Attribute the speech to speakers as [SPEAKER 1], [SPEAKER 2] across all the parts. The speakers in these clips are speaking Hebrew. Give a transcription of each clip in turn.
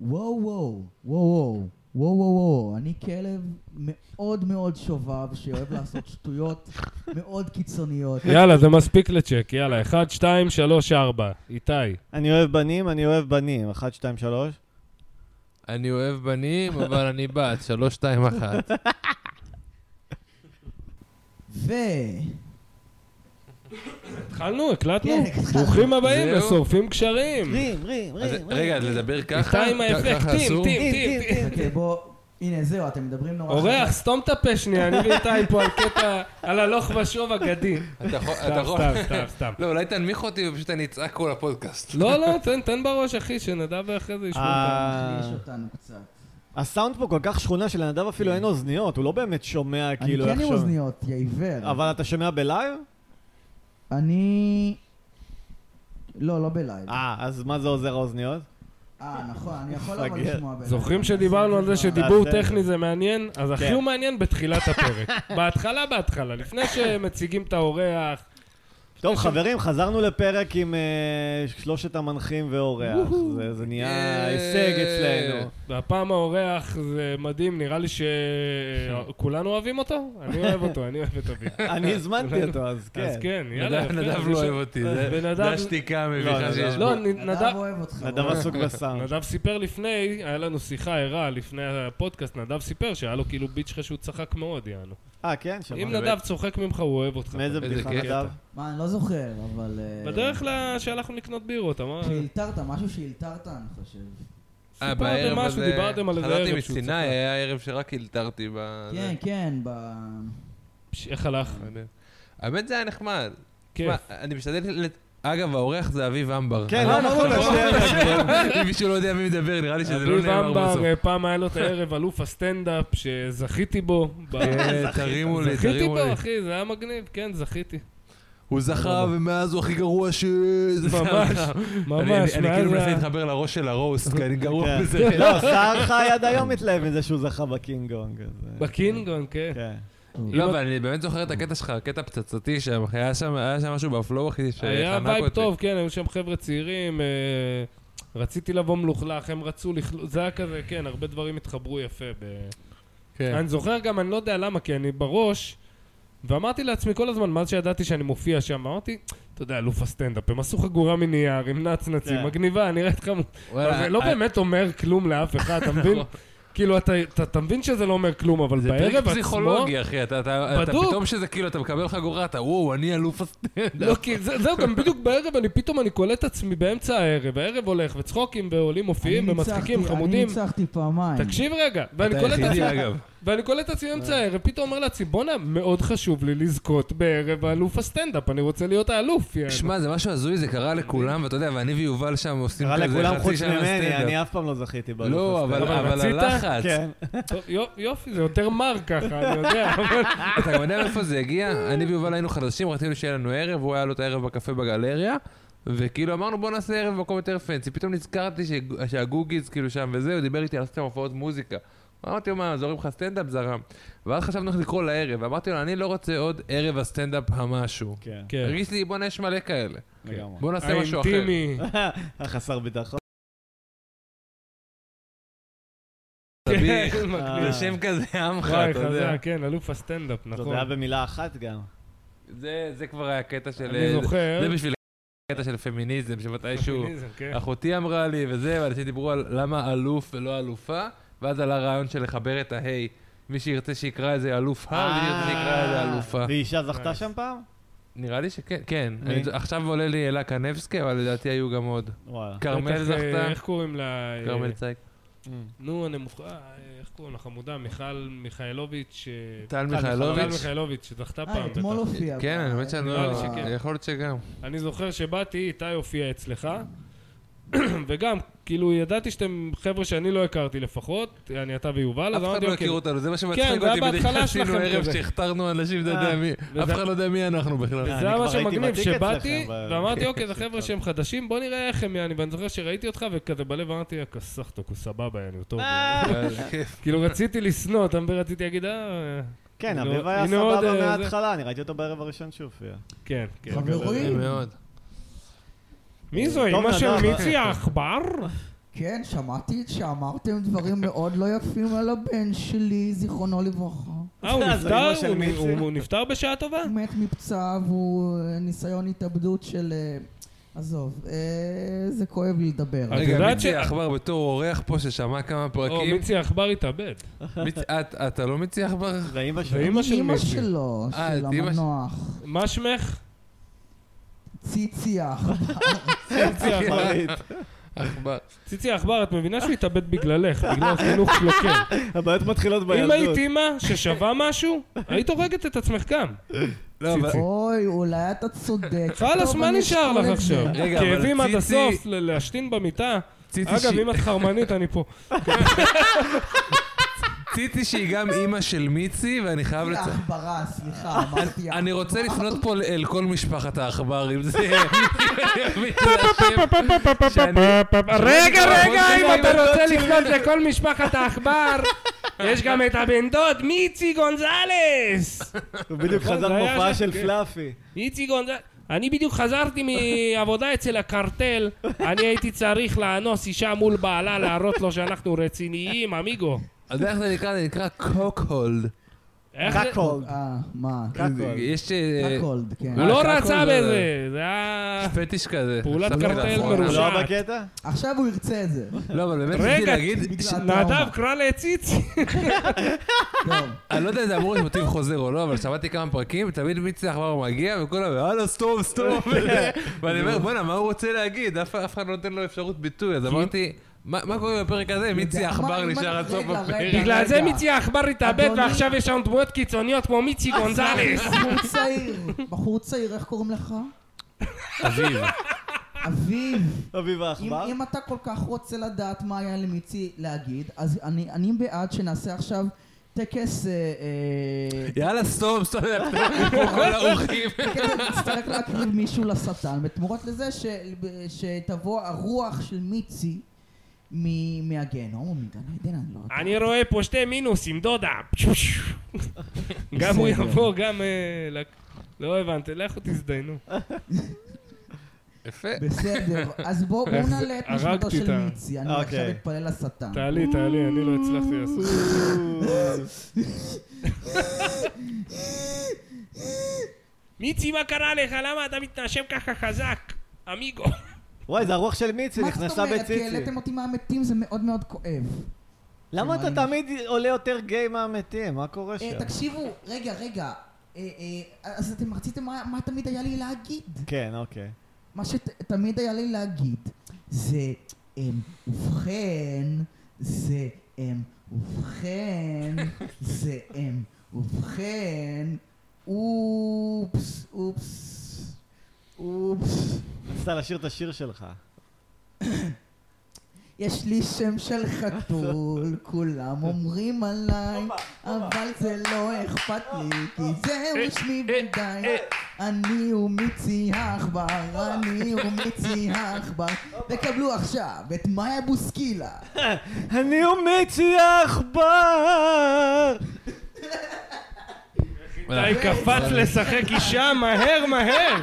[SPEAKER 1] וואו וואו, וואו וואו, וואו וואו וואו, אני כלב מאוד מאוד שובב שאוהב לעשות שטויות מאוד קיצוניות.
[SPEAKER 2] יאללה, זה מספיק לצ'ק, יאללה. 1, 2, 3, 4. איתי.
[SPEAKER 3] אני אוהב בנים, אני אוהב בנים. אחת, שתיים, שלוש.
[SPEAKER 4] אני אוהב בנים, אבל אני בת, שלוש, שתיים, אחת.
[SPEAKER 1] ו...
[SPEAKER 2] התחלנו, הקלטנו.
[SPEAKER 1] כן, התחלנו.
[SPEAKER 2] ברוכים הבאים
[SPEAKER 4] זהו.
[SPEAKER 2] לשורפים קשרים.
[SPEAKER 3] רים, רים,
[SPEAKER 4] אז
[SPEAKER 3] רים.
[SPEAKER 4] רגע, אז לדבר ככה?
[SPEAKER 2] איתי עם
[SPEAKER 4] כ-
[SPEAKER 2] האפקט,
[SPEAKER 4] ככה
[SPEAKER 2] טים,
[SPEAKER 4] אסור?
[SPEAKER 2] טים, טים,
[SPEAKER 3] טים, טים,
[SPEAKER 2] טים.
[SPEAKER 1] חכה, בוא, הנה זהו, אתם מדברים נורא...
[SPEAKER 2] אורח, סתום את הפה שנייה, אני ואיתי פה על קטע, על הלוך ושוב אגדי.
[SPEAKER 4] אתה יכול... אתה
[SPEAKER 2] סתם,
[SPEAKER 4] יכול-
[SPEAKER 2] סתם, סתם, סתם.
[SPEAKER 4] לא, אולי תנמיך אותי ופשוט אני אצעק כל הפודקאסט.
[SPEAKER 2] לא, לא, תן, תן בראש, אחי, שנדע ואחרי זה
[SPEAKER 1] אה,
[SPEAKER 2] ישמעו אותנו.
[SPEAKER 3] אה.
[SPEAKER 1] מחליש אותנו קצת.
[SPEAKER 3] הסאונד פה כל כך שכונה שלנדב אפילו אין אוזניות, הוא לא באמת שומע
[SPEAKER 1] אני
[SPEAKER 3] כאילו
[SPEAKER 1] כן
[SPEAKER 3] איך
[SPEAKER 1] עם
[SPEAKER 3] שומע.
[SPEAKER 1] אוזניות, יא עיוור.
[SPEAKER 3] אבל אתה שומע בלייב?
[SPEAKER 1] אני... לא, לא בלייב.
[SPEAKER 3] אה, אז מה זה עוזר האוזניות?
[SPEAKER 1] אה, נכון, אני יכול אבל
[SPEAKER 3] מפגר.
[SPEAKER 1] לשמוע בלייב.
[SPEAKER 2] זוכרים שדיברנו על זה שדיבור
[SPEAKER 3] תעשה.
[SPEAKER 2] טכני זה מעניין? אז הכי
[SPEAKER 3] כן.
[SPEAKER 2] הוא מעניין בתחילת הפרק. בהתחלה, בהתחלה, לפני שמציגים את האורח.
[SPEAKER 3] טוב, חברים, חזרנו לפרק עם אה, שלושת המנחים ואורח. זה- זה נהיה
[SPEAKER 4] אה.
[SPEAKER 3] הישג אצלנו.
[SPEAKER 2] והפעם האורח זה מדהים, נראה לי שכולנו אוהבים אותו? אני אוהב אותו, אני אוהב את אביב.
[SPEAKER 3] אני הזמנתי אותו, אז
[SPEAKER 2] אז
[SPEAKER 3] כן.
[SPEAKER 2] כן, יאללה.
[SPEAKER 4] נדב
[SPEAKER 2] יפה,
[SPEAKER 4] נדב
[SPEAKER 2] זה
[SPEAKER 4] לא
[SPEAKER 2] ש-
[SPEAKER 4] אוהב אותי, זה-
[SPEAKER 2] בן
[SPEAKER 4] זה
[SPEAKER 2] אדם-
[SPEAKER 4] השתיקה
[SPEAKER 3] לא,
[SPEAKER 4] המביכה
[SPEAKER 3] נדב-
[SPEAKER 4] שיש בו.
[SPEAKER 2] לא, נ-
[SPEAKER 1] נדב
[SPEAKER 2] נדב...
[SPEAKER 1] אוהב אותך.
[SPEAKER 3] נדב
[SPEAKER 1] אוהב.
[SPEAKER 3] עסוק בסאונד.
[SPEAKER 2] נדב סיפר לפני, היה לנו שיחה ערה לפני הפודקאסט, נדב סיפר שהיה לו כאילו ביץ' שלך שהוא צחק מאוד, יענו.
[SPEAKER 3] אה, כן, שמעתי.
[SPEAKER 2] אם נדב צוחק ממך, הוא אוהב אותך.
[SPEAKER 3] מאיזה בדיחה
[SPEAKER 4] קטע.
[SPEAKER 3] נדב?
[SPEAKER 1] מה, אני לא זוכר, אבל... אה,
[SPEAKER 2] בדרך ל- שהלכנו לקנות בירות, אמר...
[SPEAKER 3] לא.
[SPEAKER 1] שהילתרת, משהו שהילתרת, אני חושב.
[SPEAKER 4] אה,
[SPEAKER 2] סיפרתם
[SPEAKER 4] בערב
[SPEAKER 2] משהו,
[SPEAKER 4] הזה...
[SPEAKER 2] דיברתם על איזה
[SPEAKER 4] חזרתי
[SPEAKER 2] ערב שהוא
[SPEAKER 4] מסיני,
[SPEAKER 2] צחק.
[SPEAKER 4] היה ערב שרק הילתרתי ב...
[SPEAKER 1] כן, כן, ב...
[SPEAKER 2] "פש, איך הלך?
[SPEAKER 4] כן. האמת זה היה נחמד.
[SPEAKER 2] כיף.
[SPEAKER 4] תשמע, אני משתדל... לת- אגב, האורח זה אביב אמבר.
[SPEAKER 3] כן, לא, אמרנו לו, שנייה.
[SPEAKER 4] אם מישהו לא יודע מי מדבר, נראה לי שזה לא
[SPEAKER 2] אביב
[SPEAKER 4] נאמר
[SPEAKER 2] אמבר,
[SPEAKER 4] בסוף.
[SPEAKER 2] אה, פעם היה לו את הערב אלוף הסטנדאפ שזכיתי בו. ב-
[SPEAKER 4] אה, תרימו לי,
[SPEAKER 2] זכיתי
[SPEAKER 4] תרימו לי.
[SPEAKER 2] בו, אחי, זה היה מגניב, כן, זכיתי.
[SPEAKER 4] הוא זכה, ומאז הוא הכי גרוע ש... זה
[SPEAKER 2] ממש,
[SPEAKER 4] סתם.
[SPEAKER 2] ממש,
[SPEAKER 4] אני- אני- אני
[SPEAKER 2] מאז
[SPEAKER 4] כאילו מנסה
[SPEAKER 2] ה-
[SPEAKER 4] להתחבר לראש של הרוסט, כי אני גרוע
[SPEAKER 3] כן.
[SPEAKER 4] בזה.
[SPEAKER 3] לא, סער חי עד היום מתלהב מזה שהוא זכה בקינגונג. אז, אה,
[SPEAKER 2] בקינגון, כן.
[SPEAKER 3] כן.
[SPEAKER 4] לא, אבל אני באמת זוכר את הקטע שלך, הקטע פצצתי שם, אחי, היה שם היה שם משהו בפלואו, אחי, שחנק אותי.
[SPEAKER 2] היה וייב טוב, כן, היו שם חבר'ה צעירים, אה, רציתי לבוא מלוכלך, הם רצו לכלוך, זה היה כזה, כן, הרבה דברים התחברו יפה. ב-
[SPEAKER 4] כן.
[SPEAKER 2] אני זוכר גם, אני לא יודע למה, כי אני בראש, ואמרתי לעצמי כל הזמן, מאז שידעתי שאני מופיע שם, אמרתי, אתה יודע, אלוף הסטנדאפ, הם עשו חגורה מנייר, עם נצנצים,
[SPEAKER 3] כן.
[SPEAKER 2] מגניבה, נראית חמוד. אבל זה לא
[SPEAKER 4] אה, נכון.
[SPEAKER 2] באמת אומר כלום לאף אחד, אתה מבין? כאילו, אתה- אתה אתה מבין שזה לא אומר כלום, אבל
[SPEAKER 4] זה
[SPEAKER 2] בערב
[SPEAKER 4] פרק
[SPEAKER 2] עצמו...
[SPEAKER 4] פסיכולוגי, אחי, אתה- אתה אתה
[SPEAKER 2] בדוק.
[SPEAKER 4] פתאום שזה כאילו, אתה מקבל חגורה, אתה וואו, אני אלוף הסטנדאפ.
[SPEAKER 2] לא, כי זה- זהו, גם בדיוק בערב, אני פתאום, אני קולט את עצמי באמצע הערב, הערב הולך, וצחוקים ועולים מופיעים
[SPEAKER 1] אני ניצחתי-
[SPEAKER 2] ומצחיקים,
[SPEAKER 1] אני
[SPEAKER 2] חמודים.
[SPEAKER 1] ניצחתי פעמיים.
[SPEAKER 2] תקשיב רגע, ואני
[SPEAKER 4] אתה
[SPEAKER 2] קולט את עצמי,
[SPEAKER 4] היחידי, אה. אגב.
[SPEAKER 2] ואני קולט את עצמי באמצע הערב, פתאום אומר לעצמי, בואנה, מאוד חשוב לי לזכות בערב האלוף הסטנדאפ, אני רוצה להיות האלוף, יאללה.
[SPEAKER 4] שמע, זה משהו הזוי, זה קרה לכולם, ואתה יודע, ואני ויובל שם עושים
[SPEAKER 3] קרה
[SPEAKER 4] כזה
[SPEAKER 3] לכולם
[SPEAKER 4] חצי
[SPEAKER 3] חוץ
[SPEAKER 4] שנה
[SPEAKER 3] ממני,
[SPEAKER 4] סטנדאפ.
[SPEAKER 3] אני אף פעם לא זכיתי באלוף
[SPEAKER 4] לא, אבל
[SPEAKER 2] אבל
[SPEAKER 4] אבל
[SPEAKER 2] רצית?
[SPEAKER 4] הלחץ.
[SPEAKER 3] כן.
[SPEAKER 2] טוב, יו- יופי, זה יותר מר ככה, אני יודע, אבל...
[SPEAKER 4] אתה גם יודע מאיפה זה הגיע? אני ויובל היינו חדשים, רצינו שיהיה לנו ערב, הוא היה לו את הערב בקפה בגלריה, וכאילו אמרנו בוא נעשה ערב במקום יותר פנסי. פתאום נזכרתי ש- שהגוגיז כאילו שם וזה, הוא דיבר איתי על עשיתם הופעות מוזיקה. אמרתי לו, מה, זורם לך סטנדאפ? זרם. ואז חשבנו איך לקרוא לערב, ואמרתי לו, אני לא רוצה עוד ערב הסטנדאפ המשהו.
[SPEAKER 3] כן,
[SPEAKER 2] כן. אה,
[SPEAKER 4] הרגיש לי, בואנה, יש מלא כאלה.
[SPEAKER 3] לגמרי.
[SPEAKER 4] בוא נעשה משהו אחר.
[SPEAKER 2] האינטימי.
[SPEAKER 3] החסר ביטחון.
[SPEAKER 4] סביח.
[SPEAKER 2] כן, מגניב.
[SPEAKER 4] אה, זה שם כזה עמך,
[SPEAKER 2] וואי,
[SPEAKER 4] אתה יודע.
[SPEAKER 2] חזק, כן, אלוף הסטנדאפ,
[SPEAKER 3] זה
[SPEAKER 2] נכון.
[SPEAKER 3] היה במילה אחת גם.
[SPEAKER 4] זה זה כבר היה קטע של... אה,
[SPEAKER 2] אני זוכר.
[SPEAKER 4] זה בשביל הקטע של פמיניזם, שמתישהו...
[SPEAKER 2] פמיניזם, כן.
[SPEAKER 4] אחותי אמרה לי וזה, ואנשים דיברו על למה אלוף ולא אלופה, ואז עלה רעיון של לחבר את ההיי. מי שירצה שיקרא את זה אלוף הר, מי שירצה
[SPEAKER 2] אה.
[SPEAKER 4] שיקרא את זה אלופה.
[SPEAKER 3] אה, ואישה זכתה שם פעם?
[SPEAKER 4] נראה לי שכן, כן.
[SPEAKER 3] מי?
[SPEAKER 4] אני- עכשיו עולה לי אלה קנבסקי, אבל לדעתי היו גם עוד.
[SPEAKER 3] וואלה.
[SPEAKER 4] כרמל
[SPEAKER 2] בטח, אה,
[SPEAKER 4] זכתה,
[SPEAKER 2] איך קוראים לה? אה,
[SPEAKER 4] כרמל צייק.
[SPEAKER 2] נו, הנמוכה, אה, איך קוראים לה? חמודה, מיכל מיכאלוביץ'. אה,
[SPEAKER 4] טל
[SPEAKER 2] מיכל
[SPEAKER 4] מיכאלוביץ'.
[SPEAKER 2] מיכאלוביץ', שזכתה
[SPEAKER 1] אה,
[SPEAKER 2] פעם.
[SPEAKER 1] אתמול
[SPEAKER 2] בטח.
[SPEAKER 1] הופיע.
[SPEAKER 4] כן,
[SPEAKER 1] אבל-
[SPEAKER 4] האמת שאני
[SPEAKER 2] נראה
[SPEAKER 4] לא...
[SPEAKER 2] לי שכן.
[SPEAKER 4] יכול להיות שגם.
[SPEAKER 2] אני זוכר שבאתי, איתי הופיע אצלך, וגם, כאילו, ידעתי שאתם חבר'ה שאני לא הכרתי לפחות, אני אתה ויובל, אז
[SPEAKER 4] אף אחד
[SPEAKER 2] אמרתי,
[SPEAKER 4] לא
[SPEAKER 2] אוקיי,
[SPEAKER 4] הכיר אותנו, זה מה
[SPEAKER 2] כן,
[SPEAKER 4] שמצחיק
[SPEAKER 2] זה היה
[SPEAKER 4] אותי. בדיוק
[SPEAKER 2] בהתחלה
[SPEAKER 4] עשינו
[SPEAKER 2] שלכם
[SPEAKER 4] ערב
[SPEAKER 2] כזה.
[SPEAKER 4] שהכתרנו אנשים, אתה יודע
[SPEAKER 3] אה,
[SPEAKER 4] מי. אף
[SPEAKER 2] וזה-
[SPEAKER 4] אחד לא יודע מי אנחנו בכלל.
[SPEAKER 3] אה,
[SPEAKER 2] זה
[SPEAKER 3] אני
[SPEAKER 2] היה
[SPEAKER 3] כבר
[SPEAKER 2] מה
[SPEAKER 3] הייתי
[SPEAKER 2] שמגניב,
[SPEAKER 3] ותיק
[SPEAKER 2] שבאתי,
[SPEAKER 3] אצלכם, אבל-
[SPEAKER 2] ואמרתי, אוקיי, זה חבר'ה שהם חדשים, בוא נראה איך הם יעני, ואני זוכר שראיתי אותך, וכזה בלב אמרתי, יא כסחטוק, הוא סבבה, יעני, הוא טוב.
[SPEAKER 4] אה, כיף.
[SPEAKER 2] כאילו, רציתי לשנוא אותם ורציתי להגיד, אה...
[SPEAKER 3] כן,
[SPEAKER 2] הנה
[SPEAKER 3] אביב
[SPEAKER 2] עוד-
[SPEAKER 3] היה
[SPEAKER 2] הנה עוד,
[SPEAKER 3] סבבה
[SPEAKER 2] אה, זה-
[SPEAKER 3] מההתחלה, אני ראיתי אותו בערב הראשון שהוא הופיע.
[SPEAKER 2] כן, כן.
[SPEAKER 1] אה. חברורים.
[SPEAKER 4] מאוד.
[SPEAKER 2] מי זו,
[SPEAKER 3] טוב,
[SPEAKER 2] אמא של
[SPEAKER 3] נדב,
[SPEAKER 2] מיצי העכבר?
[SPEAKER 1] כן, שמעתי שאמרתם דברים מאוד לא יפים על הבן שלי, זיכרונו לברכה.
[SPEAKER 2] אה, הוא
[SPEAKER 3] אז
[SPEAKER 2] נפטר?
[SPEAKER 3] אמא של
[SPEAKER 2] הוא נ-
[SPEAKER 3] מיצי.
[SPEAKER 2] הוא- הוא נפטר בשעה טובה?
[SPEAKER 1] הוא מת מפצעיו, הוא אה, ניסיון התאבדות של... אה, עזוב, אה, זה כואב לי לדבר.
[SPEAKER 2] את
[SPEAKER 4] רגע,
[SPEAKER 2] יודעת
[SPEAKER 4] מיצי
[SPEAKER 2] ש-
[SPEAKER 4] עכבר בתור אורח פה ששמע כמה
[SPEAKER 2] או,
[SPEAKER 4] פרקים.
[SPEAKER 2] מיצי עכבר התאבד.
[SPEAKER 4] מיצי- את- אתה לא מיצי עכבר?
[SPEAKER 3] ואימא שלו.
[SPEAKER 2] ואימא של
[SPEAKER 1] אימא
[SPEAKER 2] מישהי.
[SPEAKER 1] שלו,
[SPEAKER 4] אה,
[SPEAKER 1] של
[SPEAKER 4] את אימא ש-
[SPEAKER 1] המנוח,
[SPEAKER 2] מה שמך?
[SPEAKER 1] ציצי העכבר.
[SPEAKER 2] מיצי עכבר.
[SPEAKER 3] מרית.
[SPEAKER 4] עכבר.
[SPEAKER 2] ציצי עכבר, את מבינה שהוא התאבד בגללך, בגלל חינוך קלוקל.
[SPEAKER 3] הבעיות מתחילות
[SPEAKER 2] אם היית
[SPEAKER 3] בילדות.
[SPEAKER 2] אימא ששווה משהו, היית הורגת את עצמך גם.
[SPEAKER 4] לא, אבל-
[SPEAKER 2] ציצי.
[SPEAKER 1] אוי, אולי אתה צודק.
[SPEAKER 2] חלאס,
[SPEAKER 1] טוב,
[SPEAKER 2] מה
[SPEAKER 1] אני
[SPEAKER 2] נשאר
[SPEAKER 1] אשקול את
[SPEAKER 2] לך
[SPEAKER 1] זה.
[SPEAKER 2] עכשיו?
[SPEAKER 4] רגע, אבל
[SPEAKER 2] כאבים עד
[SPEAKER 4] ציצי-
[SPEAKER 2] הסוף, ל- להשתין במיטה.
[SPEAKER 4] ציצי
[SPEAKER 2] אגב,
[SPEAKER 4] שהיא-
[SPEAKER 2] אם את חרמנית, אני פה.
[SPEAKER 4] ציצי שהיא גם אימא של מיצי, ואני חייב
[SPEAKER 1] ציצי
[SPEAKER 4] לצ...
[SPEAKER 1] העכברה, סליחה, אמרתי...
[SPEAKER 4] אני
[SPEAKER 1] העכבר.
[SPEAKER 4] רוצה לפנות פה ל- אל כל משפחת העכבר, אם זה...
[SPEAKER 2] רגע, רגע, אם אתה רוצה
[SPEAKER 4] שאני-
[SPEAKER 2] לפנות לכל משפחת העכבר, יש גם את הבן דוד, מיצי גונזלס!
[SPEAKER 3] הוא בדיוק
[SPEAKER 2] נכון,
[SPEAKER 3] חזר
[SPEAKER 2] זה היה
[SPEAKER 3] מופע
[SPEAKER 2] שם,
[SPEAKER 3] של
[SPEAKER 2] כן.
[SPEAKER 3] פלאפי.
[SPEAKER 2] מיצי גונזלס. אני בדיוק חזרתי מעבודה אצל הקרטל, אני הייתי צריך לאנוס אישה מול בעלה, להראות לו שאנחנו רציניים, אמיגו.
[SPEAKER 4] אתה יודע איך זה נקרא? זה נקרא קוקהולד.
[SPEAKER 2] איך זה?
[SPEAKER 3] קאקולד.
[SPEAKER 1] אה, מה?
[SPEAKER 3] קאקולד.
[SPEAKER 4] יש... אה,
[SPEAKER 1] קאקולד, כן.
[SPEAKER 2] הוא לא
[SPEAKER 4] אה,
[SPEAKER 2] רצה
[SPEAKER 4] קקול זה-
[SPEAKER 2] בזה, זה היה...
[SPEAKER 4] פטיש כזה.
[SPEAKER 2] פעולת
[SPEAKER 4] עכשיו
[SPEAKER 2] קרטל
[SPEAKER 4] לאחרונה.
[SPEAKER 3] הוא
[SPEAKER 2] מרושע.
[SPEAKER 3] לא בקטע?
[SPEAKER 1] עכשיו הוא ירצה את זה.
[SPEAKER 4] לא, אבל באמת רציתי
[SPEAKER 2] רגע,
[SPEAKER 4] להגיד,
[SPEAKER 1] בגלל
[SPEAKER 2] ש-
[SPEAKER 1] הטראומה.
[SPEAKER 2] נדב, קרא לציצי.
[SPEAKER 1] טוב.
[SPEAKER 4] אני לא יודע אם זה אמור להיות מוטיב חוזר או לא, אבל שמעתי כמה פרקים, תמיד מיצי עכבר מגיע, וכולם, יאללה, סתום, סתום. וזה. ואני אומר, בואנה, מה הוא רוצה להגיד? אף אף אחד לא נותן לו אפשרות ביטוי, אז אמרתי, מה מה קורה בפרק הזה? מיצי
[SPEAKER 1] יודע,
[SPEAKER 4] עכבר
[SPEAKER 1] מה, אם
[SPEAKER 4] נשאר עד
[SPEAKER 1] אנחנו-
[SPEAKER 4] סוף
[SPEAKER 1] רגע,
[SPEAKER 4] הפרק.
[SPEAKER 1] רגע.
[SPEAKER 2] בגלל זה מיצי העכבר התאבד,
[SPEAKER 1] אדוני-
[SPEAKER 2] ועכשיו יש שם דמויות קיצוניות כמו מיצי גונזלס.
[SPEAKER 1] בחור צעיר, בחור צעיר, איך קוראים לך?
[SPEAKER 4] אביב.
[SPEAKER 1] אביב.
[SPEAKER 3] אביב
[SPEAKER 1] אם,
[SPEAKER 3] העכבר?
[SPEAKER 1] אם אתה כל כך רוצה לדעת מה היה למיצי להגיד, אז אני, אני בעד שנעשה עכשיו טקס... אה, אה,
[SPEAKER 4] יאללה, סתום, סתום, כמו כל האורחים.
[SPEAKER 1] כן, נצטרך להקריב מישהו לשטן, בתמורת לזה ש- שתבוא הרוח של מיצי מ- מהגיהנום או מגן עדן, אני לא יודע.
[SPEAKER 2] אני רואה פה שתי מינוסים, דודה. גם הוא
[SPEAKER 1] בסדר.
[SPEAKER 2] יבוא, גם... אה, לק- לא הבנתי, לכו תזדיינו.
[SPEAKER 4] יפה.
[SPEAKER 1] בסדר, אז בואו בואו נעלה את
[SPEAKER 2] הרגתי
[SPEAKER 1] נשמתו
[SPEAKER 2] את ה-
[SPEAKER 1] של מיצי, אני עכשיו
[SPEAKER 3] אוקיי.
[SPEAKER 1] אתפלל לשטן.
[SPEAKER 2] תעלי, תעלי, אני לא הצלחתי לעשות. מיצי, מה קרה לך? למה אתה מתנשם ככה חזק? אמיגו.
[SPEAKER 3] וואי, זה הרוח של מיצי,
[SPEAKER 1] מה זאת
[SPEAKER 3] נכנסה
[SPEAKER 1] אומרת? כי
[SPEAKER 3] בציצי.
[SPEAKER 1] העליתם אותי מהמתים, זה מאוד מאוד כואב. אה,
[SPEAKER 3] למה אתה
[SPEAKER 1] אני-
[SPEAKER 3] תמיד עולה יותר גיי מהמתים? מה קורה שם?
[SPEAKER 1] אה, תקשיבו, רגע, רגע. אה, אה, אז אתם רציתם מה מה תמיד היה לי להגיד.
[SPEAKER 3] כן, אוקיי.
[SPEAKER 1] מה שתמיד היה לי להגיד זה, אמ, ובכן, זה, אמ, ובכן, זה, אמ, ובכן, אופס, אופס, אופס.
[SPEAKER 3] ניסה לשיר את השיר שלך.
[SPEAKER 1] יש לי שם של חתול, כולם אומרים עליי, אבל זה לא אכפת לי, כי זה
[SPEAKER 2] אה,
[SPEAKER 1] רשמי בינתיים. אני ומיצי העכבר, אני ומיצי העכבר, וקבלו עכשיו את מאיה בוסקילה.
[SPEAKER 3] אני ומיצי העכבר!
[SPEAKER 4] "אה,
[SPEAKER 2] די, קפץ לשחק אישה מהר מהר.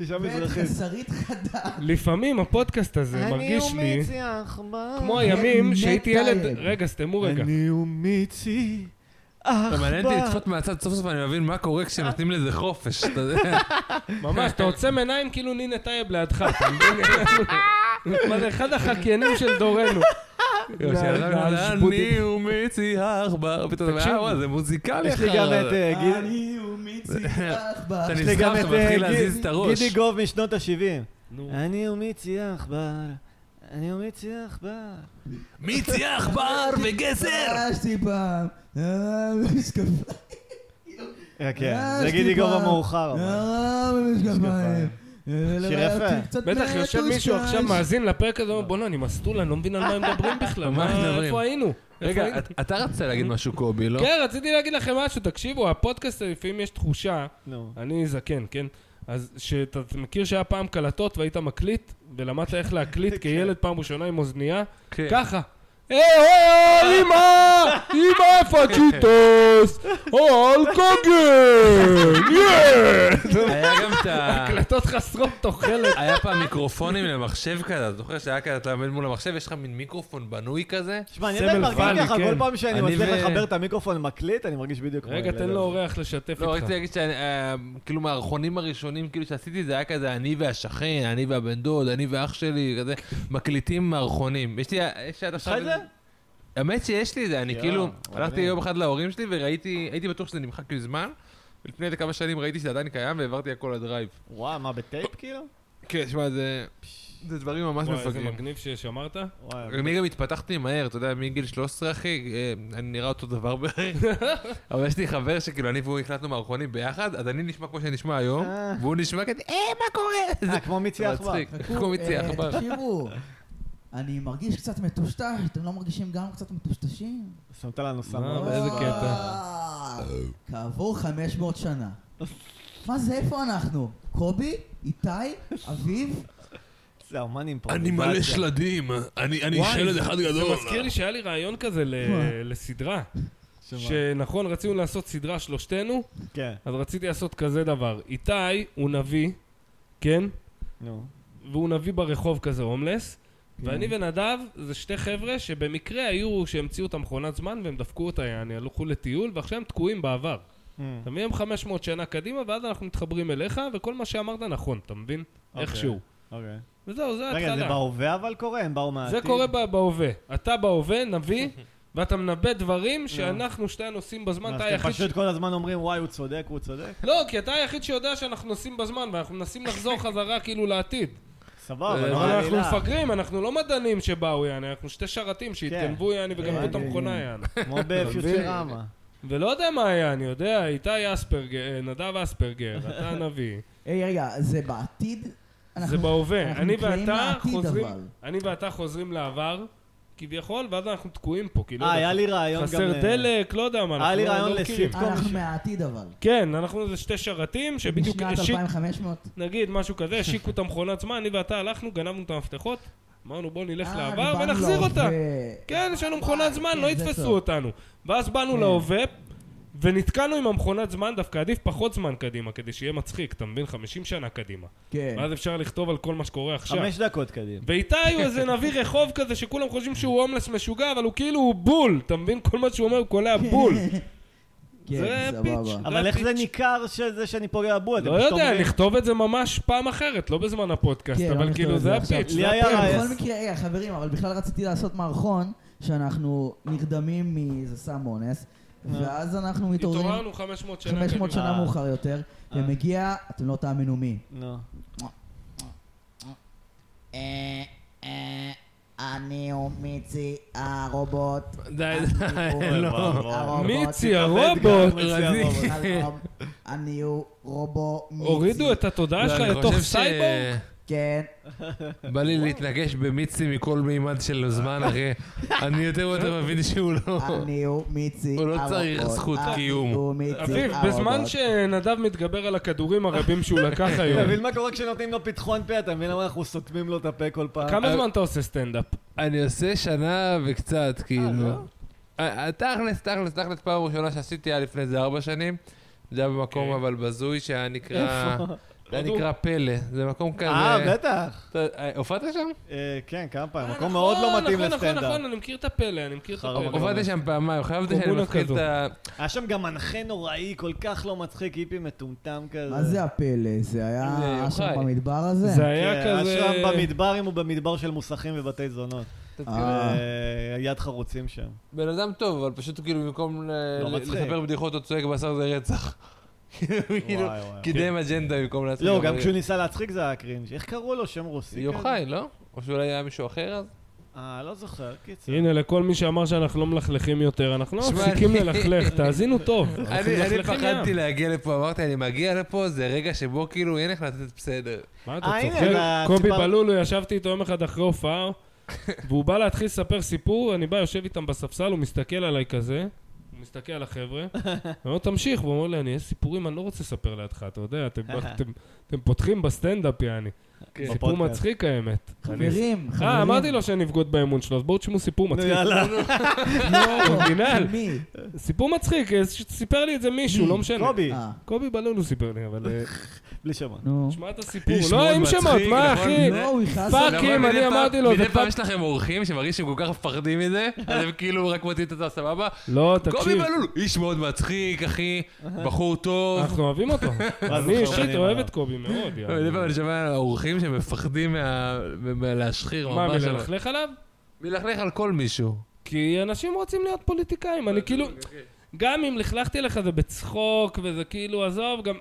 [SPEAKER 3] אישה
[SPEAKER 1] ואת
[SPEAKER 3] מזרחית.
[SPEAKER 1] חסרית חדה.
[SPEAKER 2] לפעמים הפודקאסט הזה מרגיש לי
[SPEAKER 3] העכבר.
[SPEAKER 2] כמו הימים שהייתי
[SPEAKER 1] נטע
[SPEAKER 2] ילד...
[SPEAKER 1] ילד.
[SPEAKER 2] רגע, סתמו רגע.
[SPEAKER 3] אני ומיצי
[SPEAKER 4] אתה מעניין אותי לצפות
[SPEAKER 3] העכבר.
[SPEAKER 4] מהצד, סוף סוף אני מבין מה קורה כשנותנים לזה חופש, אתה יודע.
[SPEAKER 2] ממש, אתה עוצם עיניים כאילו נינה טייב לידך, אתה מבין? מה, זה אחד החקיינים של דורנו.
[SPEAKER 4] אני ומיצי העכבר, פתאום,
[SPEAKER 2] תקשיב.
[SPEAKER 4] אה, וואי, זה מוזיקלי.
[SPEAKER 3] יש לי
[SPEAKER 4] אחר
[SPEAKER 3] גם את
[SPEAKER 4] הזה.
[SPEAKER 3] אה, גיל-
[SPEAKER 1] אני ומיצי העכבר.
[SPEAKER 4] אתה
[SPEAKER 3] יש לי גם
[SPEAKER 4] נזכר,
[SPEAKER 3] את,
[SPEAKER 4] אתה
[SPEAKER 3] אה,
[SPEAKER 4] מתחיל
[SPEAKER 3] גיל-
[SPEAKER 4] להזיז את הראש.
[SPEAKER 3] גידי גוב משנות ה-70.
[SPEAKER 2] נו.
[SPEAKER 3] אני ומיצי העכבר. אני ומיצי העכבר.
[SPEAKER 4] מיצי עכבר וגזר!
[SPEAKER 1] פגשתי פעם, אה, משקפיים.
[SPEAKER 3] אה, כן, זה
[SPEAKER 1] פגשתי
[SPEAKER 3] גידי גוב
[SPEAKER 1] פעם,
[SPEAKER 3] המאוחר. אבל.
[SPEAKER 1] אה, משקפיים.
[SPEAKER 3] משקפיים. שיר יפה.
[SPEAKER 1] אה, קצת
[SPEAKER 2] בטח יושב מישהו
[SPEAKER 1] מטושטש.
[SPEAKER 2] עכשיו מאזין לפרק הזה, אומר בואנה, אני מסטול, אני לא מבין על מה הם מדברים בכלל.
[SPEAKER 4] מה
[SPEAKER 2] מה,
[SPEAKER 4] מדברים?
[SPEAKER 2] איפה היינו? איפה היינו?
[SPEAKER 4] רגע, את- אתה רצית להגיד משהו קובי, לא?
[SPEAKER 2] כן, רציתי להגיד לכם משהו, תקשיבו, הפודקאסט הזה, לפעמים יש תחושה,
[SPEAKER 3] נו.
[SPEAKER 2] אני זקן, כן? אז שאתה מכיר שהיה פעם קלטות והיית מקליט, ולמדת איך להקליט כילד פעם ראשונה עם אוזנייה,
[SPEAKER 4] כן.
[SPEAKER 2] ככה. היי, היי, אמא! אמא, פאצ'יטוס! אל קוגן! יא!
[SPEAKER 4] היה גם את ה...
[SPEAKER 2] הקלטות חסרות תוחלת.
[SPEAKER 4] היה פעם מיקרופונים למחשב כזה, אתה זוכר שהיה כזה, אתה עומד מול המחשב, יש לך מין מיקרופון בנוי כזה?
[SPEAKER 3] תשמע, אני
[SPEAKER 2] סמל
[SPEAKER 3] עדיין מרגיש
[SPEAKER 2] פאני,
[SPEAKER 3] ככה,
[SPEAKER 2] כן.
[SPEAKER 3] כל פעם שאני
[SPEAKER 4] אני
[SPEAKER 3] מצליח
[SPEAKER 4] ו-
[SPEAKER 3] לחבר את המיקרופון מקליט, אני מרגיש בדיוק כמו...
[SPEAKER 2] רגע,
[SPEAKER 3] הילד
[SPEAKER 2] תן
[SPEAKER 3] הזה.
[SPEAKER 2] לאורח לשתף
[SPEAKER 4] לא, רציתי
[SPEAKER 2] איתך.
[SPEAKER 4] להגיד שכאילו מהערכונים הראשונים כאילו שעשיתי זה היה כזה אני והשכן, אני והבן דוד, אני ואח שלי, כזה מקליטים מערכונים. יש לי, יש לי
[SPEAKER 3] יש לך
[SPEAKER 4] עד עכשיו...
[SPEAKER 3] את זה?
[SPEAKER 4] האמת שיש לי את זה, אני
[SPEAKER 3] יואו,
[SPEAKER 4] כאילו,
[SPEAKER 3] מדהים.
[SPEAKER 4] הלכתי יום אחד להורים שלי וראיתי, הייתי בטוח שזה נמחק מזמן, ולפני איזה כמה שנים ראיתי שזה עדיין קיים והעברתי הכל לדרייב.
[SPEAKER 3] וואי, מה, בטייפ כאילו?
[SPEAKER 4] כן, שמע, זה... זה דברים ממש
[SPEAKER 2] וואי, איזה
[SPEAKER 4] מפגרים.
[SPEAKER 2] מגניב ששמרת.
[SPEAKER 3] וואי,
[SPEAKER 2] אה,
[SPEAKER 4] אני גם התפתחתי מהר, אתה יודע, מגיל 13, אחי, אה, אני נראה אותו דבר בערך. אבל יש לי חבר שכאילו, אני והוא הקלטנו מערכונים ביחד, אז אני נשמע כמו שאני נשמע היום,
[SPEAKER 3] אה.
[SPEAKER 4] והוא נשמע כזה, אה, מה קורה?
[SPEAKER 3] אה, כמו מיצי
[SPEAKER 4] זה
[SPEAKER 3] עכבר.
[SPEAKER 4] מצחיק.
[SPEAKER 1] חכו,
[SPEAKER 4] כמו מיצי
[SPEAKER 1] אה,
[SPEAKER 4] עכבר.
[SPEAKER 1] תקשיבו, אני מרגיש קצת מטושטש, אתם לא מרגישים גם קצת מטושטשים?
[SPEAKER 3] שמת לנו
[SPEAKER 2] מה,
[SPEAKER 3] סמור.
[SPEAKER 2] איזה אה, קטע.
[SPEAKER 1] אה, כעבור 500 שנה. מה זה, איפה אנחנו? קובי? איתי? אביב?
[SPEAKER 3] זה אומן אימפרוביזציה.
[SPEAKER 4] אני מלא שלדים, אני אני
[SPEAKER 2] וואי,
[SPEAKER 4] שלד אחד
[SPEAKER 2] זה
[SPEAKER 4] גדול.
[SPEAKER 2] מזכיר לי שהיה לי רעיון כזה ל-
[SPEAKER 1] מה?
[SPEAKER 2] לסדרה. שנכון, רצינו לעשות סדרה שלושתנו,
[SPEAKER 3] כן,
[SPEAKER 2] אז רציתי לעשות כזה דבר. איתי הוא נביא, כן?
[SPEAKER 3] נו.
[SPEAKER 2] והוא נביא ברחוב כזה הומלס,
[SPEAKER 3] כן.
[SPEAKER 2] ואני ונדב זה שתי חבר'ה שבמקרה היו שהמציאו את המכונת זמן והם דפקו אותה, יעני, הלכו לטיול, ועכשיו הם תקועים בעבר.
[SPEAKER 3] אה,
[SPEAKER 2] אתה מבין? הם 500 שנה קדימה, ואז אנחנו מתחברים אליך, וכל מה שאמרת נכון, אתה מבין?
[SPEAKER 3] אוקיי.
[SPEAKER 2] איכשהו.
[SPEAKER 3] אוקיי.
[SPEAKER 2] וזהו, זה
[SPEAKER 3] רגע, זה
[SPEAKER 2] ההתחלה.
[SPEAKER 3] בהווה אבל קורה? הם באו מהעתיד?
[SPEAKER 2] זה קורה ב- בהווה. אתה בהווה, נביא, ואתה מנבא דברים שאנחנו שתי הנוסעים בזמן,
[SPEAKER 3] אז
[SPEAKER 2] אתה
[SPEAKER 3] אתם
[SPEAKER 2] היחיד ש...
[SPEAKER 3] פשוט כל הזמן אומרים, וואי, הוא צודק, הוא צודק?
[SPEAKER 2] לא, כי אתה היחיד שיודע שאנחנו נוסעים בזמן, ואנחנו מנסים לחזור חזרה כאילו לעתיד.
[SPEAKER 3] אה, סבבה, לא נורא
[SPEAKER 2] אבל אה, אנחנו
[SPEAKER 3] רעילה.
[SPEAKER 2] מפגרים, אנחנו לא מדענים שבאו, יעני, אנחנו שתי שרתים
[SPEAKER 3] כן.
[SPEAKER 2] שהתגנבו, יעני, וגנבו את
[SPEAKER 3] הבנתי.
[SPEAKER 2] המכונה, יעני.
[SPEAKER 3] כמו בפיוטרמה.
[SPEAKER 2] ולא יודע מה היה, אני יודע, איתי אספרגר, אה, נדב אספרגר, אתה הנביא.
[SPEAKER 1] היי, רגע, זה בעתיד?
[SPEAKER 2] זה
[SPEAKER 1] אנחנו-
[SPEAKER 2] בהווה.
[SPEAKER 1] אנחנו
[SPEAKER 2] אני
[SPEAKER 1] נקלעים
[SPEAKER 2] ואתה
[SPEAKER 1] לעתיד,
[SPEAKER 2] חוזרים,
[SPEAKER 1] אבל.
[SPEAKER 2] אני ואתה חוזרים לעבר, כביכול, ואז אנחנו תקועים פה, כי לא
[SPEAKER 3] אה, היה
[SPEAKER 2] יודע,
[SPEAKER 3] לי רעיון גם...
[SPEAKER 2] חסר
[SPEAKER 3] אה,
[SPEAKER 2] דלק, לא יודע מה,
[SPEAKER 3] היה לי
[SPEAKER 2] אנחנו
[SPEAKER 3] רעיון
[SPEAKER 2] לא מכירים.
[SPEAKER 3] לסיט.
[SPEAKER 1] אנחנו מהעתיד אבל.
[SPEAKER 2] כן, אנחנו איזה שתי שרתים שבדיוק
[SPEAKER 1] משנת
[SPEAKER 2] השיק,
[SPEAKER 1] 2500.
[SPEAKER 2] נגיד משהו כזה, השיקו את המכונת זמן, אני ואתה הלכנו, גנבנו את המפתחות, אמרנו בוא נלך
[SPEAKER 1] אה,
[SPEAKER 2] לעבר
[SPEAKER 1] ובאנו
[SPEAKER 2] ונחזיר אותה.
[SPEAKER 1] להווה.
[SPEAKER 2] כן, יש לנו מכונת זמן,
[SPEAKER 1] כן,
[SPEAKER 2] לא
[SPEAKER 1] זה
[SPEAKER 2] יתפסו
[SPEAKER 1] טוב.
[SPEAKER 2] אותנו. ואז באנו
[SPEAKER 1] כן.
[SPEAKER 2] להווה, ונתקענו עם המכונת זמן, דווקא עדיף פחות זמן קדימה, כדי שיהיה מצחיק, אתה מבין? 50 שנה קדימה.
[SPEAKER 1] כן.
[SPEAKER 2] ואז אפשר לכתוב על כל מה שקורה עכשיו.
[SPEAKER 3] חמש דקות קדימה.
[SPEAKER 2] ואיתי הוא איזה נביא רחוב כזה שכולם חושבים שהוא הומלס משוגע, אבל הוא כאילו הוא בול, אתה מבין? כל מה שהוא אומר הוא קולע בול.
[SPEAKER 1] כן,
[SPEAKER 2] זה פיץ'.
[SPEAKER 1] סבבה.
[SPEAKER 3] אבל איך זה
[SPEAKER 2] פיץ'.
[SPEAKER 3] ניכר שזה שאני פוגע בו? אתם
[SPEAKER 2] לא
[SPEAKER 3] פשוט
[SPEAKER 2] יודע,
[SPEAKER 3] אומרים-
[SPEAKER 2] נכתוב את זה ממש פעם אחרת, לא בזמן הפודקאסט,
[SPEAKER 1] כן, לא
[SPEAKER 2] אבל
[SPEAKER 1] נכתוב
[SPEAKER 2] כאילו
[SPEAKER 1] את
[SPEAKER 2] זה
[SPEAKER 1] זה עכשיו.
[SPEAKER 2] הפיץ'.
[SPEAKER 3] לי היה
[SPEAKER 1] כן,
[SPEAKER 3] רעיון.
[SPEAKER 1] בכל מקרה, רגע, חברים, אבל בכלל רציתי לעשות מערכון, שאנחנו נרדמים מאיזה סם אונס, ואז אנחנו מתעוררים
[SPEAKER 2] התעוררנו 500 שנה.
[SPEAKER 1] 500
[SPEAKER 2] קדימה.
[SPEAKER 1] שנה
[SPEAKER 3] אה.
[SPEAKER 1] מאוחר יותר,
[SPEAKER 3] אה.
[SPEAKER 1] ומגיע, אתם לא תאמינו מי.
[SPEAKER 3] נו.
[SPEAKER 1] אה, אני הוא מיצי הרובוט.
[SPEAKER 4] די,
[SPEAKER 1] אוי,
[SPEAKER 4] די, לא.
[SPEAKER 3] וואי,
[SPEAKER 1] אה,
[SPEAKER 3] וואי.
[SPEAKER 2] מיצי
[SPEAKER 3] גם
[SPEAKER 2] הרובוט.
[SPEAKER 3] מיצי הרובוט.
[SPEAKER 1] שלום, אני הוא רובו מיצי.
[SPEAKER 2] הורידו את התודעה
[SPEAKER 4] לא,
[SPEAKER 2] שלך
[SPEAKER 4] אני
[SPEAKER 2] לתוך
[SPEAKER 4] חושב ש-
[SPEAKER 2] סייבורג?
[SPEAKER 1] כן.
[SPEAKER 4] בא לי להתנגש במיצי מכל מימד של הזמן, אחי. אני יותר ויותר מבין שהוא לא...
[SPEAKER 1] אני הוא מיצי
[SPEAKER 4] הוא לא צריך
[SPEAKER 1] הרובוט.
[SPEAKER 4] זכות
[SPEAKER 1] אני
[SPEAKER 4] קיום.
[SPEAKER 1] הוא מיצי
[SPEAKER 2] אביב,
[SPEAKER 1] הרובוט.
[SPEAKER 2] בזמן שנדב מתגבר על הכדורים הרבים שהוא לקח
[SPEAKER 3] אתה
[SPEAKER 2] היום,
[SPEAKER 3] מבין מה קורה כשנותנים לו פתחון פה? אתה מבין למה אנחנו סותמים לו את הפה כל פעם?
[SPEAKER 2] כמה זמן אתה עושה סטנדאפ?
[SPEAKER 4] אני עושה שנה וקצת,
[SPEAKER 3] לא?
[SPEAKER 4] כאילו. אה, תכלס, תכלס, תכלס, פעם ראשונה שעשיתי היה לפני איזה ארבע שנים. זה היה במקום
[SPEAKER 3] אוקיי.
[SPEAKER 4] אבל בזוי שהיה נקרא... היה
[SPEAKER 2] הודו?
[SPEAKER 4] נקרא פלא. זה מקום כזה...
[SPEAKER 3] אה, בטח.
[SPEAKER 4] אתה- אה, הופעת שם?
[SPEAKER 3] אה, כן, כמה פעמים.
[SPEAKER 2] אה,
[SPEAKER 3] מקום מאוד
[SPEAKER 2] נכון,
[SPEAKER 3] לא מתאים
[SPEAKER 2] נכון, נכון,
[SPEAKER 3] לסטנדאפ.
[SPEAKER 2] נכון, אני מכיר את הפלא, אני מכיר את
[SPEAKER 3] חרא
[SPEAKER 2] הפלא.
[SPEAKER 3] מקום.
[SPEAKER 4] הופעתי שם פעמיים, חייבתי שאני
[SPEAKER 2] קומונה
[SPEAKER 4] מתחיל
[SPEAKER 2] כזו.
[SPEAKER 4] את ה...
[SPEAKER 3] היה שם גם מנחה נוראי, כל כך לא מצחיק, היפי מטומטם כזה.
[SPEAKER 1] מה זה הפלא? זה
[SPEAKER 4] זה
[SPEAKER 1] היה אשרם
[SPEAKER 4] יוחאי.
[SPEAKER 1] במדבר הזה?
[SPEAKER 2] זה
[SPEAKER 3] כן,
[SPEAKER 2] היה כזה...
[SPEAKER 3] אשרם במדבר, אם הוא במדבר של מוסכים ובתי זונות.
[SPEAKER 1] אה.
[SPEAKER 3] אה, יד חרוצים שם.
[SPEAKER 4] בן אדם טוב, אבל פשוט כאילו במקום ל-
[SPEAKER 3] לא
[SPEAKER 4] ל-
[SPEAKER 3] מצחיק.
[SPEAKER 4] לספר בדיחות הוא צועק בשר זה רצח. כאילו,
[SPEAKER 3] וואי, וואי.
[SPEAKER 4] קידם אג'נדה במקום
[SPEAKER 1] כן.
[SPEAKER 4] להצחיק.
[SPEAKER 3] לא,
[SPEAKER 4] אבל-
[SPEAKER 3] גם כשהוא ניסה להצחיק זה היה קרינג'. איך קראו לו? שם רוסי? כזה?
[SPEAKER 4] יוחאי, לא? או שאולי היה מישהו אחר אז?
[SPEAKER 3] אה, לא זוכר, קיצר.
[SPEAKER 2] הנה, לכל מי שאמר שאנחנו לא מלכלכים יותר, אנחנו לא
[SPEAKER 4] שמע,
[SPEAKER 2] מפסיקים
[SPEAKER 4] אני-
[SPEAKER 2] ללכלך, תאזינו טוב. אנחנו
[SPEAKER 4] אני אני
[SPEAKER 2] מלכלכים
[SPEAKER 4] פחדתי
[SPEAKER 2] ים.
[SPEAKER 4] להגיע לפה, אמרתי, אני מגיע לפה, זה רגע שבו כאילו אין איך לתת בסדר.
[SPEAKER 2] מה, אתה
[SPEAKER 3] אה, הנה,
[SPEAKER 2] צוחק?
[SPEAKER 3] אתה
[SPEAKER 2] קובי
[SPEAKER 3] סיפרת-
[SPEAKER 2] בלולו, ישבתי איתו יום אחד אחרי הופעה, והוא בא להתחיל לספר סיפור, אני בא, יושב איתם בספסל, הוא מסתכל עליי כזה, הוא מסתכל על החבר'ה, ואומר לו, תמשיך, והוא אומר לי, אני, יש סיפורים, אני לא רוצה לספר לידך, אתה יודע, אתם- אתם- אתם פותחים בסטנדאפ, יעני. סיפור
[SPEAKER 3] בפודקאסט.
[SPEAKER 2] מצחיק האמת.
[SPEAKER 1] חברים, חברים.
[SPEAKER 2] אה, אמרתי לו שאני אבגוד באמון שלו, אז בואו תשמעו סיפור
[SPEAKER 3] נו,
[SPEAKER 2] מצחיק.
[SPEAKER 3] יאללה.
[SPEAKER 1] נו,
[SPEAKER 2] מינהל.
[SPEAKER 1] מי?
[SPEAKER 2] סיפור מצחיק, אה, ש- סיפר לי את זה מישהו,
[SPEAKER 1] מי?
[SPEAKER 2] לא משנה.
[SPEAKER 3] קובי,
[SPEAKER 1] אה,
[SPEAKER 2] קובי בלון הוא סיפר לי, אבל... אה,
[SPEAKER 3] בלי שמות.
[SPEAKER 1] נו.
[SPEAKER 2] שמע את הסיפור.
[SPEAKER 4] איש
[SPEAKER 2] לא,
[SPEAKER 4] מאוד
[SPEAKER 2] עם
[SPEAKER 4] מצחיק,
[SPEAKER 2] שמות, מה
[SPEAKER 4] נכון?
[SPEAKER 2] אחי?
[SPEAKER 1] לא, הוא יכעס
[SPEAKER 2] פאק.
[SPEAKER 1] עליי.
[SPEAKER 4] למה?
[SPEAKER 2] כי אם
[SPEAKER 4] מדי
[SPEAKER 2] אני
[SPEAKER 4] פעם-
[SPEAKER 2] אמרתי לו, זה
[SPEAKER 4] מדי פעם
[SPEAKER 2] פאק-
[SPEAKER 4] יש לכם אורחים שמרגישים כל כך מפחדים מזה, אז הם כאילו רק מוציאים את עצמם סבבה.
[SPEAKER 2] לא,
[SPEAKER 4] קובי
[SPEAKER 2] תקשיב.
[SPEAKER 4] מלול, איש מאוד מצחיק, אחי, בחור טוב.
[SPEAKER 2] אנחנו אוהבים אותו.
[SPEAKER 3] מה זה
[SPEAKER 2] אני
[SPEAKER 3] חשוב,
[SPEAKER 2] אישית
[SPEAKER 3] אני
[SPEAKER 2] אוהב
[SPEAKER 3] אמר.
[SPEAKER 2] את קובי מאוד,
[SPEAKER 4] לא, מדי פעם
[SPEAKER 2] יאללה.
[SPEAKER 4] אני שומע על האורחים שמפחדים מה- מלהשחיר
[SPEAKER 2] מה,
[SPEAKER 4] ממש. על-
[SPEAKER 2] מלכלך עליו?
[SPEAKER 4] מלכלך על כל מישהו.
[SPEAKER 2] כי אנשים רוצים להיות פוליטיקאים, אני כאילו... גם אם לכלכתי לך זה בצחוק, וזה כאילו, עזוב, גם...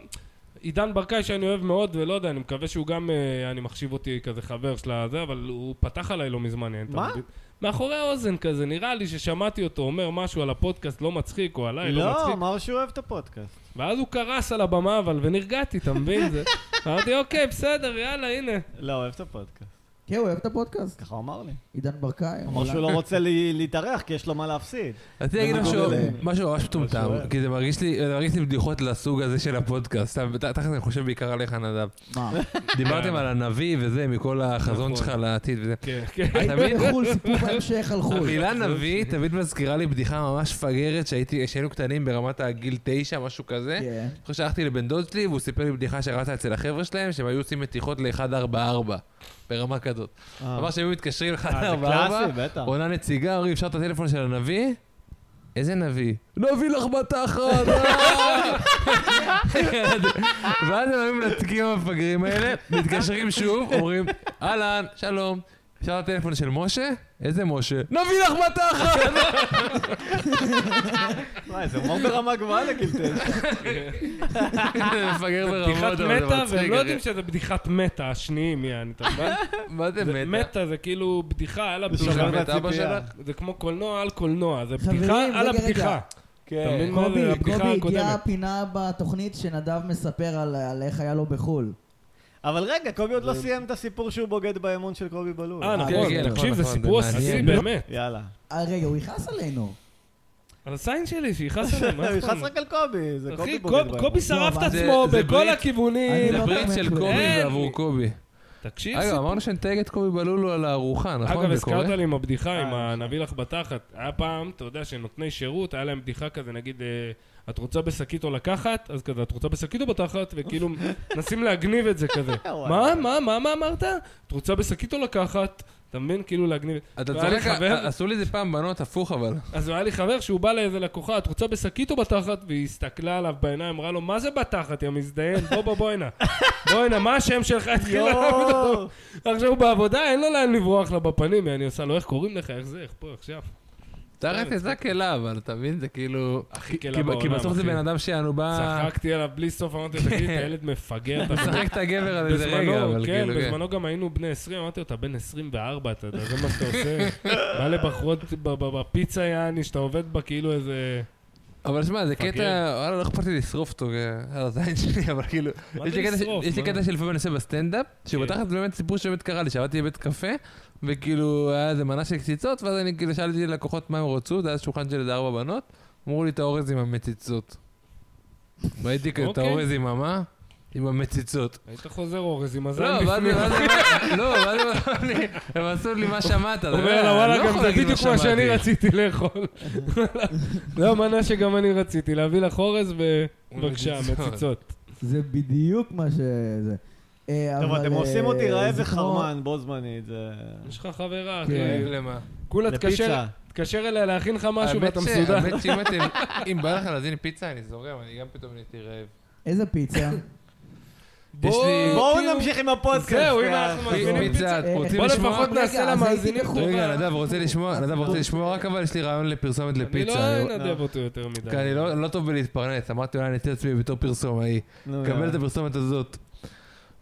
[SPEAKER 2] עידן ברקאי שאני אוהב מאוד, ולא יודע, אני מקווה שהוא גם, אה, אני מחשיב אותי כזה חבר של הזה, אבל הוא פתח עליי לא מזמן, יעני, אתה
[SPEAKER 3] מה?
[SPEAKER 2] מבין? מאחורי האוזן כזה, נראה לי ששמעתי אותו אומר משהו על הפודקאסט לא מצחיק, או עליי לא,
[SPEAKER 3] לא,
[SPEAKER 2] מצחיק,
[SPEAKER 3] אמר שהוא אוהב את הפודקאסט.
[SPEAKER 2] ואז הוא קרס על הבמה אבל, ונרגעתי, אתה מבין? זה... אמרתי, אוקיי, בסדר, יאללה, הנה.
[SPEAKER 3] לא, אוהב את הפודקאסט.
[SPEAKER 1] כן, הוא אוהב את הפודקאסט.
[SPEAKER 3] ככה הוא אמר לי.
[SPEAKER 1] עידן ברקאי.
[SPEAKER 3] הוא אמר שהוא לא רוצה לי- להתארח כי יש לו מה להפסיד.
[SPEAKER 4] רציתי להגיד
[SPEAKER 1] מה
[SPEAKER 4] משהו,
[SPEAKER 1] קורה להם?
[SPEAKER 4] משהו ממש מטומטם,
[SPEAKER 3] שואל.
[SPEAKER 4] כי זה מרגיש לי, זה מרגיש לי בדיחות לסוג הזה של הפודקאסט, סתם, ת- תכל'ס אני חושב בעיקר עליך נדב.
[SPEAKER 1] מה?
[SPEAKER 4] דיברתם על הנביא וזה, מכל החזון
[SPEAKER 2] נכון.
[SPEAKER 4] שלך לעתיד וזה.
[SPEAKER 2] כן, כן.
[SPEAKER 4] תמיד-
[SPEAKER 1] בחו"ל, סיפור בהמשך על חו"ל.
[SPEAKER 4] המילה נביא תמיד מזכירה לי בדיחה ממש מפגרת שהייתי- כשהיינו קטנים ברמת הגיל תשע, משהו כזה.
[SPEAKER 3] אה?
[SPEAKER 1] כן.
[SPEAKER 4] אני חושב שהלכתי לבן דוד שלי והוא סיפר לי בדיחה שרצה אצל החבר'ה שלהם, שהם היו עושים מתיחות ל-144, ברמה כזאת.
[SPEAKER 3] אה.
[SPEAKER 4] אמר שהם היו מתקשרים
[SPEAKER 3] אה, זה
[SPEAKER 4] ל-144,
[SPEAKER 3] קלאסי, בטח.
[SPEAKER 4] עונה נציגה, אומרים, אפשר את הטלפון של הנביא? איזה נביא? נביא לך בתחת! אה!" ואז הם היו מנתקים המפגרים האלה, מתקשרים שוב, אומרים, אהלן, שלום. אפשר את הטלפון של משה? איזה משה? נביא לך בתחת!
[SPEAKER 3] וואי, זה הומור ברמה גבוהה לגיל תשע.
[SPEAKER 4] מפגר ברמות,
[SPEAKER 2] בדיחת
[SPEAKER 4] אבל זה
[SPEAKER 2] מטה, והם
[SPEAKER 4] מצחיק,
[SPEAKER 2] לא
[SPEAKER 4] אחי.
[SPEAKER 2] יודעים שזה בדיחת מטה, השניים, יעני, אתה מבין?
[SPEAKER 4] מה זה
[SPEAKER 2] זה
[SPEAKER 4] מטה?
[SPEAKER 2] מטה זה כאילו בדיחה על
[SPEAKER 3] זה
[SPEAKER 2] הבדיחה.
[SPEAKER 3] שובר את
[SPEAKER 4] את אבא
[SPEAKER 3] הציפייה.
[SPEAKER 4] שלך?
[SPEAKER 2] זה כמו קולנוע על קולנוע, זה
[SPEAKER 1] חברים,
[SPEAKER 2] בדיחה
[SPEAKER 1] רגע,
[SPEAKER 2] על
[SPEAKER 1] רגע. כן.
[SPEAKER 2] הבדיחה.
[SPEAKER 3] כן.
[SPEAKER 2] אתה מבין מה
[SPEAKER 1] קובי,
[SPEAKER 2] זה הבדיחה
[SPEAKER 1] קובי, הגיעה
[SPEAKER 2] הקודמת?
[SPEAKER 1] הפינה בתוכנית שנדב מספר על- על איך היה לו בחו"ל.
[SPEAKER 3] אבל רגע, קובי עוד לא סיים את הסיפור שהוא בוגד באמון של קובי בלול.
[SPEAKER 2] אה,
[SPEAKER 4] כן, כן,
[SPEAKER 2] נכון, תקשיב,
[SPEAKER 4] נכון,
[SPEAKER 2] זה
[SPEAKER 4] נכון,
[SPEAKER 2] סיפור
[SPEAKER 4] זה
[SPEAKER 2] עשיתי
[SPEAKER 4] מעניין.
[SPEAKER 2] באמת.
[SPEAKER 3] יאללה.
[SPEAKER 1] אה, רגע, הוא יכעס עלינו.
[SPEAKER 2] על הסיין שלי, שיכעס עליו, מה
[SPEAKER 3] הוא
[SPEAKER 2] יכול?
[SPEAKER 3] יכעס רק על קובי, זה קובי
[SPEAKER 2] אחי,
[SPEAKER 3] בוגד
[SPEAKER 2] קוב-
[SPEAKER 3] באמון.
[SPEAKER 2] קובי שרף
[SPEAKER 1] לא,
[SPEAKER 2] את
[SPEAKER 1] אבל
[SPEAKER 4] זה-
[SPEAKER 2] עצמו
[SPEAKER 4] זה
[SPEAKER 2] בכל
[SPEAKER 4] ברית.
[SPEAKER 2] הכיוונים.
[SPEAKER 1] אני
[SPEAKER 4] זה
[SPEAKER 1] לא
[SPEAKER 4] ברית של
[SPEAKER 1] באמת
[SPEAKER 4] קובי
[SPEAKER 2] אין לי.
[SPEAKER 4] ועבור קובי.
[SPEAKER 2] תקשיב,
[SPEAKER 4] רגע,
[SPEAKER 2] סיפור.
[SPEAKER 4] אמרנו שנתייג את קובי בלולו על הארוחה, נכון?
[SPEAKER 2] אגב,
[SPEAKER 4] זה
[SPEAKER 2] הזכרת
[SPEAKER 4] קורה?
[SPEAKER 2] לי עם הבדיחה, עם
[SPEAKER 3] אה,
[SPEAKER 2] הנביא לך בתחת. היה פעם, אתה יודע, שנותני שירות, היה להם בדיחה כזה, נגיד, אה, את רוצה בשקית או לקחת? אז כזה, את רוצה בשקית או בתחת? וכאילו, מנסים להגניב את זה כזה. מה, מה, מה, מה אמרת? את רוצה בשקית או לקחת? אתה מבין? כאילו להגניב.
[SPEAKER 4] אתה אה,
[SPEAKER 2] והיה לי
[SPEAKER 4] צודק,
[SPEAKER 2] חבר-
[SPEAKER 4] ע- עשו לי זה פעם בנות הפוך אבל.
[SPEAKER 2] אז היה לי חבר שהוא בא לאיזה לקוחה, את רוצה בשקית או בתחת? והיא הסתכלה עליו בעיניים, אמרה לו, מה זה בתחת, יא מזדיין? בוא, בוא, בוא הנה. בוא הנה, מה השם שלך? התחילה להעמיד אותו.
[SPEAKER 3] יואו.
[SPEAKER 2] עכשיו הוא בעבודה, אין לו לאן לברוח לה בפנים, אני עושה לו, איך קוראים לך, איך זה, איך פה, עכשיו.
[SPEAKER 4] תערף את זה
[SPEAKER 2] אוקיי.
[SPEAKER 4] כלה, אבל אתה מבין? זה כאילו...
[SPEAKER 2] הכי
[SPEAKER 4] כי-
[SPEAKER 2] כלה
[SPEAKER 4] כי- כי
[SPEAKER 2] בעולם,
[SPEAKER 4] בסוף זה
[SPEAKER 2] אוקיי, לא, אחי.
[SPEAKER 4] בן אדם שיענו בא...
[SPEAKER 2] צחקתי עליו בלי סוף, אמרתי לו, תגיד, אתה ילד מפגר, אתה מבין?"
[SPEAKER 4] משחק את הגבר על איזה רגע,
[SPEAKER 2] בזמנו,
[SPEAKER 4] אבל
[SPEAKER 2] כן,
[SPEAKER 4] כאילו... כן.
[SPEAKER 2] בזמנו גם היינו בני 20, אמרתי לו, אתה בן 24, אתה יודע, זה מה שאתה עושה. בא לבחורות ב- ב- בפיצה יעני, שאתה עובד בה כאילו איזה...
[SPEAKER 4] אבל שמע, זה
[SPEAKER 2] מפגר.
[SPEAKER 4] קטע... וואלה, לא אכפת לי לשרוף אותו אה, על הזין שלי, אבל כאילו...
[SPEAKER 2] מה
[SPEAKER 4] יש
[SPEAKER 2] זה
[SPEAKER 4] לי קטע ש-
[SPEAKER 2] לשרוף?
[SPEAKER 4] יש לי
[SPEAKER 2] מה?
[SPEAKER 4] קטע שלפעמים אני עושה בסטנדאפ, שהוא
[SPEAKER 2] כן.
[SPEAKER 4] בתחת זה באמת סיפור שבאמת קרה לי, שעבדתי בבית קפה, וכאילו היה איזה מנה של קציצות, ואז אני כאילו שאלתי לקוחות מה הם רצו, זה היה שולחן של איזה ארבע בנות, אמרו לי את האורז עם המציצות. ראיתי כאילו את
[SPEAKER 2] אוקיי.
[SPEAKER 4] האורז עם המה? עם המציצות.
[SPEAKER 2] היית חוזר אורז עם הזין
[SPEAKER 4] לא, ואז
[SPEAKER 2] בפנים.
[SPEAKER 4] ואז הם- לא, ואז הם אמרו לי- הם עשו לי מה שמעת. אתה
[SPEAKER 2] הוא אומר
[SPEAKER 4] יודע,
[SPEAKER 2] לה,
[SPEAKER 4] אני לא
[SPEAKER 2] וואלה, גם
[SPEAKER 4] יכול
[SPEAKER 2] זה
[SPEAKER 4] להגיד
[SPEAKER 2] בדיוק מה שאני
[SPEAKER 4] שמעתי."
[SPEAKER 2] רציתי לאכול. זה המנה שגם אני רציתי, להביא לך אורז ו... בבקשה,
[SPEAKER 4] ומציצות.
[SPEAKER 2] מציצות.
[SPEAKER 1] זה בדיוק מה ש... זה. אה,
[SPEAKER 3] טוב,
[SPEAKER 1] אבל,
[SPEAKER 3] אתם
[SPEAKER 1] אה,
[SPEAKER 3] עושים אותי רעב
[SPEAKER 1] זה כמו-
[SPEAKER 3] וחרמן בו זמנית, זה...
[SPEAKER 2] יש לך חברה,
[SPEAKER 1] כן.
[SPEAKER 2] אחי.
[SPEAKER 4] למה?
[SPEAKER 2] כולה תקשר-
[SPEAKER 3] לפיצה.
[SPEAKER 2] תקשר אליה להכין לך משהו
[SPEAKER 4] האמת
[SPEAKER 2] ואתה
[SPEAKER 4] ש-
[SPEAKER 2] מסודר.
[SPEAKER 4] האמת שאם אתם, אם בא לך להזין פיצה, אני זורם, אני גם פתאום נהייתי רעב.
[SPEAKER 1] איזה פיצה?
[SPEAKER 4] יש לי-
[SPEAKER 3] בואו נמשיך עם הפודקאסט. אה,
[SPEAKER 2] זהו, אם
[SPEAKER 3] יא
[SPEAKER 2] אנחנו
[SPEAKER 3] אחי.
[SPEAKER 2] מזמינים
[SPEAKER 4] פיצה,
[SPEAKER 2] פיצה.
[SPEAKER 4] אתם
[SPEAKER 1] אה,
[SPEAKER 4] רוצים
[SPEAKER 2] כאילו, בוא
[SPEAKER 4] לשמוע?
[SPEAKER 2] לפחות
[SPEAKER 1] רגע,
[SPEAKER 2] נעשה
[SPEAKER 1] אז
[SPEAKER 2] למאזינים
[SPEAKER 1] הייתי בחו"ל.
[SPEAKER 4] רגע,
[SPEAKER 2] טובה.
[SPEAKER 4] נדב, רוצה לשמוע, נדב, רוצה לשמוע רק אבל יש לי רעיון לפרסומת
[SPEAKER 2] אני לא
[SPEAKER 4] לפיצה. אני-
[SPEAKER 2] אנדב אותו יותר מדי.
[SPEAKER 4] כי אני לא לא טוב בלהתפרנס, אמרתי אולי אני אתן לעצמי בתור פרסומאי.
[SPEAKER 3] נו,
[SPEAKER 4] קבל
[SPEAKER 3] יאללה.
[SPEAKER 4] את הפרסומת הזאת.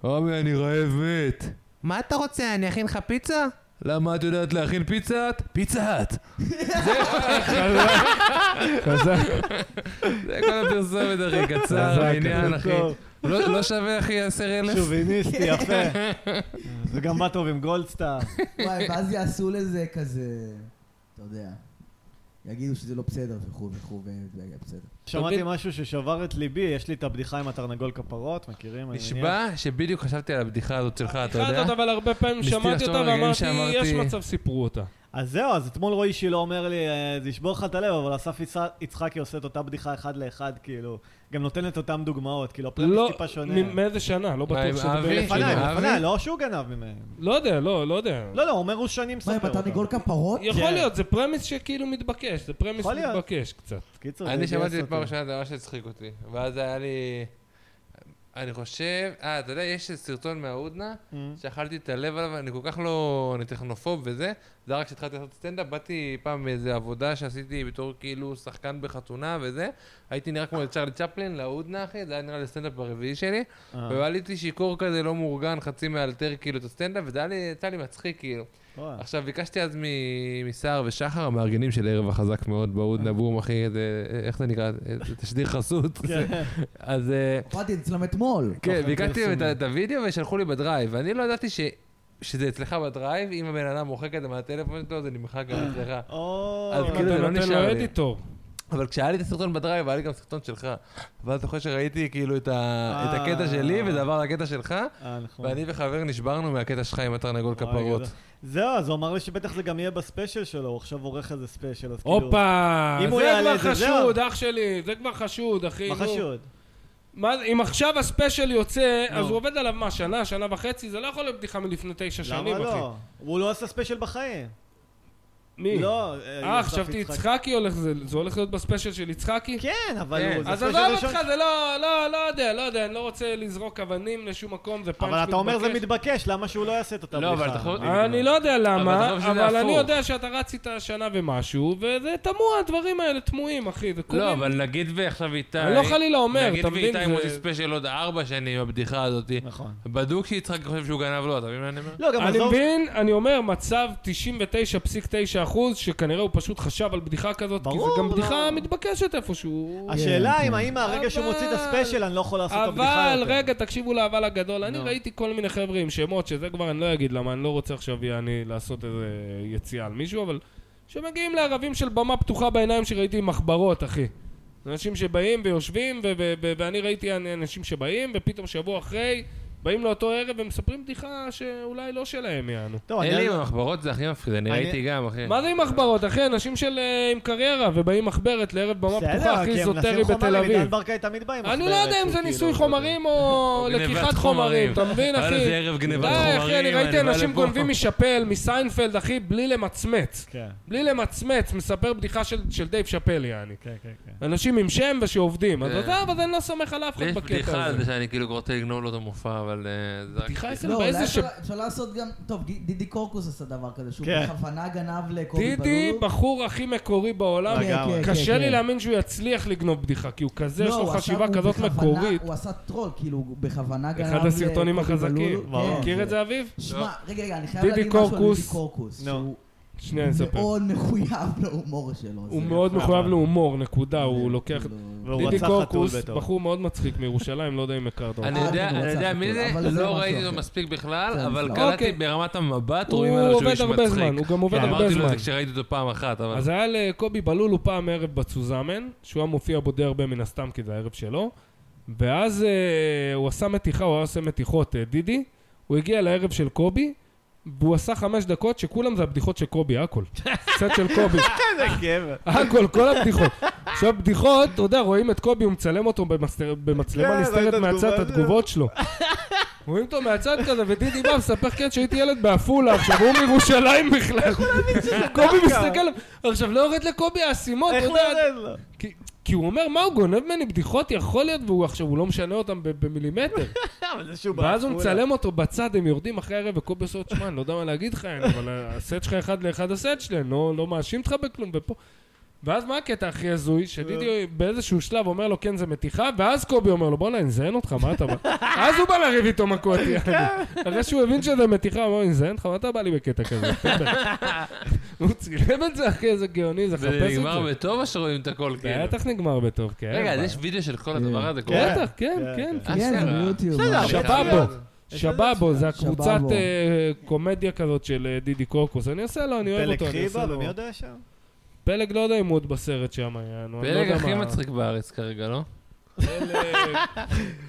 [SPEAKER 4] רמי, אני רעב מת. מה אתה רוצה, אני אכין לך פיצה? למה את יודעת להכין פיצה את? פיצה את.
[SPEAKER 2] חזק.
[SPEAKER 4] זה כל הפרסומת, אחי, קצר,
[SPEAKER 2] חזק,
[SPEAKER 4] עניין, אחי.
[SPEAKER 3] טוב,
[SPEAKER 4] לא לא שווה, אחי, עשר אלף?
[SPEAKER 3] שוביניסטי, יפה. זה גם בא טוב עם גולדסטאר.
[SPEAKER 1] וואי, ואז יעשו לזה כזה... אתה יודע. יגידו שזה לא בסדר וכו' וכו', וזה יהיה בסדר.
[SPEAKER 3] שמעתי משהו ששבר את ליבי, יש לי את הבדיחה עם התרנגול כפרות, מכירים? אני מניח.
[SPEAKER 4] נשבע שבדיוק חשבתי על הבדיחה הזאת שלך, אתה
[SPEAKER 2] הבדיחה
[SPEAKER 4] יודע?
[SPEAKER 2] הזאת, אבל הרבה פעמים
[SPEAKER 4] ניסיתי
[SPEAKER 2] שמעתי
[SPEAKER 4] לחשוב
[SPEAKER 2] אותה
[SPEAKER 4] על רגעים
[SPEAKER 2] ואמרתי,
[SPEAKER 4] שאמרתי-
[SPEAKER 2] יש מצב סיפרו אותה.
[SPEAKER 3] אז זהו, אז אתמול רועי שילה אומר לי, אה, זה ישבור לך את הלב, אבל אסף יצ- יצחקי עושה את אותה בדיחה אחד לאחד, כאילו, גם נותן את אותם דוגמאות, כאילו, הפרמיס
[SPEAKER 2] לא,
[SPEAKER 3] טיפה שונה.
[SPEAKER 2] מ- מאיזה שנה? לא
[SPEAKER 4] עם
[SPEAKER 2] בטוח שזה...
[SPEAKER 4] אבי?
[SPEAKER 2] באלף
[SPEAKER 3] לפניי,
[SPEAKER 2] שנה.
[SPEAKER 4] אבי?
[SPEAKER 3] לפניי, לא שהוא גנב ממנו.
[SPEAKER 2] לא יודע, לא, לא יודע.
[SPEAKER 3] לא, לא, הוא אומר הוא שנים
[SPEAKER 1] מה,
[SPEAKER 3] מספר
[SPEAKER 1] אם
[SPEAKER 3] אותה.
[SPEAKER 1] התרנגול כפרות?
[SPEAKER 2] יכול
[SPEAKER 3] כן.
[SPEAKER 2] להיות, זה פרמיס שכאילו מתבקש, זה פרמיס
[SPEAKER 3] יכול להיות.
[SPEAKER 2] מתבקש קצת.
[SPEAKER 3] קיצור, זה
[SPEAKER 4] אני
[SPEAKER 3] הביאס
[SPEAKER 4] שמעתי
[SPEAKER 3] אותי.
[SPEAKER 4] פעם ראשונה דבר שהצחיק אותי, ואז היה לי... אני חושב, אה, אתה יודע, יש סרטון מההודנה,
[SPEAKER 3] אמ.
[SPEAKER 4] שאכלתי את הלב עליו, אני כל כך לא, אני טכנופוב וזה, זה היה רק כשהתחלתי לעשות סטנדאפ, באתי פעם מאיזו עבודה שעשיתי בתור כאילו שחקן בחתונה וזה, הייתי נראה כמו צ'רלי צ'פלין, להודנה אחי, זה היה נראה לי סטנדאפ ברביעי שלי,
[SPEAKER 3] אה.
[SPEAKER 4] ועליתי שיכור כזה לא מאורגן, חצי מאלתר כאילו את הסטנדאפ, וזה היה לי, יצא לי מצחיק כאילו.
[SPEAKER 2] אה,
[SPEAKER 3] וואי.
[SPEAKER 4] עכשיו, ביקשתי אז מ- מסער ושחר, המארגנים של ערב החזק מאוד,
[SPEAKER 3] אה.
[SPEAKER 4] בהודנה בום, אחי, זה- איך זה נקרא? זה תשדיר חסות.
[SPEAKER 3] כן.
[SPEAKER 4] אז... אה,
[SPEAKER 1] הופעתי אצלם אתמול.
[SPEAKER 4] כן,
[SPEAKER 3] תוכן
[SPEAKER 4] ביקשתי מהם את ה-
[SPEAKER 3] פרסומי.
[SPEAKER 4] את הוידאו ושלחו לי בדרייב, ואני לא ידעתי ש- שזה אצלך בדרייב, אם הבן אדם מוחק את זה מהטלפון שלו, זה נמחק גם
[SPEAKER 3] אה.
[SPEAKER 4] אצלך.
[SPEAKER 3] או,
[SPEAKER 4] אז
[SPEAKER 2] אם
[SPEAKER 4] כאילו, זה
[SPEAKER 2] אתה
[SPEAKER 4] לא
[SPEAKER 2] נותן
[SPEAKER 4] נשאר
[SPEAKER 2] לו
[SPEAKER 4] לי. כאילו,
[SPEAKER 2] אדיטור.
[SPEAKER 4] אבל כשהיה לי את הסרטון בדרייב, היה לי גם סרטון שלך. ואז זוכר שראיתי כאילו את ה- את
[SPEAKER 3] אה.
[SPEAKER 4] הקטע שלי, וזה עבר לקטע שלך,
[SPEAKER 3] אה, נכון.
[SPEAKER 4] ואני וחבר נשברנו מהקטע שלך עם התרנגול
[SPEAKER 3] וואי,
[SPEAKER 4] כפרות.
[SPEAKER 3] גדול. זהו, אז הוא אמר לי שבטח זה גם יהיה בספיישל שלו, הוא עכשיו עורך איזה ספיישל, אז כאילו...
[SPEAKER 2] הופה,
[SPEAKER 3] אם הוא
[SPEAKER 2] זה
[SPEAKER 3] יעלה
[SPEAKER 2] כבר
[SPEAKER 3] את זה, זהו.
[SPEAKER 2] חשוד, אח שלי, זה כבר חשוד, אחי.
[SPEAKER 3] מה
[SPEAKER 2] נו.
[SPEAKER 3] חשוד?
[SPEAKER 2] מה זה- אם עכשיו הספיישל יוצא, אז
[SPEAKER 3] נו.
[SPEAKER 2] הוא עובד עליו מה, שנה, שנה וחצי? זה לא יכול להיות בדיחה מלפני תשע
[SPEAKER 3] למה
[SPEAKER 2] שנים, אחי.
[SPEAKER 3] לא? הוא לא עשה ספיישל בחיים.
[SPEAKER 2] מי?
[SPEAKER 3] לא,
[SPEAKER 2] אה, חשבתי יצחקי הולך, זה- זה הולך להיות בספיישל של יצחקי?
[SPEAKER 3] כן, אבל
[SPEAKER 4] כן.
[SPEAKER 3] הוא... זה
[SPEAKER 2] אז
[SPEAKER 3] ספיישל
[SPEAKER 2] עזוב
[SPEAKER 3] ראשון.
[SPEAKER 2] אותך, זה לא, לא, לא יודע, לא יודע, אני לא רוצה לזרוק אבנים לשום מקום, זה פאנץ'
[SPEAKER 3] אבל
[SPEAKER 2] מתבקש.
[SPEAKER 3] אתה אומר זה מתבקש, למה שהוא לא יעשה את אותה
[SPEAKER 4] לא,
[SPEAKER 3] בדיחה?
[SPEAKER 4] אבל אתה יכול-
[SPEAKER 2] אני לא יודע למה,
[SPEAKER 4] אבל תחשוב שזה
[SPEAKER 2] אבל אני
[SPEAKER 4] הפוך.
[SPEAKER 2] יודע שאתה רץ איתה שנה ומשהו, וזה תמוה, הדברים האלה תמוהים, אחי, זה קורה.
[SPEAKER 4] לא, אבל נגיד ועכשיו איתי...
[SPEAKER 2] אני לא חלילה אומר, אתה מבין?
[SPEAKER 4] נגיד ואיתי
[SPEAKER 2] זה-
[SPEAKER 4] מוציא ספיישל עוד ארבע שנים, הבדיחה הזאת.
[SPEAKER 3] נכון.
[SPEAKER 4] בדוק שיצחק חושב שהוא גנב לו, אתה מבין מה אני אומר?
[SPEAKER 3] לא, גם
[SPEAKER 2] אני
[SPEAKER 3] עזוב...
[SPEAKER 2] מבין, אני אומר, מצב 99.9 אחוז, שכנראה הוא פשוט חשב על בדיחה כזאת, כי
[SPEAKER 3] ברור,
[SPEAKER 2] זו גם
[SPEAKER 3] לא.
[SPEAKER 2] בדיחה מתבקשת איפשהו.
[SPEAKER 3] השאלה
[SPEAKER 1] כן,
[SPEAKER 3] אם
[SPEAKER 1] כן.
[SPEAKER 3] האם מהרגע שהוא מוציא את
[SPEAKER 2] אבל-
[SPEAKER 3] הספיישל אני לא יכול לעשות את הבדיחה
[SPEAKER 2] אבל
[SPEAKER 3] יותר.
[SPEAKER 2] רגע, תקשיבו לאבל הגדול, אני
[SPEAKER 3] נו.
[SPEAKER 2] ראיתי כל מיני חבר'ה עם שמות, שזה כבר אני לא אגיד למה, אני לא רוצה עכשיו יעני לעשות איזה יציאה על מישהו, אבל שמגיעים לערבים של במה פתוחה בעיניים שראיתי עם מחברות, אחי. אנשים שבאים ויושבים, ו- ו- ו- ואני ראיתי אנ- אנשים שבאים, ופתאום שבוע אחרי, באים לאותו ערב ומספרים בדיחה שאולי לא שלהם יענו.
[SPEAKER 3] טוב, אני-
[SPEAKER 4] אין לי עם המחברות זה הכי מפחיד, אני
[SPEAKER 3] אני-
[SPEAKER 4] ראיתי גם, אחי.
[SPEAKER 2] מה זה עם מחברות, אחי? אנשים של אה, עם קריירה, ובאים מחברת לערב במה
[SPEAKER 3] בסדר,
[SPEAKER 2] פתוחה,
[SPEAKER 3] כי
[SPEAKER 2] הכי
[SPEAKER 3] הם
[SPEAKER 2] זוטרי
[SPEAKER 3] ניסוי
[SPEAKER 2] בתל
[SPEAKER 3] חומרים,
[SPEAKER 2] אביב.
[SPEAKER 3] עידן ברקאי תמיד בא עם
[SPEAKER 2] אני
[SPEAKER 3] מחברת,
[SPEAKER 2] לא יודע אם
[SPEAKER 3] הוא
[SPEAKER 2] זה
[SPEAKER 3] כאילו-
[SPEAKER 2] ניסוי חומרים או
[SPEAKER 4] גנבת
[SPEAKER 2] לקיחת חומרים, אתה מבין,
[SPEAKER 4] וואלה,
[SPEAKER 2] אחי?
[SPEAKER 4] זה ערב גנבת
[SPEAKER 2] די,
[SPEAKER 4] חומרים.
[SPEAKER 2] אחי, אני ראיתי
[SPEAKER 4] בא
[SPEAKER 2] אנשים
[SPEAKER 4] לפה.
[SPEAKER 2] גונבים משאפל, מסיינפלד, אחי, בלי למצמץ.
[SPEAKER 3] כן,
[SPEAKER 2] בלי למצמץ, מספר בדיחה של של דייב שאפל, יעני.
[SPEAKER 3] כן, כן, כן.
[SPEAKER 2] אנשים עם שם ושעובדים. אז
[SPEAKER 4] כן.
[SPEAKER 2] עזוב, אז אני לא סומך על אף אחד
[SPEAKER 4] יש
[SPEAKER 2] בקטע
[SPEAKER 4] בדיחה על
[SPEAKER 2] הזה.
[SPEAKER 4] זה שאני כאילו כבר רוצה לגנוב לו את המופע, אבל אה, זה רק...
[SPEAKER 2] בדיחה אצל
[SPEAKER 1] לא, אולי
[SPEAKER 2] באיזה ש...
[SPEAKER 1] אפשר- אפשר לעשות גם... טוב, ג- דידי קורקוס עשה דבר כזה, שהוא
[SPEAKER 3] כן.
[SPEAKER 1] בכוונה גנב לקובי
[SPEAKER 2] דידי,
[SPEAKER 1] בלולו.
[SPEAKER 2] בחור הכי מקורי בעולם.
[SPEAKER 3] רגע, לגמרי.
[SPEAKER 1] כן,
[SPEAKER 2] קשה
[SPEAKER 1] כן,
[SPEAKER 2] לי
[SPEAKER 1] כן.
[SPEAKER 2] להאמין שהוא יצליח לגנוב בדיחה, כי הוא כזה,
[SPEAKER 1] לא,
[SPEAKER 2] יש לו
[SPEAKER 1] הוא עשה-
[SPEAKER 2] חשיבה
[SPEAKER 1] הוא
[SPEAKER 2] כזאת
[SPEAKER 1] בכוונה-
[SPEAKER 2] מקורית.
[SPEAKER 1] הוא עשה טרול, כאילו, הוא בכוונה גנב
[SPEAKER 2] אחד הסרטונים
[SPEAKER 1] לקובי
[SPEAKER 2] החזקים.
[SPEAKER 1] בלולו.
[SPEAKER 3] ברור.
[SPEAKER 1] כן.
[SPEAKER 2] מכיר את זה, אביב?
[SPEAKER 1] שמע, רגע, רגע, אני חייב
[SPEAKER 2] דידי
[SPEAKER 1] להגיד משהו על
[SPEAKER 2] קורקוס.
[SPEAKER 1] דידי קורקוס.
[SPEAKER 3] נו.
[SPEAKER 1] שהוא
[SPEAKER 2] שנייה, אני אספר.
[SPEAKER 1] מאוד מחויב להומור שלו.
[SPEAKER 2] הוא
[SPEAKER 1] זה-
[SPEAKER 2] מאוד
[SPEAKER 3] יפה,
[SPEAKER 2] מחויב
[SPEAKER 3] אבל.
[SPEAKER 2] להומור, נקודה, הוא לוקח...
[SPEAKER 1] כאילו-
[SPEAKER 3] והוא
[SPEAKER 2] דידי
[SPEAKER 3] רצה חתול
[SPEAKER 2] קורקוס,
[SPEAKER 3] בטוב.
[SPEAKER 2] בחור מאוד מצחיק מירושלים, לא יודע אם הכרת אותו.
[SPEAKER 4] אני
[SPEAKER 1] אה,
[SPEAKER 4] יודע,
[SPEAKER 1] כן,
[SPEAKER 4] אני
[SPEAKER 1] הוא
[SPEAKER 4] יודע
[SPEAKER 1] רצה
[SPEAKER 4] מי זה,
[SPEAKER 1] אותו, אבל זה
[SPEAKER 4] לא
[SPEAKER 1] משהו
[SPEAKER 4] ראיתי אותו
[SPEAKER 1] אחר.
[SPEAKER 4] מספיק בכלל,
[SPEAKER 1] זה
[SPEAKER 4] אבל
[SPEAKER 1] נפלא.
[SPEAKER 4] קלטתי
[SPEAKER 2] אוקיי.
[SPEAKER 4] ברמת המבט, רואים
[SPEAKER 2] הוא
[SPEAKER 4] עליו שהוא
[SPEAKER 2] עובד
[SPEAKER 4] איש
[SPEAKER 2] הרבה זמן, הוא
[SPEAKER 4] מצחיק.
[SPEAKER 2] גם עובד
[SPEAKER 4] כן,
[SPEAKER 2] הרבה
[SPEAKER 4] אמרתי לו את
[SPEAKER 2] זמן.
[SPEAKER 4] זה כשראיתי אותו פעם אחת, אבל...
[SPEAKER 2] אז היה לקובי בלולו פעם ערב בצוזמן, שהוא היה מופיע בו די הרבה מן הסתם, כי זה הערב שלו, ואז אה, הוא עשה מתיחה, הוא היה עושה מתיחות, אה, דידי, הוא הגיע לערב של קובי, והוא עשה חמש דקות שכולם זה הבדיחות של קובי, הכל. סט של קובי.
[SPEAKER 3] איזה
[SPEAKER 2] אה,
[SPEAKER 3] גבר.
[SPEAKER 2] הכל, כל הבדיחות. עכשיו, בדיחות, אתה יודע, רואים את קובי, הוא מצלם אותו במסתר-
[SPEAKER 3] כן,
[SPEAKER 2] במצלמה
[SPEAKER 3] ראית
[SPEAKER 2] נסתרת
[SPEAKER 3] את
[SPEAKER 2] מהצד, את
[SPEAKER 3] התגובה
[SPEAKER 2] התגובות שלו. רואים אותו מהצד כזה, ודידי בא, מספר כן שהייתי ילד בעפולה, עכשיו הוא מירושלים בכלל. קובי מסתכל, עליו. עכשיו לא יורד לקובי האסימות,
[SPEAKER 3] איך
[SPEAKER 2] אתה
[SPEAKER 3] הוא
[SPEAKER 2] יודע,
[SPEAKER 3] יורד לו?
[SPEAKER 2] כי- כי הוא אומר, מה, הוא גונב ממני בדיחות, יכול להיות, והוא עכשיו, הוא לא משנה אותן ב- במילימטר.
[SPEAKER 3] אה, אבל זה שהוא
[SPEAKER 2] ואז הוא
[SPEAKER 3] בעפולה.
[SPEAKER 2] מצלם אותו בצד, הם יורדים אחרי הערב, וקובי עושה עוד שמע, אני לא יודע מה להגיד לך, אין, אבל הסט שלך אחד לאחד הסט שלי, אני לא לא מאשים אותך בכלום, ופה... ואז מה הקטע הכי הזוי?
[SPEAKER 4] אה.
[SPEAKER 2] שדידי באיזשהו שלב אומר לו, כן, זה מתיחה, ואז קובי אומר לו, בואנה, אני מזיין אותך, מה אתה בא? אז הוא בא לריב איתו מכות,
[SPEAKER 4] כן.
[SPEAKER 2] יעני. אחרי שהוא הבין שזה מתיחה, הוא אומר, אני מזיין אותך, מה אתה בא לי בקטע כזה? הוא צילם את זה, אחי, איזה גאוני, זה חפש
[SPEAKER 4] זה
[SPEAKER 2] את זה.
[SPEAKER 4] נגמר בטוב או שרואים את הכל
[SPEAKER 2] זה
[SPEAKER 4] כאילו?
[SPEAKER 2] בטח נגמר בטוב, כן.
[SPEAKER 4] רגע, אז
[SPEAKER 2] אבל-
[SPEAKER 4] יש וידאו של כל הדבר הזה קורה?
[SPEAKER 2] בטח, כן, כן.
[SPEAKER 3] כן,
[SPEAKER 1] כן, זה
[SPEAKER 4] אשכרה.
[SPEAKER 1] ביוטיוב.
[SPEAKER 3] בסדר,
[SPEAKER 1] אבל-
[SPEAKER 3] אבל-
[SPEAKER 2] שבאבו, שבאבו, זה
[SPEAKER 1] שבאבו.
[SPEAKER 2] הקבוצת אה, קומדיה כזאת של אה, דידי קורקוס. אני עושה לו, אני אוהב
[SPEAKER 3] פלג
[SPEAKER 2] אותו, אני
[SPEAKER 3] חיבה,
[SPEAKER 2] עושה לו.
[SPEAKER 3] ומי יודע שם?
[SPEAKER 2] פלג לא יודע אם הוא עוד בסרט שם, יענו, אני לא
[SPEAKER 4] פלג
[SPEAKER 2] יודע
[SPEAKER 4] הכי
[SPEAKER 2] מה.
[SPEAKER 4] מצחיק בארץ כרגע, לא?
[SPEAKER 2] פלג-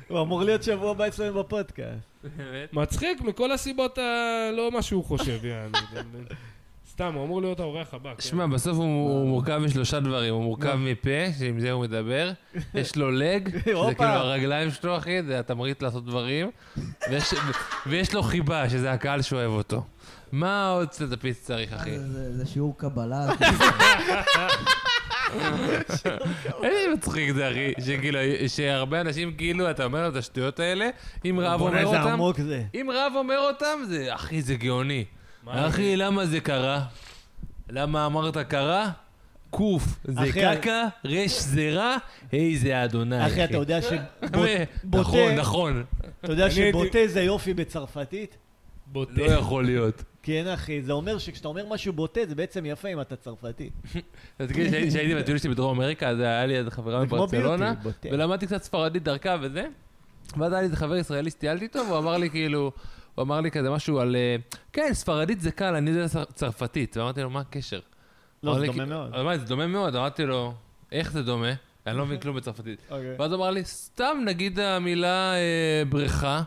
[SPEAKER 3] הוא אמור להיות שבוע הבא אצלנו בפודקאסט.
[SPEAKER 4] באמת?
[SPEAKER 2] מצחיק מכל הסיבות הלא מה שהוא חושב, יענו. אתה מבין? סתם, הוא אמור להיות האורח הבא. כן.
[SPEAKER 4] שמע, בסוף הוא הוא מורכב משלושה דברים. הוא מורכב מפה, שעם זה הוא מדבר, יש לו לג, שזה
[SPEAKER 3] הופה.
[SPEAKER 4] כאילו הרגליים שלו, אחי, זה התמריץ לעשות דברים, ויש- ויש לו חיבה, שזה הקהל שאוהב אותו. מה עוד סטנדאפיסט צריך, אחי?
[SPEAKER 2] אה,
[SPEAKER 1] זה- זה- זה שיעור קבלה.
[SPEAKER 2] לא.
[SPEAKER 4] איזה מצחיק זה, אחי, שכאילו, שהרבה אנשים, כאילו, אתה אומר לו את השטויות האלה, אם רב
[SPEAKER 3] בוא'נה,
[SPEAKER 4] אומר
[SPEAKER 3] איזה
[SPEAKER 4] אותם,
[SPEAKER 3] עמוק זה.
[SPEAKER 4] אם רב אומר אותם, זה, אחי, זה גאוני. אחי, למה זה קרה? למה אמרת קרה? קוף, זה
[SPEAKER 3] אחי,
[SPEAKER 4] קקה, רש זה רע, היי זה אדוני.
[SPEAKER 3] אחי, אתה יודע ש...
[SPEAKER 4] ו-
[SPEAKER 3] בוטה.
[SPEAKER 4] נכון, נכון.
[SPEAKER 3] אתה יודע
[SPEAKER 2] אני הייתי-
[SPEAKER 3] שבוטה זה יופי בצרפתית?
[SPEAKER 2] בוטה.
[SPEAKER 4] לא יכול להיות.
[SPEAKER 3] כן, אחי, זה אומר שכשאתה אומר משהו בוטה, זה בעצם יפה אם אתה צרפתי.
[SPEAKER 4] אתה תגיד, כשהייתי- כשהייתי בטיול שלי בדרום אמריקה, אז היה לי איזה חברה
[SPEAKER 3] זה כמו לא,
[SPEAKER 4] מברצלונה,
[SPEAKER 3] ביוטי, בוטה.
[SPEAKER 4] ולמדתי קצת ספרדית דרכה וזה, ואז היה לי איזה חבר ישראלי שטיילתי איתו, והוא אמר לי כאילו, הוא אמר לי כזה משהו על, אה, כן, ספרדית זה קל, אני יודע צר- צרפתית, ואמרתי לו, מה הקשר?
[SPEAKER 3] לא,
[SPEAKER 4] אמר
[SPEAKER 3] זה
[SPEAKER 4] לי,
[SPEAKER 3] דומה
[SPEAKER 4] "כי-
[SPEAKER 3] מאוד."
[SPEAKER 4] אמר לי, זה דומה מאוד, אמרתי לו, איך זה דומה? אני לא מבין כלום בצרפתית.
[SPEAKER 3] אוקיי.
[SPEAKER 4] ואז הוא אמר לי, סתם נגיד המילה אה, בריכה.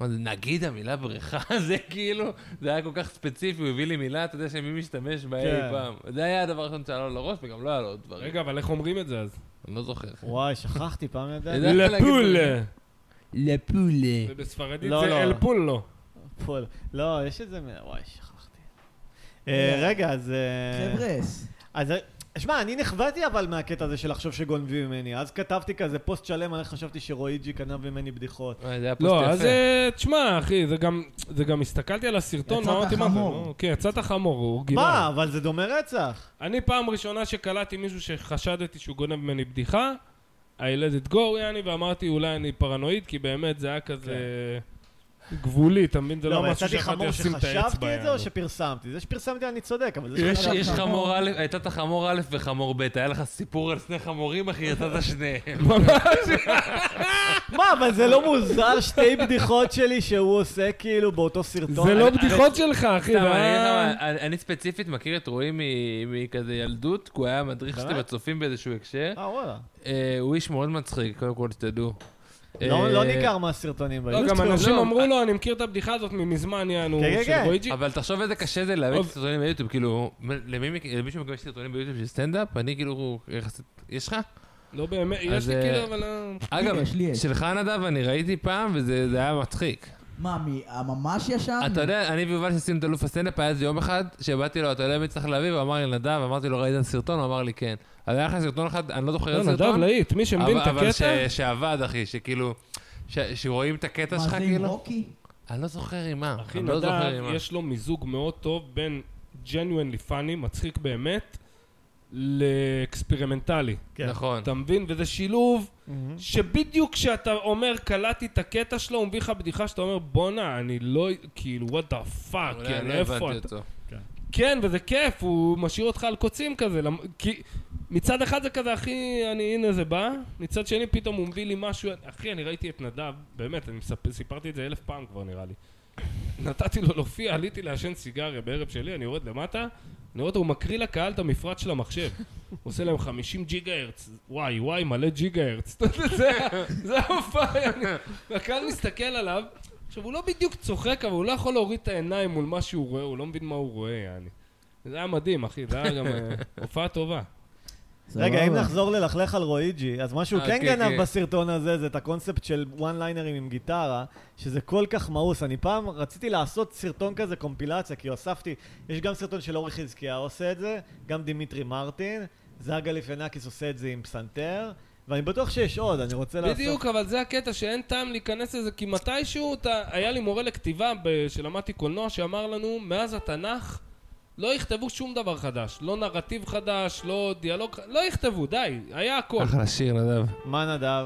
[SPEAKER 4] אמרתי, נגיד המילה בריכה, זה כאילו, זה היה כל כך ספציפי, הוא הביא לי מילה, אתה יודע שמי משתמש בה אי
[SPEAKER 3] כן.
[SPEAKER 4] פעם. זה היה הדבר הראשון שעלה לו לראש, וגם לא היה לו עוד דברים.
[SPEAKER 2] רגע, אבל איך אומרים את זה אז?
[SPEAKER 4] אני לא זוכר.
[SPEAKER 3] וואי, שכחתי פעם ידעתי.
[SPEAKER 4] יודע איך להגיד
[SPEAKER 2] לפול.
[SPEAKER 4] את לפולה.
[SPEAKER 2] ובספרדית
[SPEAKER 3] לא,
[SPEAKER 2] זה
[SPEAKER 3] לא.
[SPEAKER 2] אל פול לא.
[SPEAKER 3] פול. לא, יש איזה... מ- וואי, שכחתי. אה, רגע, אז... אה,
[SPEAKER 1] חבר'ס,
[SPEAKER 3] אז... אה, שמע, אני נחבאתי אבל מהקטע הזה של לחשוב שגונבים ממני. אז כתבתי כזה פוסט שלם על איך חשבתי שרואיג'י גנב ממני בדיחות.
[SPEAKER 4] וואי, זה היה פוסט
[SPEAKER 2] לא, אז
[SPEAKER 4] יפה.
[SPEAKER 2] אה, תשמע, אחי, זה גם, זה גם הסתכלתי על הסרטון,
[SPEAKER 1] יצאת
[SPEAKER 2] מה אמרתי, מה זה?
[SPEAKER 1] חמור.
[SPEAKER 2] נו, כן, יצאת חמור, הוא אורגינל.
[SPEAKER 3] מה? אבל זה דומה רצח.
[SPEAKER 2] אני פעם ראשונה שקלטתי מישהו שחשדתי שהוא גונב ממני בדיחה, I let it go, יעני, ואמרתי, אולי אני פרנואיד, כי באמת זה היה כזה גבולי, אתה מבין? זה
[SPEAKER 3] כן. לא,
[SPEAKER 2] לא
[SPEAKER 3] אבל
[SPEAKER 2] משהו
[SPEAKER 3] יצאתי
[SPEAKER 2] שיכולתי
[SPEAKER 3] חמור
[SPEAKER 2] לשים את האצבע.
[SPEAKER 3] שחשבתי את זה או
[SPEAKER 2] יענו.
[SPEAKER 3] שפרסמתי? זה שפרסמתי אני צודק, אבל זה
[SPEAKER 4] יש-
[SPEAKER 3] שחשבתי.
[SPEAKER 4] יש חמור א', הייתה את החמור א' וחמור ב', היה לך סיפור על שני חמורים, אחי, יצאת שניהם.
[SPEAKER 3] מה, אבל זה לא מוזר שתי בדיחות שלי שהוא עושה כאילו באותו סרטון?
[SPEAKER 2] זה לא
[SPEAKER 4] אני-
[SPEAKER 2] בדיחות שלך, אחי,
[SPEAKER 4] סתם,
[SPEAKER 2] זה
[SPEAKER 4] אני אגיד לך
[SPEAKER 2] היה-
[SPEAKER 4] מה, אני- אני ספציפית מכיר את רועי מ- מכזה ילדות, כי הוא היה מדריך שלי
[SPEAKER 3] באמת?
[SPEAKER 4] בצופים באיזשהו הקשר.
[SPEAKER 3] אה, וואלה.
[SPEAKER 4] אה, הוא איש מאוד מצחיק, קודם כל שתדעו.
[SPEAKER 3] לא
[SPEAKER 4] אה,
[SPEAKER 3] לא ניכר מהסרטונים
[SPEAKER 2] לא, גם
[SPEAKER 3] ביוטיוב.
[SPEAKER 2] אנשים
[SPEAKER 4] לא,
[SPEAKER 2] אמרו לו, אני מכיר את הבדיחה הזאת ממזמן, יענו,
[SPEAKER 3] כן, כן,
[SPEAKER 2] של
[SPEAKER 3] כן.
[SPEAKER 2] רואיג'י.
[SPEAKER 4] אבל תחשוב איזה קשה זה להביא
[SPEAKER 2] אוב.
[SPEAKER 4] סרטונים ביוטיוב, כאילו, מ- למי מכ- למישהו מקבל סרטונים ביוטיוב של סטנדאפ? אני כאילו, יחסית, יש לך?
[SPEAKER 2] לא באמת, יש
[SPEAKER 4] אז,
[SPEAKER 2] לי
[SPEAKER 4] אה,
[SPEAKER 2] כאילו, אבל... אה,
[SPEAKER 4] אגב,
[SPEAKER 1] יש, לי יש.
[SPEAKER 4] שלך נדב אני ראיתי פעם, וזה זה היה מצחיק.
[SPEAKER 1] מה, מהממש ישן?
[SPEAKER 4] אתה יודע, אני ויובל שעשינו את אלוף הסטנדאפ, היה איזה יום אחד שבאתי לו, אתה יודע מי צריך להביא? והוא אמר לי, נדב, אמרתי לו, ראית את הסרטון? הוא אמר לי, כן. אז היה לך סרטון אחד, אני לא זוכר
[SPEAKER 2] לא,
[SPEAKER 4] איזה
[SPEAKER 2] נדב
[SPEAKER 4] סרטון.
[SPEAKER 2] להיט, מי שמבין את
[SPEAKER 4] אבל- אבל
[SPEAKER 2] הקטע...
[SPEAKER 4] ש- שעבד, אחי, שכאילו, ש- שרואים את הקטע
[SPEAKER 1] מה
[SPEAKER 4] שלך,
[SPEAKER 1] זה עם
[SPEAKER 4] כאילו.
[SPEAKER 1] רוקי?
[SPEAKER 4] אני לא זוכר עם מה.
[SPEAKER 2] אחי,
[SPEAKER 4] אני לא זוכר עם
[SPEAKER 2] נדב,
[SPEAKER 4] מה.
[SPEAKER 2] יש לו מיזוג מאוד טוב בין ג'נואנלי פאני, מצחיק באמת, לאקספרימנטלי.
[SPEAKER 3] כן.
[SPEAKER 4] נכון.
[SPEAKER 2] אתה מבין? וזה שילוב
[SPEAKER 3] מהמם.
[SPEAKER 2] שבדיוק כשאתה אומר, קלטתי את הקטע שלו, הוא מביא לך בדיחה שאתה אומר, בואנה, אני לא... כאילו, what the fuck,
[SPEAKER 4] אולי
[SPEAKER 2] כאילו,
[SPEAKER 4] אני לא
[SPEAKER 2] איפה
[SPEAKER 4] הבנתי
[SPEAKER 2] אתה?
[SPEAKER 4] אותו.
[SPEAKER 2] כן, וזה כיף, הוא משאיר אותך על קוצים כזה. למ- כי מצד אחד זה כזה, אחי, אני, הנה זה בא, מצד שני פתאום הוא מביא לי משהו... אחי, אני ראיתי את נדב, באמת, אני מספ... סיפרתי את זה אלף פעם כבר, נראה לי. נתתי לו להופיע, עליתי לעשן סיגריה בערב שלי, אני יורד למטה, אני רואה אותו, הוא מקריא לקהל את המפרט של המחשב. הוא עושה להם 50 ג'יגה הרץ, וואי, וואי, מלא ג'יגה הרץ. זה- זה המופע, אני- והקהל מסתכל עליו, עכשיו הוא לא בדיוק צוחק, אבל הוא לא יכול להוריד את העיניים מול מה שהוא רואה, הוא לא מבין מה הוא רואה, יעני. זה היה מדהים, אחי, זה היה גם אה, הופעה טובה.
[SPEAKER 3] רגע, אם
[SPEAKER 1] סבבה.
[SPEAKER 3] נחזור ללכלך על רואיג'י, אז מה שהוא
[SPEAKER 4] אה,
[SPEAKER 3] כן
[SPEAKER 4] כן, כן.
[SPEAKER 3] גנב בסרטון הזה, זה את הקונספט של וואן ליינרים עם גיטרה, שזה כל כך מאוס. אני פעם רציתי לעשות סרטון כזה, קומפילציה, כי הוספתי, יש גם סרטון של אורי חזקיה עושה את זה, גם דימיטרי מרטין, זאגה ליפנקיס עושה את זה עם פסנתר, ואני בטוח שיש עוד, אני רוצה לעשות...
[SPEAKER 2] בדיוק, אבל זה הקטע שאין טעם להיכנס לזה, כי מתישהו אתה... היה לי מורה לכתיבה ב- שלמדתי קולנוע שאמר לנו, מאז התנ"ך לא יכתבו שום דבר חדש. לא נרטיב חדש, לא דיאלוג, ח- לא יכתבו, די, היה הכל.
[SPEAKER 4] אחלה שיר, נדב.
[SPEAKER 3] מה נדב?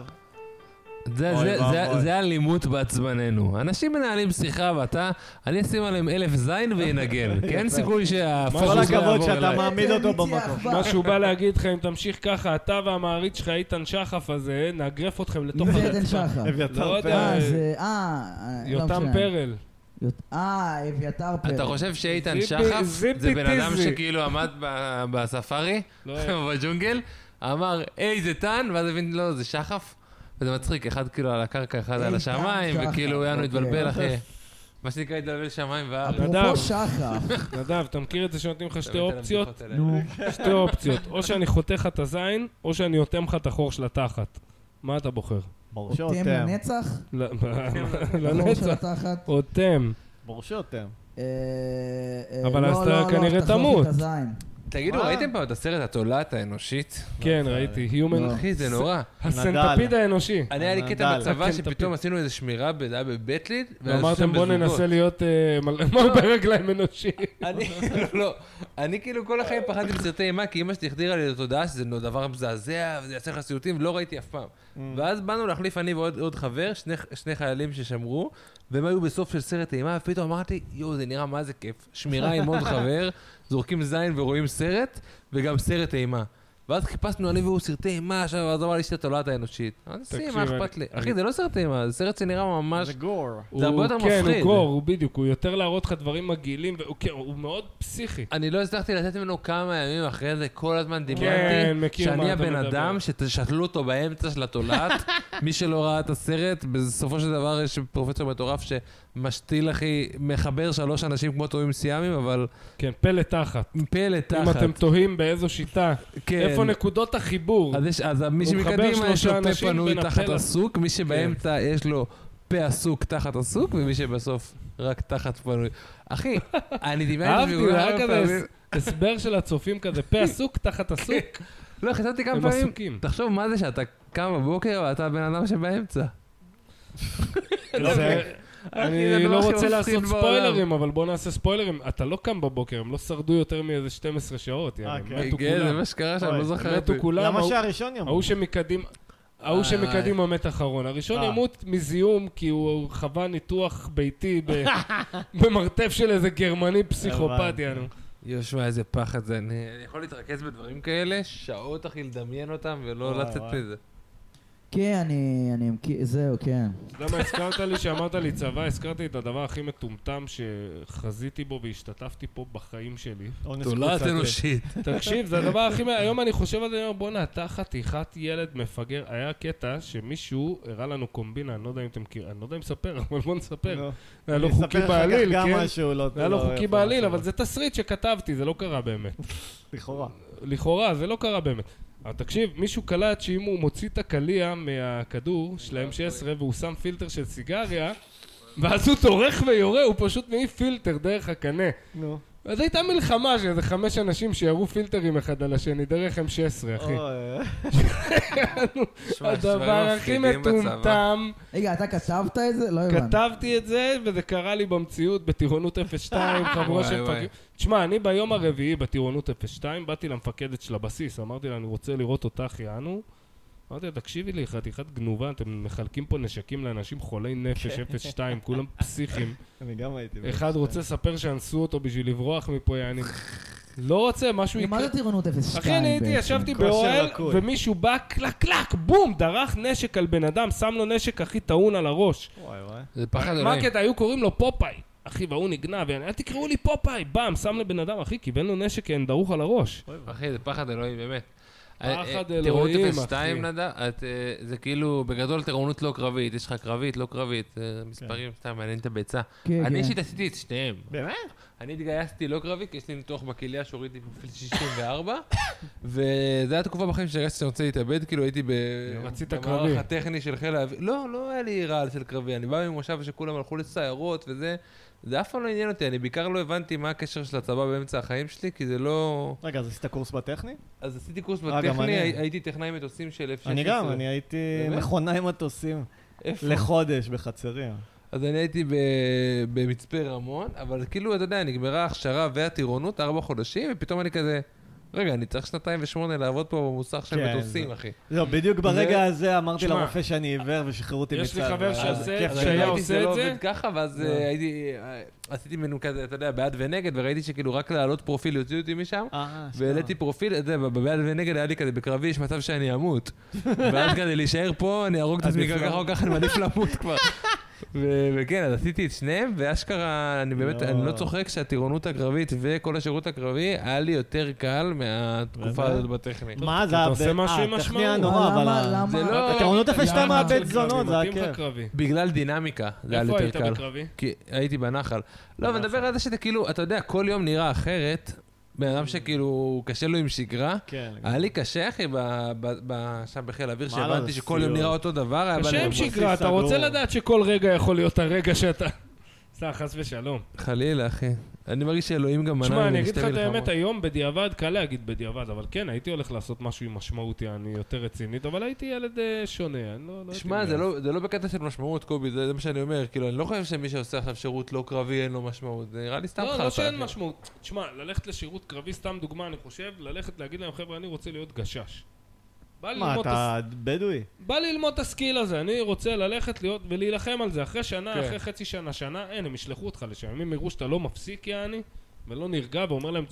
[SPEAKER 4] זה-
[SPEAKER 3] אוי
[SPEAKER 4] זה- זה-
[SPEAKER 3] ואבוי.
[SPEAKER 4] זה אלימות בעצבננו. אנשים מנהלים שיחה ואתה, אני אשים עליהם אלף זין וינגן, כי אין סיכוי
[SPEAKER 3] כל
[SPEAKER 4] שהפוקוס לא
[SPEAKER 3] הכבוד
[SPEAKER 4] יעבור
[SPEAKER 3] שאתה
[SPEAKER 4] אליי.
[SPEAKER 3] מעמיד אותו במקום.
[SPEAKER 2] מה שהוא בא להגיד לך, אם תמשיך ככה, אתה והמעריץ שלך איתן שחף הזה, נאגרף אתכם לתוך
[SPEAKER 1] מי זה עדן
[SPEAKER 2] הרצפה.
[SPEAKER 1] שחר?
[SPEAKER 3] אביתר
[SPEAKER 2] לא יודע.
[SPEAKER 3] פרץ.
[SPEAKER 1] אה, זה... אה... לא
[SPEAKER 2] יותם
[SPEAKER 1] משנה.
[SPEAKER 2] פרל.
[SPEAKER 1] יות- אה, אביתר פרץ.
[SPEAKER 4] אתה חושב שאיתן
[SPEAKER 2] זיפי-
[SPEAKER 4] שחף זה
[SPEAKER 2] זיפי
[SPEAKER 4] בן אדם
[SPEAKER 2] טיזי.
[SPEAKER 4] שכאילו עמד ב- בספארי,
[SPEAKER 2] לא היה.
[SPEAKER 4] בג'ונגל, אמר, היי, זה טן, ואז הבין, לא, זה שחף. וזה מצחיק, אחד כאילו על הקרקע, אחד
[SPEAKER 1] איתן
[SPEAKER 4] על השמיים,
[SPEAKER 1] שחף,
[SPEAKER 4] וכאילו יענו
[SPEAKER 1] אוקיי.
[SPEAKER 4] התבלבל אחרי... מה שנקרא התבלבל שמיים וארץ.
[SPEAKER 2] נדב.
[SPEAKER 1] אפרופו שחף.
[SPEAKER 2] נדב, אתה מכיר את זה שנותנים לך שתי
[SPEAKER 4] אתה מת על
[SPEAKER 2] אופציות?
[SPEAKER 4] הבדיחות האלה.
[SPEAKER 1] נו,
[SPEAKER 2] שתי אופציות, או שאני חוטא לך את הזין, או שאני אוטם לך את החור של התחת. מה אתה בוחר?
[SPEAKER 3] ברור
[SPEAKER 1] אותם
[SPEAKER 3] שאותם.
[SPEAKER 1] לנצח?
[SPEAKER 2] ל-
[SPEAKER 1] החור של
[SPEAKER 2] לנצח.
[SPEAKER 1] התחת?
[SPEAKER 2] אוטם.
[SPEAKER 3] ברור שאותם.
[SPEAKER 1] אה, אה,
[SPEAKER 2] אבל
[SPEAKER 1] לא,
[SPEAKER 2] אז אתה
[SPEAKER 1] לא, לא,
[SPEAKER 2] כנראה
[SPEAKER 1] תחזור
[SPEAKER 2] תמות.
[SPEAKER 1] את הזין.
[SPEAKER 4] תגידו,
[SPEAKER 3] מה?
[SPEAKER 4] ראיתם פעם את הסרט התולעת האנושית?
[SPEAKER 2] כן, ראיתי,
[SPEAKER 1] לא.
[SPEAKER 2] Human.
[SPEAKER 4] אחי, זה נורא.
[SPEAKER 2] הסנטפיד האנושי.
[SPEAKER 4] אני היה לי קטע
[SPEAKER 3] נדל.
[SPEAKER 4] בצבא
[SPEAKER 2] כן,
[SPEAKER 4] שפתאום
[SPEAKER 2] תפיל.
[SPEAKER 4] עשינו איזה שמירה, ב- זה היה בבית ליד, ואז
[SPEAKER 2] ואמרתם
[SPEAKER 4] שם
[SPEAKER 2] בוא
[SPEAKER 4] בזוגות."
[SPEAKER 2] ננסה להיות אה, מל- מר ברגליים אנושי.
[SPEAKER 4] אני, לא, לא, אני כאילו כל החיים פחדתי מסרטי אימה, כי אמא שלי החדירה לי לתודעה שזה נו- דבר מזעזע, וזה יעשה לך סיוטים, לא ראיתי אף פעם. ואז באנו להחליף אני ועוד עוד חבר, שני, שני חיילים ששמרו, והם היו בסוף של סרט אימה, ופתאום אמרתי, יואו, זה נראה מה זה כיף. שמירה עם עוד חבר, זורקים זין ורואים סרט, וגם סרט אימה. ואז חיפשנו אני והוא סרטי אימה, עכשיו, ואז אמר לי שאתה תולעת האנושית. אמרתי,
[SPEAKER 2] תקשיב,
[SPEAKER 4] מה אכפת לי?
[SPEAKER 2] אני-
[SPEAKER 4] אחי, זה לא סרט אימה, זה סרט שנראה ממש...
[SPEAKER 3] Mm. זה גור.
[SPEAKER 4] זה הרבה
[SPEAKER 2] הוא-
[SPEAKER 4] יותר
[SPEAKER 2] כן,
[SPEAKER 4] מפחיד.
[SPEAKER 2] הוא קור, הוא בדיוק, הוא יותר להראות לך דברים מגעילים, והוא- כן, הוא מאוד פסיכי.
[SPEAKER 4] אני לא הצלחתי לתת ממנו כמה ימים אחרי זה, כל הזמן
[SPEAKER 2] כן,
[SPEAKER 4] דמיינתי
[SPEAKER 2] מכיר
[SPEAKER 4] שאני
[SPEAKER 2] מה אתה
[SPEAKER 4] הבן
[SPEAKER 2] מדבר.
[SPEAKER 4] אדם ששתלו אותו באמצע של התולעת. מי שלא ראה את הסרט, בסופו של דבר יש פרופסור מטורף שמשתיל, אחי, מחבר שלוש אנשים כמו טועים סיאמים, אבל
[SPEAKER 2] כן, פלא תחת.
[SPEAKER 4] עם פה לתחת.
[SPEAKER 2] אם אתם תוהים באיזו שיטה,
[SPEAKER 4] כן.
[SPEAKER 2] איפה נקודות החיבור?
[SPEAKER 4] אז, יש, אז מי
[SPEAKER 2] הוא מחבר
[SPEAKER 4] שמקדימה יש
[SPEAKER 2] שלושה
[SPEAKER 4] לו פה
[SPEAKER 2] אנשים
[SPEAKER 4] פנוי
[SPEAKER 2] בין כן.
[SPEAKER 4] תחת
[SPEAKER 2] הפלא-
[SPEAKER 4] הסוג, מי שבאמצע יש לו פה עסוק תחת הסוג, ומי שבסוף רק תחת פנוי. אחי, אני דמיינתי
[SPEAKER 2] אהבתי,
[SPEAKER 4] שהוא
[SPEAKER 2] זה היה
[SPEAKER 4] כמה
[SPEAKER 2] כזה
[SPEAKER 4] פעמים-
[SPEAKER 2] הס- הסבר של הצופים כזה, פה עסוק תחת עסוק.
[SPEAKER 4] לא, חשבתי כמה
[SPEAKER 2] הם
[SPEAKER 4] פעמים,
[SPEAKER 2] עסוקים.
[SPEAKER 4] תחשוב מה זה שאתה קם בבוקר ואתה הבן אדם שבאמצע.
[SPEAKER 2] לא, זה-
[SPEAKER 4] זה
[SPEAKER 2] אני
[SPEAKER 4] הדבר
[SPEAKER 2] לא
[SPEAKER 4] הכי
[SPEAKER 2] רוצה
[SPEAKER 4] מפחיד
[SPEAKER 2] לעשות
[SPEAKER 4] בעולם.
[SPEAKER 2] ספוילרים, אבל בוא נעשה ספוילרים. אתה לא קם בבוקר, הם לא שרדו יותר מאיזה 12 שעות,
[SPEAKER 3] אה,
[SPEAKER 2] יאללה,
[SPEAKER 3] כן.
[SPEAKER 2] מתו
[SPEAKER 4] כן, זה
[SPEAKER 2] כולם.
[SPEAKER 4] מה שקרה שם,
[SPEAKER 3] אוי,
[SPEAKER 4] לא זוכר.
[SPEAKER 2] מתו כולם,
[SPEAKER 3] למה
[SPEAKER 2] ההוא-
[SPEAKER 3] שהראשון יום?
[SPEAKER 2] ההוא שמקדימה... ההוא
[SPEAKER 4] אה,
[SPEAKER 2] שמקדימה מת אחרון. הראשון
[SPEAKER 3] אה.
[SPEAKER 2] ימות מזיהום כי הוא חווה ניתוח ביתי ב- במרתף של איזה גרמני פסיכופת,
[SPEAKER 3] הבנתי.
[SPEAKER 2] יענו.
[SPEAKER 4] יואו, שמע, איזה פחד זה. אני אני יכול להתרכז בדברים כאלה, שעות אחי לדמיין אותם ולא
[SPEAKER 3] וואי,
[SPEAKER 4] לצאת
[SPEAKER 3] וואי.
[SPEAKER 4] מזה.
[SPEAKER 1] כן, אני... אני מכיר- זהו, כן.
[SPEAKER 2] אתה יודע מה הזכרת לי? שאמרת לי צבא, הזכרתי את הדבר הכי מטומטם שחזיתי בו והשתתפתי פה בחיים שלי.
[SPEAKER 3] אונס
[SPEAKER 4] תולעת
[SPEAKER 3] קבוצתי.
[SPEAKER 4] אנושית.
[SPEAKER 2] תקשיב, זה הדבר הכי... מה- היום אני חושב על זה, אני אומר, בואנה, אתה חתיכת ילד מפגר. היה קטע שמישהו הראה לנו קומבינה, אני לא יודע אם אתם מכירים, אני לא יודע אם לספר, אבל בוא נספר.
[SPEAKER 3] נו.
[SPEAKER 2] היה לא
[SPEAKER 3] אני אספר
[SPEAKER 2] חוקי
[SPEAKER 3] אחר כך
[SPEAKER 2] בעליל,
[SPEAKER 3] גם
[SPEAKER 2] כן?
[SPEAKER 3] משהו לא...
[SPEAKER 2] זה היה לא חוקי
[SPEAKER 3] יפה,
[SPEAKER 2] בעליל,
[SPEAKER 3] משהו.
[SPEAKER 2] אבל זה תסריט שכתבתי, זה לא קרה באמת.
[SPEAKER 3] לכאורה.
[SPEAKER 2] לכאורה, זה לא קרה באמת. אבל תקשיב, מישהו קלט שאם הוא מוציא את הקליע מהכדור של ה-M16 והוא שם פילטר של סיגריה, ואז הוא טורח ויורה, הוא פשוט מעיף פילטר דרך הקנה.
[SPEAKER 3] נו.
[SPEAKER 2] אז הייתה מלחמה של איזה חמש אנשים שירו פילטרים אחד על השני דרך M16, אחי.
[SPEAKER 3] אוי.
[SPEAKER 4] שמע, יש
[SPEAKER 2] הדבר
[SPEAKER 4] דברים
[SPEAKER 2] הכי
[SPEAKER 4] מפחידים בצבא.
[SPEAKER 2] מטומטם,
[SPEAKER 1] רגע, אתה כתבת את זה? לא הבנתי.
[SPEAKER 2] כתבתי את זה, וזה קרה לי במציאות בטירונות 02, חבורה
[SPEAKER 4] וואי,
[SPEAKER 2] של
[SPEAKER 4] וואי.
[SPEAKER 2] מפקדים. תשמע, אני ביום הרביעי בטירונות 02, באתי למפקדת של הבסיס, אמרתי לה, אני רוצה לראות אותך, יענו. אמרתי לה, תקשיבי לי, חתיכת גנובה, אתם מחלקים פה נשקים לאנשים חולי נפש 02, כולם פסיכים.
[SPEAKER 3] אני גם הייתי.
[SPEAKER 2] אחד רוצה לספר שאנסו אותו בשביל לברוח מפה, יעני. לא רוצה, משהו
[SPEAKER 1] מה
[SPEAKER 2] יקרה.
[SPEAKER 1] זה טירונות 02?
[SPEAKER 2] אחי, אני הייתי,
[SPEAKER 1] בעצם?
[SPEAKER 2] ישבתי
[SPEAKER 3] כושר
[SPEAKER 2] באוהל,
[SPEAKER 3] לקוי.
[SPEAKER 2] ומישהו בא, קלק, קלק, בום, דרך נשק על בן אדם, שם לו נשק הכי טעון על הראש.
[SPEAKER 3] וואי וואי.
[SPEAKER 4] זה פחד
[SPEAKER 2] מה
[SPEAKER 4] אלוהים.
[SPEAKER 2] הקטע? היו קוראים לו פופאי. אחי, וההוא נגנב, ואני, אל תקראו לי פופאי, בם, שם לבן אדם, אחי, כיוון לו נשק אין דרוך על הראש.
[SPEAKER 4] אחי, זה פחד אלוהים, באמת.
[SPEAKER 2] פחד
[SPEAKER 4] אה, טירונות
[SPEAKER 2] אלוהים,
[SPEAKER 4] 02,
[SPEAKER 2] אחי.
[SPEAKER 4] נדב, את, אה, זה כאילו, בגדול טירונות לא קרבית, יש לך קרבית, לא קרבית, אה, מספרים, סתם מעניין את הביצה.
[SPEAKER 1] כן,
[SPEAKER 4] אני
[SPEAKER 1] כן.
[SPEAKER 4] אישית עשיתי את שניהם,
[SPEAKER 3] באמת?
[SPEAKER 4] אני התגייסתי לא קרבי, כי יש לי ניתוח בכליה שהוריד לי פרופיל 64, וזו הייתה תקופה בחיים שהרגשתי שאני רוצה להתאבד, כאילו הייתי ב...
[SPEAKER 2] רצית קרבי.
[SPEAKER 4] במערך הטכני של חיל האוויר. לא, לא היה לי רעל של קרבי, אני בא ממושב שכולם הלכו לסיירות וזה, זה אף פעם לא עניין אותי, אני בעיקר לא הבנתי מה הקשר של הצבא באמצע החיים שלי, כי זה לא...
[SPEAKER 3] רגע, אז עשית קורס בטכני?
[SPEAKER 4] אז עשיתי קורס
[SPEAKER 3] אה, גם אני.
[SPEAKER 4] בטכני, הי- הייתי טכנאי מטוסים של F-16.
[SPEAKER 3] אני גם, אני הייתי
[SPEAKER 4] באמת?
[SPEAKER 3] מכונה עם מטוסים
[SPEAKER 4] איפה?
[SPEAKER 3] לחודש בחצרים.
[SPEAKER 4] אז אני הייתי ב... במצפה רמון, אבל כאילו, אתה יודע, נגמרה ההכשרה והטירונות, ארבע חודשים, ופתאום אני כזה, רגע, אני צריך שנתיים ושמונה לעבוד פה במוסך של
[SPEAKER 3] כן,
[SPEAKER 4] מטוסים,
[SPEAKER 3] זה-
[SPEAKER 4] אחי.
[SPEAKER 3] לא, בדיוק ברגע הזה אמרתי
[SPEAKER 2] שמע,
[SPEAKER 3] לרופא שאני עיוור ושחררו אותי מצה"ל.
[SPEAKER 2] יש לי חבר
[SPEAKER 3] ואז
[SPEAKER 2] שעושה-
[SPEAKER 3] כיף
[SPEAKER 4] אז
[SPEAKER 2] שהיה
[SPEAKER 4] ראיתי
[SPEAKER 2] עושה
[SPEAKER 4] שזה
[SPEAKER 2] את
[SPEAKER 4] לא
[SPEAKER 2] זה?
[SPEAKER 4] עובד ככה, ואז אה, הייתי... אה, עשיתי ממנו כזה, אתה יודע, בעד ונגד, וראיתי שכאילו רק להעלות פרופיל יוציאו אותי משם.
[SPEAKER 3] אה, סתם.
[SPEAKER 4] והעליתי פרופיל, אתה יודע, בבעד ונגד היה לי כזה, בקרבי יש מצב שאני אמות. ואז כדי להישאר פה, אני אהרוג את
[SPEAKER 3] אז
[SPEAKER 4] עצמי
[SPEAKER 3] נפלא.
[SPEAKER 4] ככה או ככה, אני מעדיף למות כבר. ו- וכן, אז עשיתי את שניהם, ואשכרה, אני באמת, אני לא
[SPEAKER 3] לא.
[SPEAKER 4] צוחק שהטירונות הקרבית וכל השירות הקרבי, היה לי יותר קל מהתקופה
[SPEAKER 3] באמת?
[SPEAKER 4] הזאת בטכני.
[SPEAKER 3] מה זה...
[SPEAKER 2] אתה
[SPEAKER 3] ה-
[SPEAKER 2] עושה משהו
[SPEAKER 3] אה,
[SPEAKER 2] עם
[SPEAKER 3] הטכני
[SPEAKER 2] משמעות.
[SPEAKER 3] הנורא,
[SPEAKER 1] למה-
[SPEAKER 3] אבל... ה-
[SPEAKER 1] למה-
[SPEAKER 4] זה לא...
[SPEAKER 3] אתה עונות איפה שאתה
[SPEAKER 2] למה
[SPEAKER 3] מאבד
[SPEAKER 2] אתה
[SPEAKER 3] זונות, זה
[SPEAKER 2] מתאים לך
[SPEAKER 3] הכיף.
[SPEAKER 2] קרבי?
[SPEAKER 4] בגלל דינמיקה, זה היה לי
[SPEAKER 2] איפה
[SPEAKER 4] יותר
[SPEAKER 2] היית
[SPEAKER 4] קל.
[SPEAKER 2] בקרבי?
[SPEAKER 4] כי הייתי בנחל. לא, אבל נדבר על זה שאתה כאילו, אתה יודע, כל יום נראה אחרת. בן אדם שכאילו, קשה לו עם שגרה.
[SPEAKER 3] כן.
[SPEAKER 4] היה לי קשה, אחי, ב- ב- ב- שם בחיל האוויר,
[SPEAKER 3] מה
[SPEAKER 4] שהבנתי
[SPEAKER 3] לעשות?
[SPEAKER 4] שכל יום נראה אותו דבר. היה בא
[SPEAKER 2] קשה עם
[SPEAKER 4] לבוס.
[SPEAKER 2] שגרה, אתה
[SPEAKER 3] סגור.
[SPEAKER 2] רוצה לדעת שכל רגע יכול להיות הרגע שאתה... סע, חס ושלום.
[SPEAKER 4] חלילה, אחי. אני מרגיש שאלוהים גם מנע
[SPEAKER 2] תשמע, אני אגיד
[SPEAKER 4] משתי
[SPEAKER 2] לך את
[SPEAKER 4] מלחמות.
[SPEAKER 2] האמת, היום בדיעבד, קל להגיד בדיעבד, אבל כן, הייתי הולך לעשות משהו עם משמעות, אני יותר רצינית, אבל הייתי ילד אה, שונה, אני לא... לא הייתי
[SPEAKER 4] שמע, זה
[SPEAKER 2] מגייס.
[SPEAKER 4] לא- זה לא בקטע של משמעות, קובי, זה זה מה שאני אומר. כאילו, אני לא חושב שמי שעושה עכשיו שירות לא קרבי, אין לו משמעות. זה נראה לי סתם
[SPEAKER 2] לא,
[SPEAKER 4] חרטא.
[SPEAKER 2] לא שאין
[SPEAKER 4] אחי.
[SPEAKER 2] משמעות. תשמע, ללכת לשירות קרבי, סתם דוגמה, אני חושב, ללכת להגיד להם, חבר'ה, אני רוצה להיות גשש. בא לי
[SPEAKER 3] מה,
[SPEAKER 2] ללמוד את הס-
[SPEAKER 3] אתה בדואי?
[SPEAKER 2] בא לי ללמוד את הסקיל הזה, אני רוצה ללכת להיות ולהילחם על זה. אחרי שנה,
[SPEAKER 4] כן.
[SPEAKER 2] אחרי חצי שנה, שנה, אין, הם ישלחו אותך לשם. אם הם יראו שאתה לא מפסיק, יעני, ולא נרגע, ואומר להם,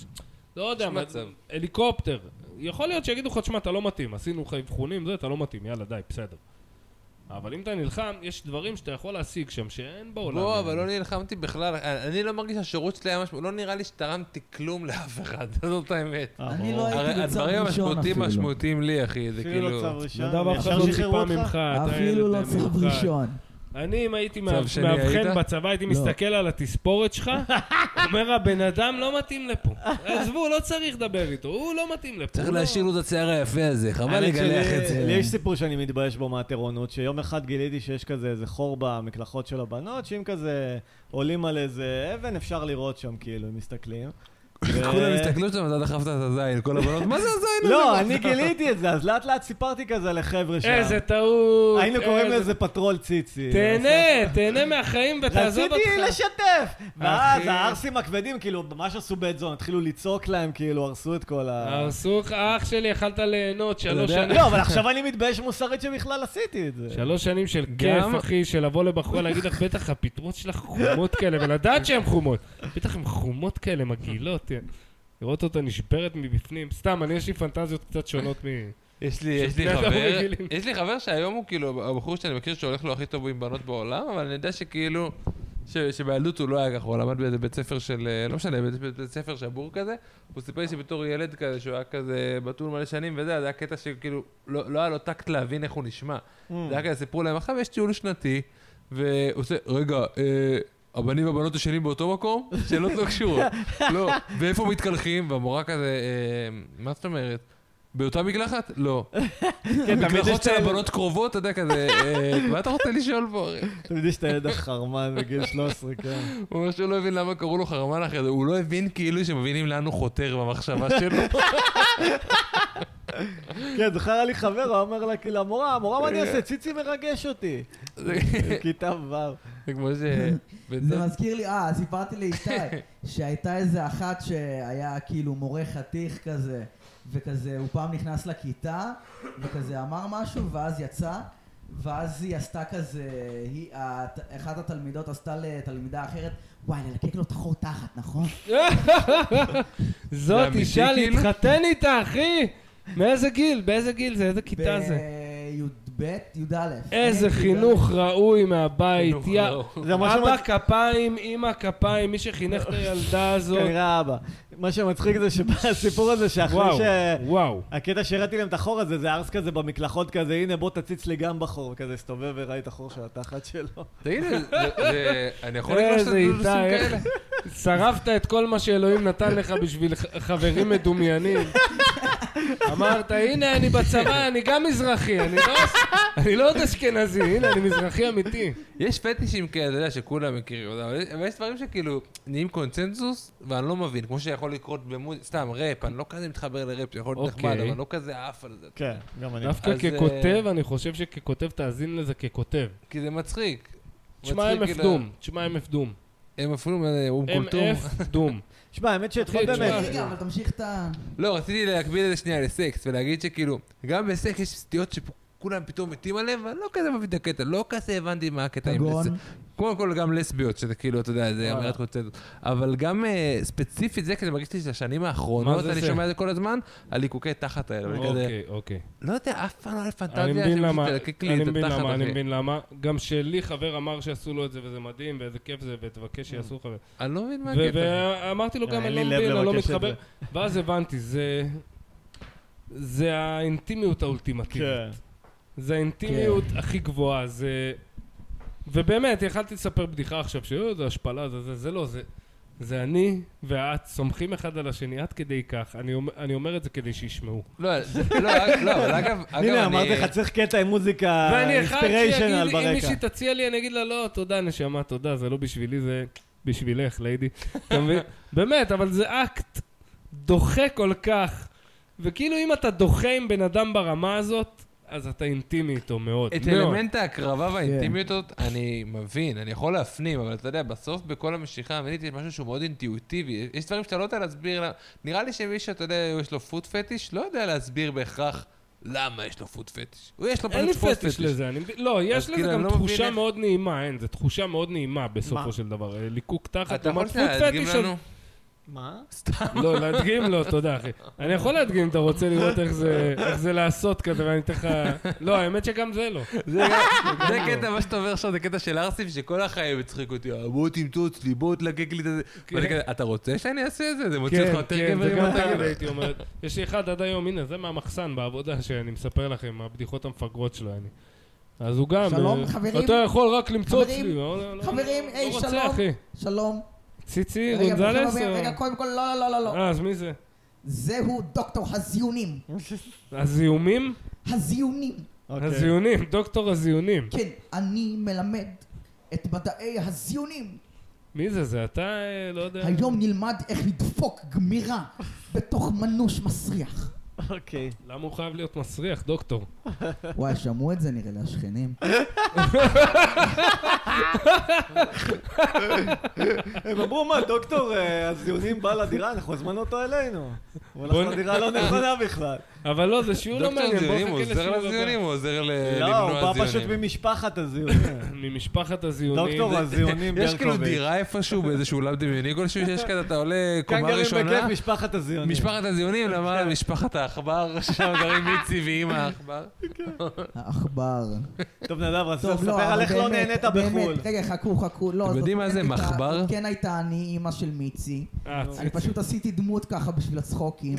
[SPEAKER 2] לא יודע,
[SPEAKER 4] יש
[SPEAKER 2] מה-
[SPEAKER 4] מצב."
[SPEAKER 2] הליקופטר. יכול להיות שיגידו לך, תשמע, אתה לא מתאים, עשינו לך אבחונים, זה, אתה לא מתאים, יאללה, די, בסדר. אבל אם אתה נלחם, יש דברים שאתה יכול להשיג שם שאין בעולם.
[SPEAKER 4] לא,
[SPEAKER 2] יעני.
[SPEAKER 4] אבל לא נלחמתי בכלל. אני לא מרגיש שהשירות שלי היה משמעות. לא נראה לי שתרמתי כלום לאף אחד, זאת האמת.
[SPEAKER 3] אה,
[SPEAKER 1] אני
[SPEAKER 3] ברור.
[SPEAKER 1] לא הייתי
[SPEAKER 4] הרי
[SPEAKER 1] בצו
[SPEAKER 4] הדברים
[SPEAKER 1] ראשון
[SPEAKER 4] המשמעותיים
[SPEAKER 1] אפילו.
[SPEAKER 4] משמעותיים לי, אחי, זה
[SPEAKER 3] אפילו
[SPEAKER 4] כאילו...
[SPEAKER 3] לא צו ראשון,
[SPEAKER 1] נדב, אף אחד
[SPEAKER 3] ישר
[SPEAKER 1] לא
[SPEAKER 3] שחררו
[SPEAKER 2] טיפה
[SPEAKER 3] אותך?
[SPEAKER 2] ממך, אתה
[SPEAKER 1] אפילו
[SPEAKER 2] ילד אה,
[SPEAKER 1] לא צריך
[SPEAKER 2] מיוחד.
[SPEAKER 1] ראשון.
[SPEAKER 2] אני, אם הייתי
[SPEAKER 4] צו
[SPEAKER 2] מאב-
[SPEAKER 4] שני
[SPEAKER 2] מאבחן
[SPEAKER 4] היית?
[SPEAKER 2] בצבא, הייתי
[SPEAKER 1] לא.
[SPEAKER 2] מסתכל על התספורת שלך, אומר, הבן אדם לא מתאים לפה. עזבו, לא צריך לדבר איתו, הוא לא מתאים לפה.
[SPEAKER 4] צריך
[SPEAKER 2] הוא לא-
[SPEAKER 4] להשאיר לו את השיער היפה הזה, חבל
[SPEAKER 3] האמת
[SPEAKER 4] לגלח
[SPEAKER 3] שלי-
[SPEAKER 4] את זה.
[SPEAKER 3] לי יש סיפור שאני מתבייש בו מהטירונות, שיום אחד גיליתי שיש כזה איזה חור במקלחות של הבנות, שאם כזה עולים על איזה אבן, אפשר לראות שם, כאילו, אם מסתכלים. ו-
[SPEAKER 4] כולם הסתכלו שם, אתה דחפת את הזין, כל הבנות, מה זה הזין הזה?
[SPEAKER 3] לא, אני גיליתי את זה, אז לאט לאט סיפרתי כזה לחבר'ה שם.
[SPEAKER 2] איזה טעות.
[SPEAKER 3] היינו קוראים
[SPEAKER 2] איזה-
[SPEAKER 3] לזה פטרול ציצי.
[SPEAKER 2] תהנה, תהנה מהחיים ותעזוב אותך.
[SPEAKER 3] רציתי לשתף! ואז
[SPEAKER 2] אחי.
[SPEAKER 3] הערסים הכבדים, כאילו, ממש עשו בית זון, התחילו לצעוק להם, כאילו, הרסו את כל ה...
[SPEAKER 2] הרסו לך, אח שלי, יכלת ליהנות שלוש
[SPEAKER 4] יודע-
[SPEAKER 2] שנים.
[SPEAKER 3] לא, אבל עכשיו אני מתבייש מוסרית שבכלל עשיתי את זה.
[SPEAKER 2] שלוש שנים של כיף,
[SPEAKER 4] גם-
[SPEAKER 2] אחי, של לבוא לבחורה, להגיד לך, בטח הפטרות שלך חומות כאלה, ולדעת שהן חומות. בטח הן חומות כאלה, מגעילות. אה. לראות אותה נשברת מבפנים. סתם, אני, יש לי פנטזיות קצת שונות מ...
[SPEAKER 4] יש לי, יש לי
[SPEAKER 2] שבני אדם
[SPEAKER 4] חבר,
[SPEAKER 2] רגילים.
[SPEAKER 4] יש לי חבר שהיום הוא כאילו הבחור שאני מכיר שהולך לו הכי טוב עם בנות בעולם, אבל אני יודע שכאילו, ש- שבילדות הוא לא היה ככה, הוא למד באיזה בית ספר של, אה, לא משנה, באיזה בית בית ספר שבור כזה, הוא סיפר לי שבתור ילד כזה, שהוא היה כזה בתול מלא שנים וזה, אז היה קטע שכאילו, לא לא היה לו טקט להבין איך הוא נשמע.
[SPEAKER 3] Mm.
[SPEAKER 4] זה היה כזה, סיפרו להם, עכשיו יש טיול שנתי, והוא עושה, רגע, אה, הבנים והבנות ישנים באותו מקום? שאלות לא קשורות. לא, ואיפה מתקלחים? והמורה כזה, אה, מה זאת אומרת? באותה מקלחת? לא.
[SPEAKER 3] כן, תמיד יש
[SPEAKER 4] מקלחות
[SPEAKER 3] את
[SPEAKER 4] של
[SPEAKER 3] הילד-
[SPEAKER 4] הבנות קרובות, אתה יודע, כזה, אה, מה אתה רוצה לשאול פה? הרי?"
[SPEAKER 3] תמיד יש את הילד החרמן בגיל 13, כן.
[SPEAKER 4] הוא אומר שהוא לא הבין למה קראו לו חרמן אחרי זה, הוא לא הבין כאילו שמבינים לאן הוא חותר במחשבה שלו.
[SPEAKER 3] כן, זוכר היה לי חבר, הוא אומר לה, כאילו, המורה, המורה, מה אני אעשה? ציצי מרגש אותי.
[SPEAKER 4] זה
[SPEAKER 3] כיתה ו'.
[SPEAKER 4] זה כמו ש...
[SPEAKER 1] זה מזכיר לי, אה, סיפרתי לאיתי, שהייתה איזה אחת שהיה כאילו מורה חתיך כזה, וכזה, הוא פעם נכנס לכיתה, וכזה אמר משהו, ואז יצא, ואז היא עשתה כזה, היא, הת- אחת התלמידות עשתה לתלמידה אחרת, וואי, ללקק לו את החור תחת, נכון?
[SPEAKER 2] זאת
[SPEAKER 4] אמיתי,
[SPEAKER 2] אישה
[SPEAKER 4] כאילו?
[SPEAKER 2] להתחתן איתה, אחי! מאיזה גיל? באיזה גיל זה? איזה כיתה זה?
[SPEAKER 1] בי"ב, י"א.
[SPEAKER 2] איזה
[SPEAKER 1] כן,
[SPEAKER 2] חינוך ראוי מהבית,
[SPEAKER 4] חינוך
[SPEAKER 2] יא...
[SPEAKER 4] ראוי.
[SPEAKER 3] זה מה
[SPEAKER 2] אבא
[SPEAKER 3] שמצ-
[SPEAKER 2] כפיים, אמא כפיים, מי שחינך את הילדה הזאת.
[SPEAKER 3] כנראה אבא. מה שמצחיק זה שבסיפור הזה, שאחרי
[SPEAKER 2] וואו,
[SPEAKER 3] ש...
[SPEAKER 2] וואו.
[SPEAKER 3] הקטע שהראיתי להם את החור הזה, זה ארס כזה במקלחות כזה, הנה בוא תציץ לי גם בחור, כזה הסתובב וראה את החור של התחת שלו.
[SPEAKER 4] תגיד, זה- זה- אני יכול לגלוש את
[SPEAKER 2] איזה
[SPEAKER 4] הדודוסים
[SPEAKER 2] אה, איתה,
[SPEAKER 4] כאלה?
[SPEAKER 2] איך... שרפת את כל מה שאלוהים נתן לך בשביל ח- חברים מדומיינים. אמרת, הנה, אני בצבא, אני גם מזרחי, אני לא, אני לא עוד אשכנזי, הנה, אני מזרחי אמיתי.
[SPEAKER 4] יש פטישים כאלה, אתה יודע, שכולם מכירים אותם, אבל יש- אבל יש דברים שכאילו נהיים קונצנזוס, ואני לא מבין, כמו שיכול לקרות במוזיקה, סתם ראפ, אני לא כזה מתחבר לראפ, שיכול להיות נחמד,
[SPEAKER 2] אוקיי.
[SPEAKER 4] אבל לא כזה עף על זה,
[SPEAKER 3] כן, גם אני.
[SPEAKER 2] דווקא
[SPEAKER 4] אז,
[SPEAKER 2] ככותב, אני חושב שככותב, תאזין לזה ככותב.
[SPEAKER 4] כי זה מצחיק.
[SPEAKER 2] תשמע,
[SPEAKER 4] מצחיק,
[SPEAKER 2] הם
[SPEAKER 3] אה,
[SPEAKER 4] כאילו,
[SPEAKER 2] אפדום, תשמע, הם אפדום.
[SPEAKER 4] הם אפילו, אה, הוא
[SPEAKER 2] הם
[SPEAKER 4] קולטום.
[SPEAKER 2] אפדום.
[SPEAKER 3] שמע, האמת שאתמול
[SPEAKER 2] אחי,
[SPEAKER 1] כן.
[SPEAKER 3] באמת...
[SPEAKER 1] רגע, אבל תמשיך את ה...
[SPEAKER 4] לא, רציתי להקביל את זה שנייה לסקס, ולהגיד שכאילו, גם בסקס יש סטיות כולם פתאום מתים עליהם, ואני לא כזה מבין את הקטע, לא כזה הבנתי מה הקטע עם
[SPEAKER 1] כגון?
[SPEAKER 4] לס... קודם כל גם לסביות, שזה כאילו, אתה יודע, זה
[SPEAKER 3] וואלה.
[SPEAKER 4] אמירת קונצנזוס. אבל גם אה, ספציפית זה, כי זה מרגיש לי שהשנים האחרונות,
[SPEAKER 2] זה
[SPEAKER 4] אני
[SPEAKER 2] זה?
[SPEAKER 4] שומע את זה כל הזמן, על ליקוקי תחת האלה. ואני כזה,
[SPEAKER 2] אוקיי, אוקיי.
[SPEAKER 4] לא יודע, אף פעם לא היה
[SPEAKER 2] אני
[SPEAKER 4] לי פנטזיה
[SPEAKER 2] מבין למה,
[SPEAKER 4] שתלקק לי
[SPEAKER 2] אני
[SPEAKER 4] את
[SPEAKER 2] מבין
[SPEAKER 4] התחת,
[SPEAKER 2] למה, אני
[SPEAKER 4] אחי.
[SPEAKER 2] מבין למה. גם שלי חבר אמר שעשו לו את זה וזה מדהים ואיזה כיף זה ותבקש שיעשו לך. ו-
[SPEAKER 4] אני לא מבין מה
[SPEAKER 2] ו-
[SPEAKER 4] הקטע.
[SPEAKER 2] ואמרתי לו
[SPEAKER 3] אה,
[SPEAKER 2] גם,
[SPEAKER 3] אין
[SPEAKER 2] אני
[SPEAKER 3] לי
[SPEAKER 2] לא
[SPEAKER 3] לב
[SPEAKER 2] מבין, אני לא
[SPEAKER 3] לבקש את
[SPEAKER 2] מתחבר. ואז הבנתי, זה... זה האינטימיות האולטימטיבית.
[SPEAKER 3] כן.
[SPEAKER 2] זה האינטימיות הכי גבוהה, זה... ובאמת, יכלתי לספר בדיחה עכשיו, שאו, זה השפלה, זה זה, זה לא, זה... זה אני ואת סומכים אחד על השני עד כדי כך. אני אומר- אני אומר את זה כדי שישמעו.
[SPEAKER 4] לא, זה- לא, אג- לא, אבל אגב, אגב,
[SPEAKER 3] הנה, אמרתי
[SPEAKER 4] אני...
[SPEAKER 3] לך, צריך קטע עם מוזיקה
[SPEAKER 2] ואני אחד
[SPEAKER 3] אינספיריישנל
[SPEAKER 2] שיגיד, אם מישהי
[SPEAKER 3] אה, ברקע.
[SPEAKER 2] תציע לי, אני אגיד לה, לא, תודה, נשמה, תודה, זה לא בשבילי, זה בשבילך, ליידי. אתה מבין? באמת, אבל זה אקט דוחה כל כך. וכאילו, אם אתה דוחה עם בן אדם ברמה הזאת, אז אתה אינטימי איתו מאוד.
[SPEAKER 4] את
[SPEAKER 2] מאוד.
[SPEAKER 4] אלמנט ההקרבה
[SPEAKER 2] כן.
[SPEAKER 4] והאינטימיות הזאת, אני מבין, אני יכול להפנים, אבל אתה יודע, בסוף בכל המשיכה המינית יש משהו שהוא מאוד אינטואיטיבי. יש דברים שאתה לא יודע להסביר, לה- נראה לי שמי שאתה יודע, יש לו פוט פטיש, לא יודע להסביר בהכרח למה יש לו פוט פטיש. הוא יש לו
[SPEAKER 2] אין לי
[SPEAKER 4] לא, פשוט פוט
[SPEAKER 2] פטיש
[SPEAKER 4] פטיש.
[SPEAKER 2] לזה, אני מבין- לא, יש
[SPEAKER 4] אז כאילו,
[SPEAKER 2] לזה
[SPEAKER 4] אני
[SPEAKER 2] גם
[SPEAKER 4] לא מבין
[SPEAKER 2] תחושה
[SPEAKER 4] איך-
[SPEAKER 2] מאוד נעימה, אין, זו תחושה מאוד נעימה
[SPEAKER 3] מה?
[SPEAKER 2] בסופו של דבר. אה, ליקוק תחת,
[SPEAKER 4] אתה יכול
[SPEAKER 2] לעומת
[SPEAKER 4] שנייה
[SPEAKER 2] food
[SPEAKER 4] להדגים
[SPEAKER 2] fetish,
[SPEAKER 4] לנו?
[SPEAKER 3] מה?
[SPEAKER 2] לא, להדגים לא, תודה אחי. אני יכול להדגים, אתה רוצה לראות איך זה- איך זה לעשות כזה, ואני אתן לך... לא, האמת שגם זה לא.
[SPEAKER 4] זה גם- זה קטע, מה שאתה אומר עכשיו, זה קטע של ארסיף, שכל החיים הצחיק אותי, "אה, בוא תמצוץ לי, בוא תלקק לי את זה. ואני כזה, אתה רוצה שאני אעשה את זה? זה מוציא אותך יותר
[SPEAKER 2] כן, זה
[SPEAKER 4] גבר
[SPEAKER 2] גם
[SPEAKER 4] אם אתה
[SPEAKER 2] תמיד
[SPEAKER 4] גבר."
[SPEAKER 2] הייתי אומר. יש לי אחד עד היום, הנה, זה מהמחסן בעבודה שאני מספר לכם, הבדיחות המפגרות שלו, אני. אז הוא גם...
[SPEAKER 1] שלום,
[SPEAKER 2] אה,
[SPEAKER 1] חברים.
[SPEAKER 2] אתה יכול רק למצוא
[SPEAKER 1] חברים.
[SPEAKER 2] אצלי. לא- לא-
[SPEAKER 1] חברים,
[SPEAKER 2] לא
[SPEAKER 1] היי,
[SPEAKER 2] רוצה,
[SPEAKER 1] שלום.
[SPEAKER 2] אחי.
[SPEAKER 1] שלום.
[SPEAKER 2] ציצי,
[SPEAKER 3] כאילו,
[SPEAKER 1] רגע,
[SPEAKER 2] גונזלס?
[SPEAKER 1] ברוכים הבאים.
[SPEAKER 2] או-
[SPEAKER 1] רגע, קודם כל, לא, לא, לא, לא, לא.
[SPEAKER 2] אה, אז מי זה?
[SPEAKER 1] זהו דוקטור הזיונים.
[SPEAKER 2] הזיהומים?
[SPEAKER 1] הזיונים.
[SPEAKER 3] אוקיי.
[SPEAKER 2] הזיונים, דוקטור הזיונים.
[SPEAKER 1] כן, אני מלמד את מדעי הזיונים.
[SPEAKER 3] אה.
[SPEAKER 2] מי זה? זה אתה? אה, לא יודע.
[SPEAKER 1] היום נלמד איך לדפוק גמירה בתוך מנוש מסריח.
[SPEAKER 3] אוקיי.
[SPEAKER 2] למה הוא חייב להיות מסריח, דוקטור?
[SPEAKER 1] וואי, שמעו את זה נראה לי השכנים.
[SPEAKER 3] הם אמרו, מה, דוקטור, אה, הזיונים בא לדירה, אנחנו הזמנו אותו אלינו. הוא הלך
[SPEAKER 2] בוא נ-
[SPEAKER 3] לדירה
[SPEAKER 4] אה,
[SPEAKER 3] לא נכונה בכלל.
[SPEAKER 2] אבל לא, זה שיעור לא
[SPEAKER 4] דוקטור
[SPEAKER 2] מעניין, בוא
[SPEAKER 4] זיונים,
[SPEAKER 2] נחכה
[SPEAKER 4] הוא עוזר
[SPEAKER 2] לשיעור הבא.
[SPEAKER 4] לזיונים, הוא עוזר ל- למנוע
[SPEAKER 3] לא,
[SPEAKER 4] זיונים.
[SPEAKER 3] הוא בא פשוט ממשפחת הזיונים.
[SPEAKER 2] ממשפחת הזיונים.
[SPEAKER 3] דוקטור
[SPEAKER 2] זה-
[SPEAKER 3] הזיונים ברקוביץ'.
[SPEAKER 4] יש כאילו דירה איפשהו באיזשהו אולם דמיוני כלשהו, שיש כזה, אתה עולה
[SPEAKER 3] כאן
[SPEAKER 4] קומה
[SPEAKER 3] גרים
[SPEAKER 4] ראשונה,
[SPEAKER 3] בכיף כן. משפחת הזיונים.
[SPEAKER 4] משפחת הזיונים, למעלה משפחת העכבר, שם גרים מיצי ואימא העכבר.
[SPEAKER 1] העכבר.
[SPEAKER 3] טוב, נדב, רצית
[SPEAKER 1] טוב, לא,
[SPEAKER 3] לספר
[SPEAKER 1] אבל
[SPEAKER 3] על איך לא
[SPEAKER 1] באמת,
[SPEAKER 3] נהנית
[SPEAKER 1] באמת,
[SPEAKER 3] בחו"ל.
[SPEAKER 1] רגע, חכו, חכו. לא,
[SPEAKER 4] אתם
[SPEAKER 1] זאת
[SPEAKER 4] יודעים מה
[SPEAKER 1] כן
[SPEAKER 4] זה
[SPEAKER 1] הייתה-
[SPEAKER 4] מחבר?
[SPEAKER 1] זאת כן הייתה אני אימא של מיצי.
[SPEAKER 2] אה,
[SPEAKER 3] אוקיי.
[SPEAKER 1] אני פשוט עשיתי דמות ככה בשביל הצחוקים.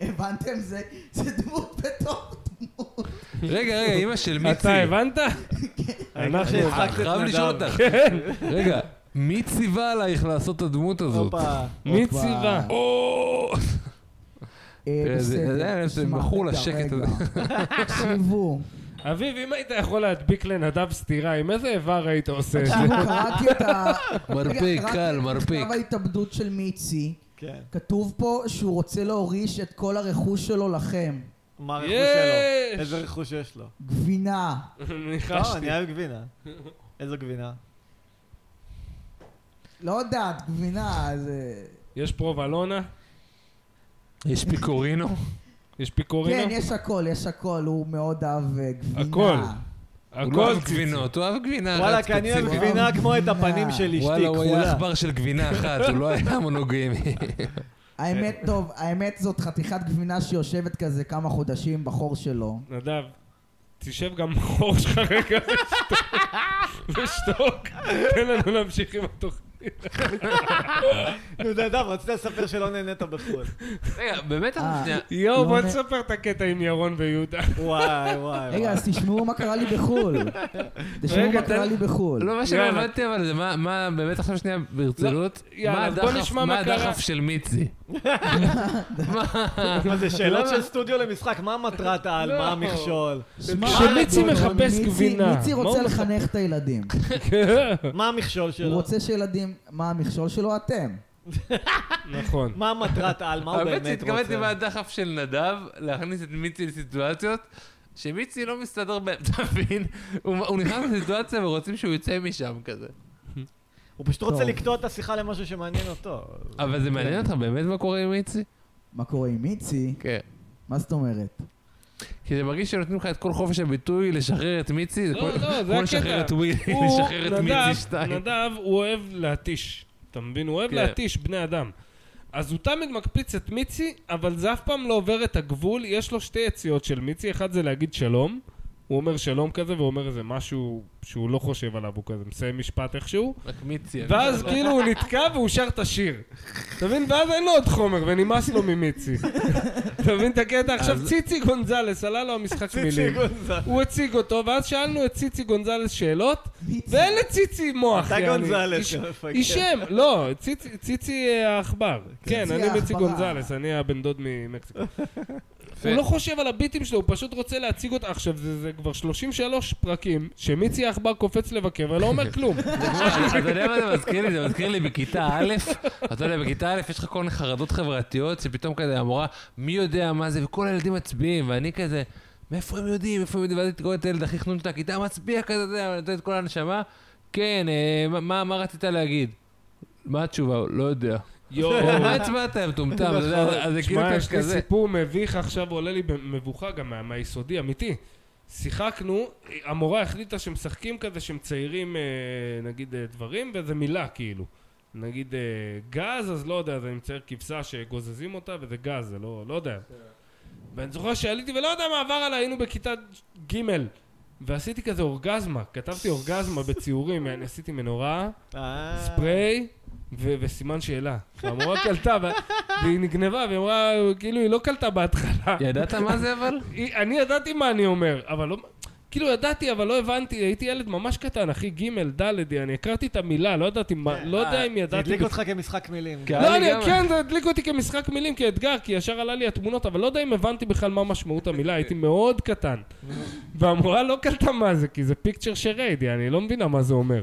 [SPEAKER 1] הבנתם? זה זה דמות בתוך דמות.
[SPEAKER 4] רגע, רגע, אימא של מיצי.
[SPEAKER 2] אתה הבנת? כן,
[SPEAKER 3] העיקר
[SPEAKER 2] אנחנו-
[SPEAKER 3] שהצחקת את
[SPEAKER 4] חייב
[SPEAKER 3] נדב.
[SPEAKER 4] לשאול אותך. רגע, מי ציווה עלייך לעשות את הדמות הזאת?
[SPEAKER 3] הופה.
[SPEAKER 2] מי
[SPEAKER 1] הופה.
[SPEAKER 2] ציווה?
[SPEAKER 4] או!
[SPEAKER 1] אה,
[SPEAKER 4] תראה, זה-
[SPEAKER 1] בסדר,
[SPEAKER 4] זה- זה
[SPEAKER 1] תשמע,
[SPEAKER 4] מכור
[SPEAKER 1] רגע,
[SPEAKER 4] לשקט
[SPEAKER 1] רגע. תקשיבו,
[SPEAKER 2] אביב, אם היית יכול להדביק לנדב סטירה, עם איזה איבר היית עושה את זה?
[SPEAKER 1] תקשיבו, קראתי את ה...
[SPEAKER 4] מרפק,
[SPEAKER 1] רגע, קראתי
[SPEAKER 4] קל,
[SPEAKER 1] את
[SPEAKER 4] מרפק.
[SPEAKER 1] כתב ההתאבדות של מיצי.
[SPEAKER 3] כן.
[SPEAKER 1] כתוב פה שהוא רוצה להוריש את כל הרכוש שלו לכם.
[SPEAKER 3] מה הרכוש
[SPEAKER 2] יש.
[SPEAKER 3] שלו? איזה רכוש יש לו?
[SPEAKER 1] גבינה.
[SPEAKER 3] לא,
[SPEAKER 2] ניחשתי.
[SPEAKER 3] אני אוהב גבינה. איזו גבינה?
[SPEAKER 1] לא יודעת, גבינה, זה...
[SPEAKER 2] יש פרובלונה?
[SPEAKER 4] יש פיקורינו?
[SPEAKER 2] יש
[SPEAKER 1] כן,
[SPEAKER 2] פיקורינה?
[SPEAKER 1] יש הכל, יש הכל, הוא מאוד אהב אה, גבינה.
[SPEAKER 2] הכל.
[SPEAKER 4] הוא לא
[SPEAKER 2] הכל
[SPEAKER 4] אוהב גבינות, הוא אוהב גבינה אחת
[SPEAKER 3] וואלה, כי אני אוהב
[SPEAKER 4] ספציפית.
[SPEAKER 3] גבינה כמו את
[SPEAKER 1] אה,
[SPEAKER 3] הפנים של אשתי,
[SPEAKER 4] אה, וואלה, הוא היה
[SPEAKER 3] כחולה.
[SPEAKER 4] עכבר של גבינה אחת, הוא לא היה מונוגמי.
[SPEAKER 1] האמת,
[SPEAKER 4] אה.
[SPEAKER 1] טוב, האמת זאת חתיכת גבינה שיושבת כזה כמה חודשים בחור שלו.
[SPEAKER 4] אה,
[SPEAKER 2] נדב, תשב גם בחור שלך רגע ושתוק. תן לנו להמשיך עם התוכנית.
[SPEAKER 3] נו, נדב, רצית לספר שלא נהנית בחו"ל.
[SPEAKER 4] רגע, באמת
[SPEAKER 1] אה.
[SPEAKER 4] אנחנו שנייה...
[SPEAKER 2] יואו,
[SPEAKER 1] לא
[SPEAKER 2] בוא
[SPEAKER 1] נ-
[SPEAKER 2] תספר את הקטע עם ירון ויהודה.
[SPEAKER 3] וואי, וואי.
[SPEAKER 1] רגע,
[SPEAKER 4] אה.
[SPEAKER 3] וואי.
[SPEAKER 1] אז תשמעו מה קרה לי בחו"ל. תשמעו
[SPEAKER 2] רגע,
[SPEAKER 1] מה קרה
[SPEAKER 2] תן-
[SPEAKER 1] לי בחו"ל.
[SPEAKER 4] לא, מה שלא
[SPEAKER 2] יאללה.
[SPEAKER 4] הבנתי, אבל זה מה- מה, באמת עכשיו שנייה, ברצינות,
[SPEAKER 2] יאללה,
[SPEAKER 4] מה
[SPEAKER 2] בוא
[SPEAKER 4] הדחף-
[SPEAKER 2] נשמע
[SPEAKER 4] מה
[SPEAKER 2] מה קרה.
[SPEAKER 4] הדחף של מיצי?
[SPEAKER 3] מה זה, שאלות
[SPEAKER 4] לא,
[SPEAKER 3] של סטודיו למשחק? מה מטרת העל?
[SPEAKER 2] לא.
[SPEAKER 3] מה המכשול?
[SPEAKER 1] שמע,
[SPEAKER 2] כשמיצי
[SPEAKER 1] אדון,
[SPEAKER 2] מחפש
[SPEAKER 1] מיצי-
[SPEAKER 2] גבינה,
[SPEAKER 1] מיצי
[SPEAKER 2] מה
[SPEAKER 1] רוצה
[SPEAKER 2] הוא מחפש?
[SPEAKER 1] לחנך את הילדים.
[SPEAKER 3] מה המכשול
[SPEAKER 1] הוא
[SPEAKER 3] שלו?
[SPEAKER 1] רוצה שילדים... מה המכשול שלו? אתם.
[SPEAKER 2] נכון.
[SPEAKER 3] מה מטרת העל? מה הוא
[SPEAKER 4] האמת
[SPEAKER 3] באמת
[SPEAKER 4] שהתכוונתי
[SPEAKER 3] רוצה?
[SPEAKER 4] מהדחף של נדב, להכניס את מיצי לסיטואציות. שמיצי לא מסתדר בהם, אתה מבין? הוא הוא נכנס לסיטואציה ורוצים שהוא יצא משם כזה.
[SPEAKER 3] הוא פשוט רוצה
[SPEAKER 1] טוב.
[SPEAKER 3] לקטוע את השיחה למשהו שמעניין אותו.
[SPEAKER 4] אבל זה מעניין אותך באמת מה קורה עם מיצי?
[SPEAKER 1] מה קורה עם מיצי?
[SPEAKER 4] כן.
[SPEAKER 1] מה זאת אומרת?
[SPEAKER 4] כי זה מרגיש שנותנים לך את כל חופש הביטוי לשחרר את מיצי, זה
[SPEAKER 2] לא,
[SPEAKER 4] כמו-
[SPEAKER 2] לא, זה
[SPEAKER 4] כמו
[SPEAKER 2] הקטע.
[SPEAKER 4] לשחרר את ווילי,
[SPEAKER 2] הוא,
[SPEAKER 4] לשחרר את
[SPEAKER 2] נדב,
[SPEAKER 4] מיצי 2.
[SPEAKER 2] נדב, הוא אוהב להתיש. אתה מבין? הוא אוהב
[SPEAKER 4] כן.
[SPEAKER 2] להתיש בני אדם. אז הוא תמיד מקפיץ את מיצי, אבל זה אף פעם לא עובר את הגבול. יש לו שתי יציאות של מיצי, אחד זה להגיד שלום. הוא אומר שלום כזה, ואומר איזה משהו שהוא לא חושב עליו, הוא כזה מסיים משפט איכשהו.
[SPEAKER 4] רק מיצי. אני
[SPEAKER 2] ואז
[SPEAKER 4] לא-
[SPEAKER 2] כאילו הוא נתקע והוא שר את השיר. אתה מבין? ואז אין לו עוד חומר, ונמאס לו ממיצי. אתה מבין את הקטע? עכשיו ציצי גונזלס, עלה לו המשחק מילים.
[SPEAKER 3] גונזלס.
[SPEAKER 2] הוא הציג אותו, ואז שאלנו את ציצי גונזלס שאלות,
[SPEAKER 1] מיצי.
[SPEAKER 2] ואין לציצי מוח,
[SPEAKER 3] אתה
[SPEAKER 2] יעני.
[SPEAKER 3] גונזלס, כן.
[SPEAKER 2] איש-
[SPEAKER 3] המפגר.
[SPEAKER 2] היא שם, לא, ציצי- ציצי אה, העכבר. כן, אני
[SPEAKER 1] ציצי
[SPEAKER 2] מיצי
[SPEAKER 1] העכברה.
[SPEAKER 2] גונזלס, אני הבן דוד ממקסיקו.
[SPEAKER 4] יפה.
[SPEAKER 2] הוא לא חושב על הביטים שלו, הוא פשוט רוצה להציג אותה. עכשיו, זה זה כבר 33 פרקים, שמיצי העכבר קופץ לבקר ולא אומר כלום.
[SPEAKER 4] אתה יודע מה זה מזכיר לי? זה מזכיר לי בכיתה א', אתה יודע, בכיתה א' יש לך כל מיני חרדות חברתיות, שפתאום כזה המורה, מי יודע מה זה, וכל הילדים מצביעים, ואני כזה, מאיפה הם יודעים, מאיפה הם יודעים, ואז הייתי קורא את הילד הכי חנון של הכיתה, מצביע כזה, אתה יודע, נותן את כל הנשמה, כן, אה, מה- מה מה רצית להגיד? מה התשובה? לא יודע.
[SPEAKER 2] יואו.
[SPEAKER 4] מה הצבעת, מטומטם? אתה יודע, אז זה כאילו
[SPEAKER 2] תשמע, יש לי
[SPEAKER 4] כזה.
[SPEAKER 2] סיפור מביך עכשיו, עולה לי במבוכה גם מה- מהיסודי, אמיתי. שיחקנו, המורה החליטה שמשחקים כזה שהם ציירים אה, נגיד אה, דברים וזה מילה כאילו. נגיד אה, גז, אז לא יודע, אז אני מצייר כבשה שגוזזים אותה וזה גז, זה לא, לא יודע.
[SPEAKER 4] כן.
[SPEAKER 2] ואני זוכר שעליתי ולא יודע מה עבר עליי, היינו בכיתה ג' ועשיתי כזה אורגזמה, כתבתי אורגזמה בציורים, אני עשיתי מנורה.
[SPEAKER 3] אה.
[SPEAKER 2] ספריי ו- וסימן שאלה. והמורה קלטה, ו- והיא נגנבה, והיא אמרה, כאילו, היא לא קלטה בהתחלה.
[SPEAKER 4] ידעת מה זה אבל?
[SPEAKER 2] היא- אני ידעתי מה אני אומר, אבל לא... כאילו ידעתי, אבל לא הבנתי, הייתי ילד ממש קטן, אחי, ג', ד', אני הכרתי את המילה, לא ידעתי מה, לא יודע אם
[SPEAKER 3] זה
[SPEAKER 2] ידעתי...
[SPEAKER 3] הדליק
[SPEAKER 2] בכ-
[SPEAKER 3] אותך כמשחק מילים.
[SPEAKER 4] כן.
[SPEAKER 2] לא,
[SPEAKER 4] היה
[SPEAKER 2] אני,
[SPEAKER 4] לי גם-
[SPEAKER 2] כן, זה הדליק אותי כמשחק מילים, כאתגר, כי ישר עלה לי התמונות, אבל לא יודע אם הבנתי בכלל מה משמעות המילה, הייתי מאוד קטן. והמורה לא קלטה מה זה, כי זה פיקצ'ר שריידי, אני לא מבינה מה זה אומר.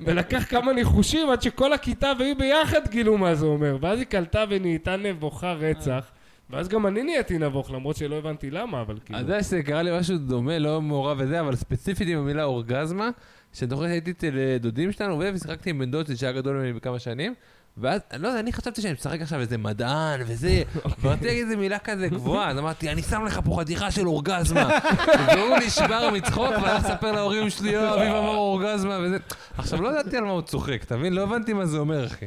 [SPEAKER 2] ולקח כמה ניחושים עד שכל הכיתה והיא ביחד גילו מה זה אומר, ואז היא קלטה ונהייתה נבוכה רצח. ואז גם אני נהייתי נבוך, למרות שלא הבנתי למה, אבל כאילו...
[SPEAKER 4] אתה יודע שזה קרה לי משהו דומה, לא מעורב וזה, אבל ספציפית עם המילה אורגזמה, שאני זוכר שהייתי אצל אה, דודים שלנו, ושיחקתי עם בן דוד שלי שהיה גדול ממני בכמה שנים, ואז, אני לא יודע, אני חשבתי שאני משחק עכשיו איזה מדען וזה, ורציתי להגיד איזה מילה כזה גבוהה, אז אמרתי, אני שם לך פה חתיכה של אורגזמה. והוא נשבר מצחוק, והלך לספר להורים שלי, "אה, אביב אמר אורגזמה וזה. עכשיו, לא ידעתי על מה הוא צוחק, אתה מבין? לא הבנתי מה זה אומר, אחי.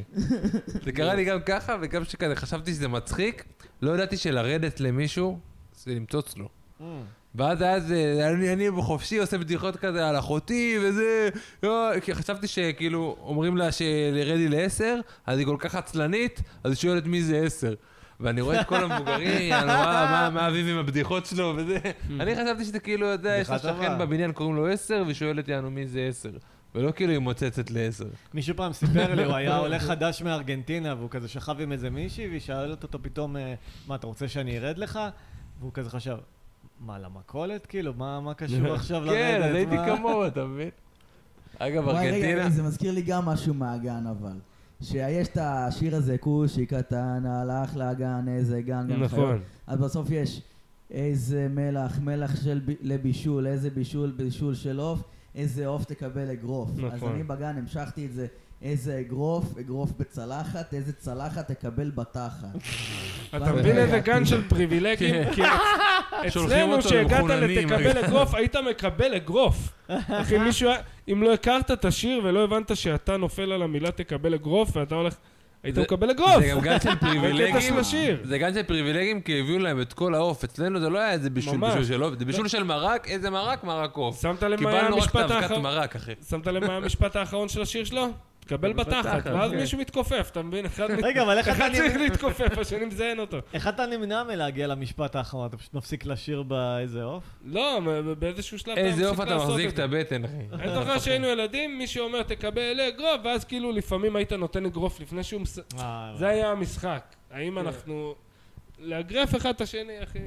[SPEAKER 4] זה קרה לי גם ככה, וגם שכזה חשבתי שזה מצחיק, לא ידעתי שלרדת למישהו, זה למצוץ לו.
[SPEAKER 3] Mm.
[SPEAKER 4] ואז אז אה, אני, אני בחופשי עושה בדיחות כזה על אחותי וזה, אה, כי חשבתי שכאילו אומרים לה שלרדי לעשר, אז היא כל כך עצלנית, אז היא שואלת מי זה עשר. ואני רואה את כל המבוגרים, אני רואה מה- מה אביב עם הבדיחות שלו וזה. אני חשבתי שזה כאילו, אתה יודע, יש לו
[SPEAKER 3] בדיחה טובה.
[SPEAKER 4] שכן בבניין, קוראים לו עשר, והיא שואלת יענו מי זה עשר. ולא כאילו היא מוצצת לעשר.
[SPEAKER 3] מישהו פעם סיפר לי, הוא היה עולה חדש מארגנטינה, והוא כזה שכב עם איזה מישהי, והיא שאלת אותו פתאום, אה, מה, אתה רוצה שאני ארד לך? והוא כזה חשב, מה, למכולת? כאילו, מה מה קשור עכשיו לרדת?
[SPEAKER 4] כן, אז הייתי
[SPEAKER 3] מה?"
[SPEAKER 4] כמוהו, אתה מבין? אגב,
[SPEAKER 1] וואי, רגע,
[SPEAKER 4] ארגנטינה...
[SPEAKER 1] זה מזכיר לי גם משהו מהגן אבל. שיש את השיר הזה, כושי קטן, הלך לגן, איזה גן, גן
[SPEAKER 2] נכון.
[SPEAKER 1] חיות. אז בסוף יש איזה מלח, מלח של ב- לבישול, איזה בישול, בישול של עוף, איזה עוף תקבל אגרוף. אז
[SPEAKER 2] נכון.
[SPEAKER 1] אני בגן המשכתי את זה, איזה אגרוף, אגרוף בצלחת, איזה צלחת תקבל בתחת.
[SPEAKER 2] אתה מבין איזה גן של פריבילגים? כאילו,
[SPEAKER 4] כן.
[SPEAKER 2] כי
[SPEAKER 4] שולחים
[SPEAKER 2] אצלנו
[SPEAKER 4] אותו
[SPEAKER 2] שהגעת
[SPEAKER 4] למחוננים.
[SPEAKER 2] לתקבל אגרוף, היית מקבל אגרוף. אחי, מישהו היה... אם לא הכרת את השיר ולא הבנת שאתה נופל על המילה תקבל אגרוף, ואתה הולך... היית
[SPEAKER 4] זה-
[SPEAKER 2] מקבל אגרוף!
[SPEAKER 4] זה גם גן של
[SPEAKER 2] בקטע
[SPEAKER 4] פריבילגים.
[SPEAKER 2] של השיר.
[SPEAKER 4] זה גן של פריבילגים כי הביאו להם את כל העוף. אצלנו זה לא היה איזה בישול
[SPEAKER 2] ממש.
[SPEAKER 4] בישול של עוף, זה בישול של מרק, איזה מרק? מרק עוף.
[SPEAKER 2] שמת לב מה היה
[SPEAKER 4] קיבלנו רק את
[SPEAKER 2] המשפט
[SPEAKER 4] האבקת
[SPEAKER 2] האחרון?
[SPEAKER 4] מרק, אחי.
[SPEAKER 2] שמת לב מה היה המשפט האחרון של השיר שלו? תקבל בתחת,
[SPEAKER 4] בתחת,
[SPEAKER 2] ואז
[SPEAKER 4] כן.
[SPEAKER 2] מישהו מתכופף, אתה מבין? אחד מת-
[SPEAKER 3] רגע, אבל איך אתה
[SPEAKER 2] אחד צריך
[SPEAKER 3] נמנע-
[SPEAKER 2] להתכופף, השני מזיין אותו.
[SPEAKER 3] איך אתה נמנע מלהגיע למשפט האחרון? אתה פשוט מפסיק לשיר באיזה עוף?
[SPEAKER 2] לא, מ- באיזשהו שלב אתה
[SPEAKER 4] איזה עוף
[SPEAKER 2] מפסיק
[SPEAKER 4] אתה
[SPEAKER 2] לעשות
[SPEAKER 4] מחזיק
[SPEAKER 2] את
[SPEAKER 4] את
[SPEAKER 2] זה.
[SPEAKER 4] הבטן, אחי.
[SPEAKER 2] אני זוכר שהיינו ילדים, מי שאומר תקבל אגרוף, ואז כאילו לפעמים היית נותן אגרוף לפני שהוא מס...
[SPEAKER 3] אה,
[SPEAKER 2] זה היה המשחק. האם
[SPEAKER 1] כן.
[SPEAKER 2] אנחנו... לאגרף אחד את השני, אחי.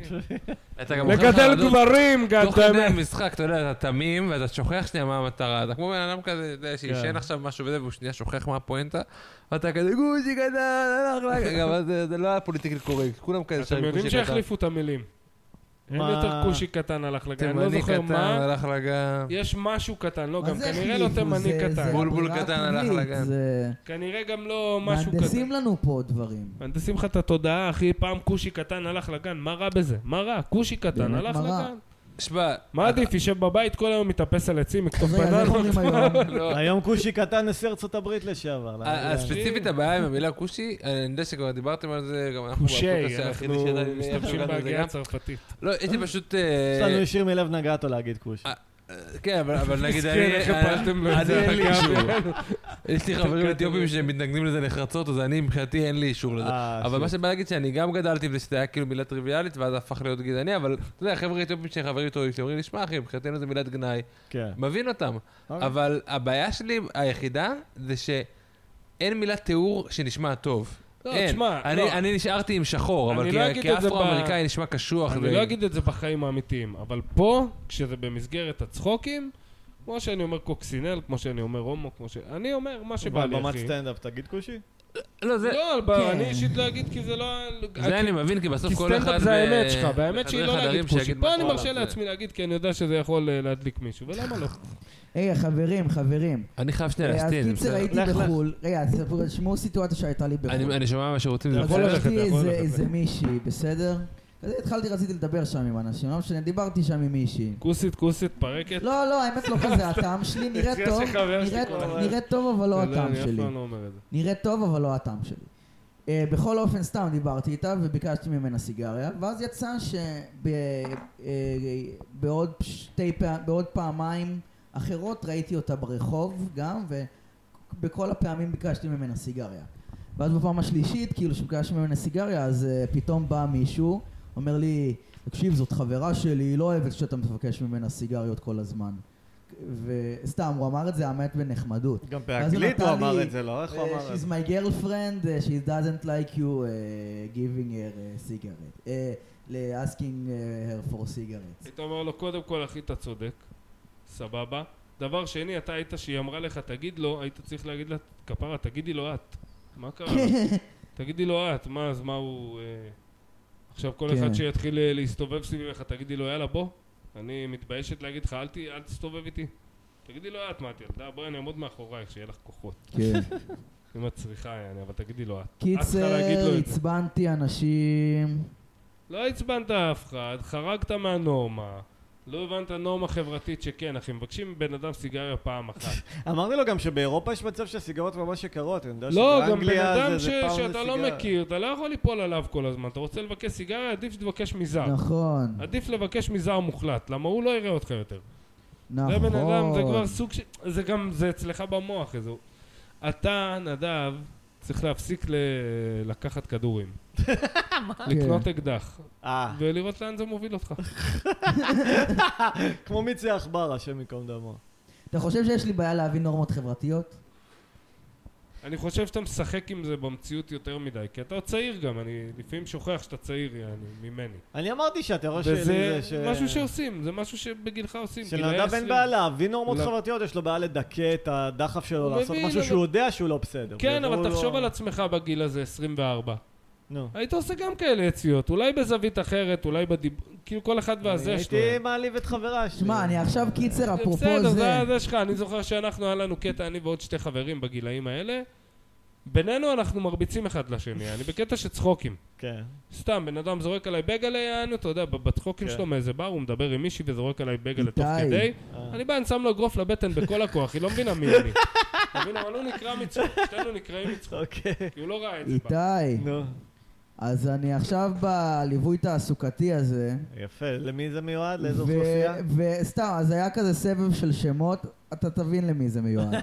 [SPEAKER 4] אתה כן, גם לא- אוכל
[SPEAKER 2] לגדל
[SPEAKER 4] חרדות.
[SPEAKER 2] גברים, גד
[SPEAKER 4] תוך כדי
[SPEAKER 2] האמת.
[SPEAKER 4] המשחק, אתה יודע, אתה תמים, ואתה שוכח שנייה מה המטרה. אתה כמו בן אדם כזה, אתה יודע,
[SPEAKER 3] כן.
[SPEAKER 4] שעישן עכשיו משהו וזה, והוא שנייה שוכח מה הפואנטה, ואתה כזה, גושי קטן, הלך, הלך. גם אז זה- זה לא היה פוליטיקלי קורקט, כולם כזה
[SPEAKER 2] אתם
[SPEAKER 4] שרים
[SPEAKER 2] יודעים
[SPEAKER 4] גושי קטן.
[SPEAKER 2] שהחליפו את המילים. אין
[SPEAKER 1] אה.
[SPEAKER 3] מה-
[SPEAKER 2] יותר כושי קטן הלך לגן, אני לא
[SPEAKER 4] תימני
[SPEAKER 2] זוכר
[SPEAKER 4] קטן
[SPEAKER 2] מה.
[SPEAKER 4] הלך לגן.
[SPEAKER 2] יש משהו קטן, לא,
[SPEAKER 1] מה
[SPEAKER 2] גם
[SPEAKER 1] זה
[SPEAKER 2] כנראה לא
[SPEAKER 1] החליפו?
[SPEAKER 2] תימני
[SPEAKER 1] זה-
[SPEAKER 2] קטן.
[SPEAKER 1] זה
[SPEAKER 4] בולבול
[SPEAKER 1] אווירה
[SPEAKER 4] קטן הלך
[SPEAKER 1] כללית,
[SPEAKER 4] לגן.
[SPEAKER 1] זה-
[SPEAKER 2] כנראה גם לא משהו קטן.
[SPEAKER 1] מהנדסים לנו פה דברים.
[SPEAKER 2] מהנדסים לך את התודעה, אחי, פעם כושי קטן הלך לגן, מה רע בזה? מה רע? כושי קטן
[SPEAKER 1] באמת,
[SPEAKER 2] הלך
[SPEAKER 1] מה רע?
[SPEAKER 2] לגן.
[SPEAKER 4] שמע,
[SPEAKER 2] מה עדיף, יישב בבית כל היום מתאפס על עצים, יקטוף
[SPEAKER 1] רגע, אז איך
[SPEAKER 2] בננות?
[SPEAKER 1] אומרים היום?
[SPEAKER 4] לא,
[SPEAKER 3] היום כושי קטן נשיא ארצות הברית לשעבר. לא,
[SPEAKER 4] אה,
[SPEAKER 3] לאללה.
[SPEAKER 4] אז ספציפית הבעיה עם המילה כושי, אני יודע שכבר דיברתם על זה, גם אנחנו
[SPEAKER 2] כושי,
[SPEAKER 4] היחידי אה,
[SPEAKER 2] אנחנו
[SPEAKER 4] שידע לי איך
[SPEAKER 2] משתמשים
[SPEAKER 4] הגענו לזה
[SPEAKER 2] בהגיעה
[SPEAKER 4] לא גם.
[SPEAKER 2] הצרפתית.
[SPEAKER 4] לא, יש לי פשוט...
[SPEAKER 3] לא יש
[SPEAKER 4] אה,
[SPEAKER 3] לנו שיר מלב נגעתו להגיד כושי.
[SPEAKER 4] אה, כן, אבל- אבל נגיד,
[SPEAKER 2] מסכן,
[SPEAKER 4] אני-
[SPEAKER 2] איך
[SPEAKER 4] אני-
[SPEAKER 2] הפלתם לו את
[SPEAKER 4] אני
[SPEAKER 2] זה
[SPEAKER 4] אין לי
[SPEAKER 2] על הגב?
[SPEAKER 4] אישור. יש לי חברים אתיופים שמתנגדים לזה נחרצות, אז אני מבחינתי אין לי אישור לזה.
[SPEAKER 3] אה,
[SPEAKER 4] אבל מה
[SPEAKER 3] שיט.
[SPEAKER 4] שבא להגיד שאני גם גדלתי עם זה שזה היה כאילו מילה טריוויאלית, ואז הפך להיות גזעני, אבל אתה יודע, חבר'ה אתיופים שהם חברים אתו, שאומרים לי, שמע אחי, מבחינתנו זה מילת גנאי,
[SPEAKER 3] כן.
[SPEAKER 4] מבין אותם.
[SPEAKER 3] אוקיי.
[SPEAKER 4] אבל הבעיה שלי היחידה זה שאין מילת תיאור שנשמע טוב.
[SPEAKER 2] לא,
[SPEAKER 4] אין.
[SPEAKER 2] תשמע,
[SPEAKER 4] אני-
[SPEAKER 2] לא.
[SPEAKER 4] אני נשארתי עם שחור,
[SPEAKER 2] אני
[SPEAKER 4] אבל
[SPEAKER 2] לא
[SPEAKER 4] כי-
[SPEAKER 2] אגיד את זה ב-
[SPEAKER 4] כאפרו-אמריקאי נשמע קשוח.
[SPEAKER 2] אני
[SPEAKER 4] ו-
[SPEAKER 2] לא אגיד את זה בחיים האמיתיים, אבל פה, כשזה במסגרת הצחוקים, כמו שאני אומר קוקסינל, כמו שאני אומר הומו, כמו ש... אני אומר מה שבא
[SPEAKER 3] אבל
[SPEAKER 2] לי,
[SPEAKER 3] במת
[SPEAKER 2] אחי.
[SPEAKER 3] סטנדאפ, תגיד כושי?
[SPEAKER 4] לא, זה...
[SPEAKER 2] לא, אבל
[SPEAKER 1] כן.
[SPEAKER 2] אני אישית לא אגיד, כי זה לא...
[SPEAKER 4] זה אני מבין, כי בסוף
[SPEAKER 2] כי
[SPEAKER 4] כל אחד...
[SPEAKER 2] סטנדאפ זה האמת שלך, והאמת שהיא לא להגיד כושי. פה אני מרשה
[SPEAKER 4] לעצמי.
[SPEAKER 2] לעצמי להגיד, כי אני יודע שזה יכול אה, להדליק מישהו, ולמה לא?
[SPEAKER 1] היי, חברים, חברים.
[SPEAKER 4] אני חייב שנייה
[SPEAKER 1] אה, אז
[SPEAKER 4] להסטין.
[SPEAKER 1] קיצר
[SPEAKER 4] בסדר.
[SPEAKER 1] הייתי
[SPEAKER 3] לך, לך.
[SPEAKER 1] בחו"ל. רגע, אז תספרו- תשמעו סיטואציה שהייתה לי בחו"ל.
[SPEAKER 4] אני אני שומע מה שרוצים.
[SPEAKER 2] אתה
[SPEAKER 4] זה
[SPEAKER 1] אז
[SPEAKER 2] יכול
[SPEAKER 4] בסדר.
[SPEAKER 2] ללכת,
[SPEAKER 1] הלכתי
[SPEAKER 2] אתה יכול
[SPEAKER 1] איזה-
[SPEAKER 2] ללכת.
[SPEAKER 1] איזה מישהי, בסדר? אז התחלתי, רציתי לדבר שם עם אנשים, לא משנה, דיברתי שם עם מישהי.
[SPEAKER 2] כוסית, כוסית, פרקת.
[SPEAKER 1] לא, לא, האמת לא כזה, הטעם שלי נראה
[SPEAKER 2] הציע
[SPEAKER 1] טוב,
[SPEAKER 2] שחבר שלי
[SPEAKER 1] נראה-
[SPEAKER 2] כל הזמן.
[SPEAKER 1] נראה טוב אבל לא הטעם
[SPEAKER 2] אני אף
[SPEAKER 1] שלי.
[SPEAKER 2] פעם לא אומר את זה.
[SPEAKER 1] נראה טוב אבל לא הטעם שלי. אה, בכל אופן סתם דיברתי איתה וביקשתי ממנה סיגריה, ואז יצא שבעוד שתי פעמים, בעוד פעמיים אחרות ראיתי אותה ברחוב גם, ובכל הפעמים ביקשתי ממנה סיגריה. ואז בפעם השלישית, כאילו שביקשתי ממנה סיגריה, אז אה, פתאום בא מישהו, אומר לי, תקשיב, זאת חברה שלי, היא לא אוהבת שאתה מבקש ממנה סיגריות כל הזמן. וסתם, הוא אמר את זה האמת בנחמדות.
[SPEAKER 3] גם
[SPEAKER 1] ואז
[SPEAKER 3] באנגלית הוא
[SPEAKER 1] נתן לי,
[SPEAKER 3] אמר את זה, לא? איך הוא
[SPEAKER 1] Uh,
[SPEAKER 3] אמר את
[SPEAKER 1] she's
[SPEAKER 3] זה?
[SPEAKER 1] my girlfriend, uh, she doesn't like you uh, giving her a cigarette. Uh, ל- asking uh, her for cigarettes.
[SPEAKER 2] היית אומר לו, קודם כל, אחי, אתה צודק, סבבה. דבר שני, אתה היית שהיא אמרה לך, תגיד לו, היית צריך להגיד לה, כפרה, תגידי לו את. מה קרה?
[SPEAKER 1] כן.
[SPEAKER 2] תגידי לו אה, את, מה, אז מה הוא... אה, עכשיו כל
[SPEAKER 1] כן.
[SPEAKER 2] אחד שיתחיל אה, להסתובב סביבך, תגידי לו, יאללה, בוא. אני מתביישת להגיד לך, אל ת- אל תסתובב איתי. תגידי לו אה, את, מה את ילדה? בואי, אני אעמוד מאחורייך, שיהיה לך כוחות.
[SPEAKER 1] כן.
[SPEAKER 2] אם את צריכה, יעני, אבל תגידי לו את. את צריכה להגיד
[SPEAKER 1] קיצר,
[SPEAKER 2] לו את זה.
[SPEAKER 1] עצבנתי אנשים.
[SPEAKER 2] לא עצבנת אף אחד, חרגת מהנורמה. לא הבנת נורמה חברתית שכן, אחי, מבקשים מבן אדם סיגריה פעם אחת.
[SPEAKER 3] אמרתי לו גם שבאירופה יש מצב שהסיגרות ממש יקרות, אני יודע
[SPEAKER 2] לא, גם בן
[SPEAKER 3] שבאנגליה
[SPEAKER 2] אדם
[SPEAKER 3] זה- זה
[SPEAKER 2] ש-
[SPEAKER 3] פאונד
[SPEAKER 2] שאתה לא
[SPEAKER 3] לסיגר.
[SPEAKER 2] מכיר, אתה לא יכול ליפול עליו כל הזמן. אתה רוצה לבקש סיגריה, עדיף שתבקש מזר.
[SPEAKER 1] נכון.
[SPEAKER 2] עדיף לבקש מזר מוחלט, למה הוא לא יראה אותך יותר.
[SPEAKER 1] נכון.
[SPEAKER 2] זה בן אדם, זה כבר סוג ש... זה גם, זה אצלך במוח, איזה... אתה, נדב, צריך להפסיק ל... לקחת כדורים. לקנות אקדח,
[SPEAKER 3] אה,
[SPEAKER 2] ולראות לאן זה מוביל אותך.
[SPEAKER 3] כמו מיצי עכבר, השם ייקום דמו.
[SPEAKER 1] אתה חושב שיש לי בעיה להבין נורמות חברתיות?
[SPEAKER 2] אני חושב שאתה משחק עם זה במציאות יותר מדי, כי אתה עוד צעיר גם, אני לפעמים שוכח שאתה צעיר, יעני, ממני.
[SPEAKER 3] אני אמרתי שהטרור שלי
[SPEAKER 2] וזה
[SPEAKER 3] זה ש...
[SPEAKER 2] משהו שעושים, זה משהו שבגילך עושים. גילאי
[SPEAKER 3] שלאדם אין
[SPEAKER 2] 20.
[SPEAKER 3] בעיה להבין נורמות
[SPEAKER 2] כאילו, לא.
[SPEAKER 3] חברתיות, יש לו בעיה לדכא את הדחף שלו,
[SPEAKER 2] הוא
[SPEAKER 3] לעשות
[SPEAKER 2] מבין,
[SPEAKER 3] משהו
[SPEAKER 2] אבל-
[SPEAKER 3] שהוא יודע שהוא לא בסדר.
[SPEAKER 2] כן,
[SPEAKER 3] והוא
[SPEAKER 2] אבל
[SPEAKER 3] לא-
[SPEAKER 2] תחשוב על עצמך בגיל הזה, 24.
[SPEAKER 3] נו.
[SPEAKER 2] היית עושה גם כאלה יציאות, אולי בזווית אחרת, אולי בדיבור, כאילו כל אחד והזה שלו.
[SPEAKER 3] הייתי מעליב את חברה שלי.
[SPEAKER 1] שמע, אני עכשיו קיצר, אפרופו
[SPEAKER 2] אה. בסדר,
[SPEAKER 1] זה...
[SPEAKER 2] זה זה שלך, אני זוכר שאנחנו, היה לנו קטע, אני ועוד שתי חברים בגילאים האלה. בינינו אנחנו מרביצים אחד לשני, אני בקטע של צחוקים.
[SPEAKER 3] כן.
[SPEAKER 2] סתם, בן אדם זורק עליי בגלה, יענו, אתה יודע, בצחוקים
[SPEAKER 3] כן.
[SPEAKER 2] שלו מאיזה בר, הוא מדבר עם מישהי וזורק עליי בגלה תוך
[SPEAKER 1] איתי.
[SPEAKER 2] כדי.
[SPEAKER 3] אה.
[SPEAKER 2] אני בא, אני שם לו אגרוף לבטן בכל הכוח, היא לא מבינה מי אני. אתה מבין, אבל הוא נקרע מצחוק, שתינו נקרעים מצחוק,
[SPEAKER 3] אוקיי.
[SPEAKER 2] כי הוא לא ראה את זה. בא.
[SPEAKER 1] איתי,
[SPEAKER 3] נו.
[SPEAKER 1] אז אני עכשיו בליווי תעסוקתי הזה.
[SPEAKER 3] יפה. למי זה מיועד? לאיזו
[SPEAKER 1] ו-
[SPEAKER 3] אוכלוסייה?
[SPEAKER 1] וסתם, אז היה כזה סבב של שמות, אתה תבין למי זה מיועד.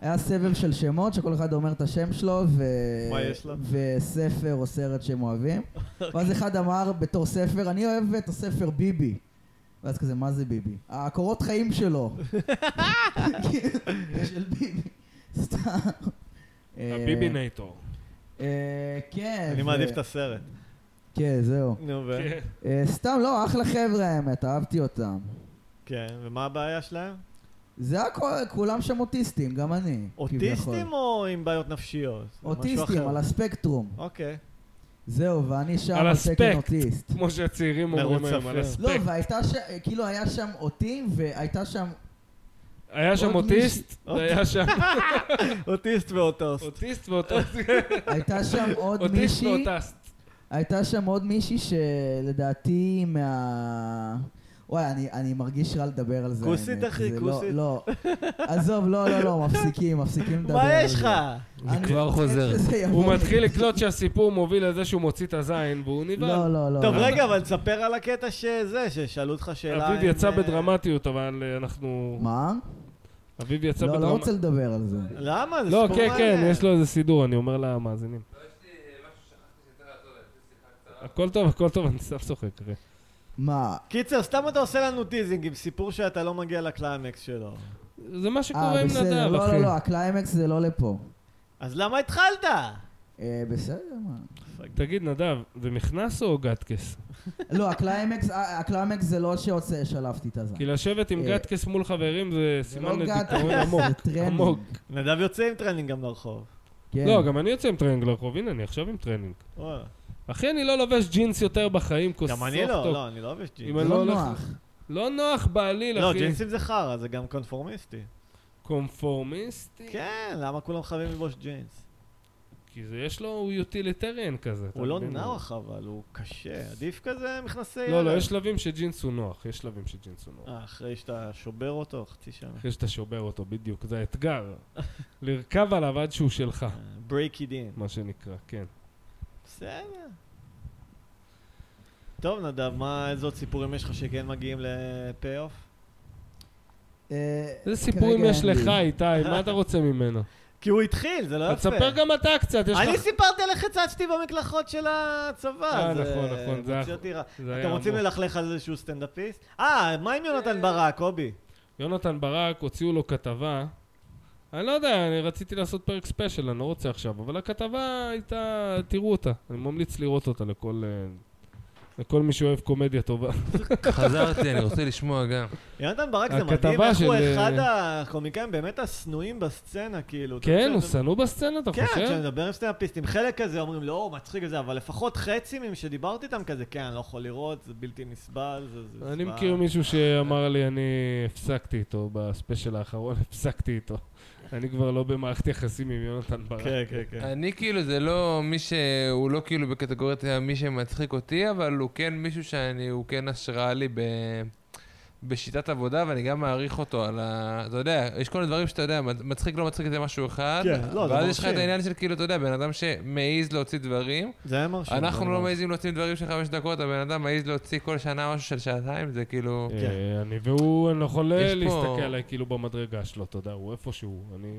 [SPEAKER 1] היה סבב של שמות שכל אחד אומר את השם שלו, ו...
[SPEAKER 3] מה יש לו? אוקיי.
[SPEAKER 1] וספר או סרט שהם אוהבים. ואז אחד אמר בתור ספר, אני אוהב את הספר ביבי. ואז כזה, מה זה ביבי? הקורות חיים שלו. של ביבי. סתם.
[SPEAKER 2] הביבי נייטור.
[SPEAKER 1] אה, אה, כן.
[SPEAKER 3] אני
[SPEAKER 1] ו-
[SPEAKER 3] מעדיף את הסרט.
[SPEAKER 1] כן, זהו.
[SPEAKER 3] נו, ו...
[SPEAKER 2] כן.
[SPEAKER 1] אה, סתם, לא, אחלה חבר'ה האמת, אהבתי אותם.
[SPEAKER 3] כן, ומה הבעיה שלהם?
[SPEAKER 1] זה הכל, כולם שם אוטיסטים, גם אני. כביכול.
[SPEAKER 3] אוטיסטים או עם בעיות נפשיות? זה משהו
[SPEAKER 1] אוטיסטים,
[SPEAKER 3] אחר.
[SPEAKER 1] על הספקטרום.
[SPEAKER 3] אוקיי.
[SPEAKER 1] זהו, ואני שם
[SPEAKER 2] על
[SPEAKER 1] על תקן
[SPEAKER 2] הספקט.
[SPEAKER 1] אוטיסט.
[SPEAKER 2] כמו שהצעירים אומרים
[SPEAKER 3] מרוץ
[SPEAKER 2] היום, על
[SPEAKER 3] צפיר.
[SPEAKER 2] הספק.
[SPEAKER 1] לא, והייתה שם, כאילו היה שם אותי, והייתה שם...
[SPEAKER 2] היה שם
[SPEAKER 1] עוד
[SPEAKER 2] אוטיסט, היה שם
[SPEAKER 3] אוטיסט ואוטוסט.
[SPEAKER 2] אוטיסט ואותו...
[SPEAKER 1] הייתה שם עוד
[SPEAKER 2] אוטיסט
[SPEAKER 1] מישהי,
[SPEAKER 2] ואוטסט.
[SPEAKER 1] הייתה שם עוד מישהי שלדעתי מה... וואי, אני, אני מרגיש רע לדבר על זה.
[SPEAKER 3] כוסית,
[SPEAKER 1] האמת.
[SPEAKER 3] אחי,
[SPEAKER 1] זה לא-
[SPEAKER 3] כוסית.
[SPEAKER 1] לא, עזוב, לא, לא, לא, מפסיקים, מפסיקים לדבר על
[SPEAKER 3] מה
[SPEAKER 1] זה.
[SPEAKER 3] יש לך?
[SPEAKER 1] אני
[SPEAKER 4] כבר
[SPEAKER 1] רוצה
[SPEAKER 4] חוזר.
[SPEAKER 1] שזה יבוא
[SPEAKER 2] הוא
[SPEAKER 1] לי.
[SPEAKER 2] מתחיל לקלוט שהסיפור מוביל לזה שהוא מוציא את הזין, והוא נבהל.
[SPEAKER 1] לא, לא, לא.
[SPEAKER 3] טוב,
[SPEAKER 1] לא.
[SPEAKER 3] רגע, אבל תספר על הקטע שזה, ששאלו אותך שאלה...
[SPEAKER 2] אביב
[SPEAKER 3] אם,
[SPEAKER 2] יצא
[SPEAKER 3] אה,
[SPEAKER 2] בדרמטיות, אבל אה, אנחנו...
[SPEAKER 1] לא. מה?
[SPEAKER 2] אביב יצא
[SPEAKER 1] לא, לא
[SPEAKER 2] בדרמטיות.
[SPEAKER 1] רוצה לדבר על זה.
[SPEAKER 3] למה? זה
[SPEAKER 2] לא,
[SPEAKER 3] ספורט
[SPEAKER 2] כן, כן,
[SPEAKER 3] מעניין.
[SPEAKER 2] יש לו איזה סידור, אני אומר למאזינים. הכל טוב, הכל טוב, אני סתם צוחק. אחי.
[SPEAKER 1] מה?
[SPEAKER 3] קיצר, סתם אתה עושה לנו טיזינג עם סיפור שאתה לא מגיע לקליימקס שלו.
[SPEAKER 2] זה מה שקורה
[SPEAKER 1] אה,
[SPEAKER 2] עם
[SPEAKER 1] בסדר,
[SPEAKER 2] נדב,
[SPEAKER 1] לא,
[SPEAKER 2] אחי.
[SPEAKER 1] לא, לא, הקליימקס זה לא לפה.
[SPEAKER 3] אז למה התחלת?
[SPEAKER 1] אה, בסדר, מה?
[SPEAKER 2] תגיד, נדב, זה מכנס או גטקס?
[SPEAKER 1] לא, הקליימקס, אה, הקליימקס זה לא שהוצא, שלפתי את הזין.
[SPEAKER 2] כי לשבת עם
[SPEAKER 1] אה,
[SPEAKER 2] גטקס מול חברים זה
[SPEAKER 1] זה לא
[SPEAKER 2] כאילו, סימן
[SPEAKER 1] גת,
[SPEAKER 2] לדיכאון עמוק.
[SPEAKER 1] זה טרנינג.
[SPEAKER 2] עמוק.
[SPEAKER 3] נדב יוצא עם טרנינג גם לרחוב.
[SPEAKER 1] כן.
[SPEAKER 2] לא, גם אני יוצא עם טרנינג לרחוב, הנה, אני עכשיו עם טרנינג.
[SPEAKER 3] וואלה.
[SPEAKER 2] אחי, אני לא לובש ג'ינס יותר בחיים, כוס
[SPEAKER 3] גם אני לא,
[SPEAKER 2] סוף-טופ.
[SPEAKER 3] לא, אני לא אוהב
[SPEAKER 2] אם
[SPEAKER 3] ג'ינס.
[SPEAKER 1] זה
[SPEAKER 2] אני
[SPEAKER 1] לא
[SPEAKER 2] הולך-
[SPEAKER 1] נוח.
[SPEAKER 2] לא נוח בעליל,
[SPEAKER 3] לא,
[SPEAKER 2] אחי.
[SPEAKER 3] ג'ינסים זה חרא, זה גם קונפורמיסטי.
[SPEAKER 2] קונפורמיסטי.
[SPEAKER 3] כן, למה כולם חייבים ללבוש ג'ינס?
[SPEAKER 2] כי זה יש לו, הוא יוטיליטריאן כזה. אתה
[SPEAKER 3] הוא לא
[SPEAKER 2] מבין?
[SPEAKER 3] נוח אבל, הוא קשה. עדיף כזה מכנסי
[SPEAKER 2] לא, לא,
[SPEAKER 3] ילד.
[SPEAKER 2] יש שלבים שג'ינס הוא נוח, יש שלבים שג'ינס הוא נוח.
[SPEAKER 3] אה, אחרי שאתה שובר אותו, חצי שנה.
[SPEAKER 2] אחרי שאתה שובר אותו, בדיוק, זה האתגר. לרכב עליו עד שהוא שלך,
[SPEAKER 3] אה, break it in.
[SPEAKER 2] מה שנקרא, כן.
[SPEAKER 3] בסדר. טוב, נדב, מה, איזה עוד סיפורים יש לך שכן מגיעים לפי-אוף?
[SPEAKER 1] אה,
[SPEAKER 2] איזה סיפורים
[SPEAKER 1] כרגע
[SPEAKER 2] יש
[SPEAKER 1] אין
[SPEAKER 2] לך,
[SPEAKER 1] לי.
[SPEAKER 2] איתי? מה אתה רוצה ממנו?
[SPEAKER 3] כי הוא התחיל, זה לא יפה.
[SPEAKER 2] תספר גם אתה קצת, יש
[SPEAKER 3] אני
[SPEAKER 2] לך...
[SPEAKER 3] סיפרתי על איך הצצתי במקלחות של הצבא.
[SPEAKER 2] אה,
[SPEAKER 3] זה
[SPEAKER 2] נכון, נכון, זה
[SPEAKER 3] מוציא
[SPEAKER 2] היה-
[SPEAKER 3] אותי רע.
[SPEAKER 2] זה היה
[SPEAKER 3] אתם רוצים
[SPEAKER 2] עמוק.
[SPEAKER 3] ללכלך על איזשהו סטנדאפיסט? אה, מה עם יונתן ברק, קובי?
[SPEAKER 2] יונתן ברק, הוציאו לו כתבה. אני לא יודע, אני רציתי לעשות פרק ספיישל, אני לא רוצה עכשיו, אבל הכתבה הייתה, תראו אותה. אני ממליץ לראות אותה לכל... אה, לכל מי שאוהב קומדיה טובה.
[SPEAKER 4] חזרתי, אני רוצה לשמוע גם.
[SPEAKER 3] יונתן ברק זה מדהים,
[SPEAKER 2] הכתבה
[SPEAKER 3] איך הוא
[SPEAKER 2] של, אה,
[SPEAKER 3] אחד הקומיקאים באמת השנואים בסצנה, כאילו. אתה
[SPEAKER 2] כן,
[SPEAKER 3] חושב
[SPEAKER 2] הוא
[SPEAKER 3] שזה-
[SPEAKER 2] שנוא בסצנה, אתה
[SPEAKER 3] כן, כשאני
[SPEAKER 2] חושב?
[SPEAKER 3] מדבר עם סטנדאפיסטים, חלק כזה אומרים, לא, הוא מצחיק וזה, אבל לפחות חצי מהם שדיברתי איתם כזה, כן, אני לא יכול לראות, זה בלתי נסבל, זה... זה
[SPEAKER 2] אני
[SPEAKER 3] זוועה."
[SPEAKER 2] מכיר מישהו שאמר לי, אני הפסקתי איתו, בספיישל האחרון הפסקתי איתו. אני כבר לא במערכת יחסים עם יונתן ברק.
[SPEAKER 3] כן, כן, כן.
[SPEAKER 4] אני כאילו, זה לא מי ש... הוא לא כאילו בקטגוריית מי שמצחיק אותי, אבל הוא כן מישהו שאני... הוא כן השראה לי ב... בשיטת עבודה, ואני גם מעריך אותו על ה... אתה יודע, יש כל מיני דברים שאתה יודע, מצחיק לא מצחיק זה משהו אחד,
[SPEAKER 3] כן, לא, זה
[SPEAKER 4] ואז יש לך את
[SPEAKER 3] מרשים.
[SPEAKER 4] העניין של כאילו, אתה יודע, בן אדם שמעז להוציא דברים,
[SPEAKER 3] זה היה מרשים. זה
[SPEAKER 4] אנחנו
[SPEAKER 3] היה
[SPEAKER 4] לא
[SPEAKER 3] מרשים.
[SPEAKER 4] מעזים להוציא דברים של חמש דקות, הבן אדם מעז להוציא כל שנה משהו של שעתיים, זה כאילו...
[SPEAKER 2] אה,
[SPEAKER 3] כן.
[SPEAKER 2] אני והוא, אני לא יכול
[SPEAKER 4] יש פה-
[SPEAKER 2] להסתכל עליי כאילו במדרגה שלו, אתה יודע, הוא איפשהו, אני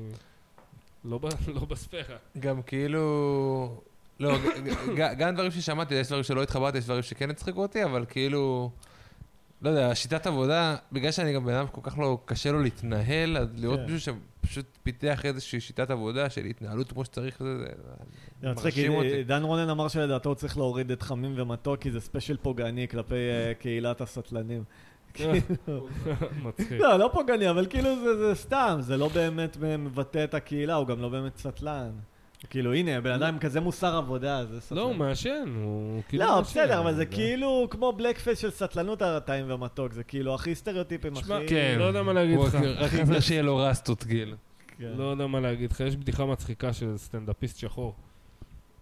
[SPEAKER 2] לא ב- לא בספירה.
[SPEAKER 4] גם כאילו... לא, ג- ג- גם דברים ששמעתי, יש דברים שלא התחברתי, יש דברים שכן הצחיקו אותי, אבל כאילו... לא יודע, שיטת עבודה, בגלל שאני גם בן אדם כל כך לא... קשה לו להתנהל, אז לראות
[SPEAKER 3] כן.
[SPEAKER 4] מישהו שפשוט פיתח איזושהי שיטת עבודה של התנהלות כמו שצריך, זה... זה-
[SPEAKER 3] זה לא, מצחיק, כי
[SPEAKER 4] מרשים אותי.
[SPEAKER 3] דן רונן אמר שלדעתו הוא צריך להוריד את חמים ומתוק, כי זה ספיישל פוגעני כלפי אה, קהילת הסטלנים. כאילו-
[SPEAKER 2] מצחיק.
[SPEAKER 3] לא, לא פוגעני, אבל כאילו זה- זה סתם, זה לא באמת מבטא את הקהילה, הוא גם לא באמת סטלן. כאילו, הנה, בן אדם עם כזה מוסר עבודה, זה סטלן.
[SPEAKER 2] לא, הוא מעשן, הוא כאילו...
[SPEAKER 3] לא,
[SPEAKER 2] מעשן,
[SPEAKER 3] בסדר, אבל זה
[SPEAKER 2] יודע.
[SPEAKER 3] כאילו כמו בלק פייס של סטלנות על הטעים ומתוק, זה כאילו הכי סטריאוטיפים, הכי...
[SPEAKER 2] שמע, כן, לא יודע מה להגיד
[SPEAKER 4] הוא
[SPEAKER 2] לך.
[SPEAKER 4] רק חסר שיהיה לו רסטות, כאילו.
[SPEAKER 3] כן.
[SPEAKER 2] לא יודע מה להגיד לך, יש בדיחה מצחיקה של סטנדאפיסט שחור.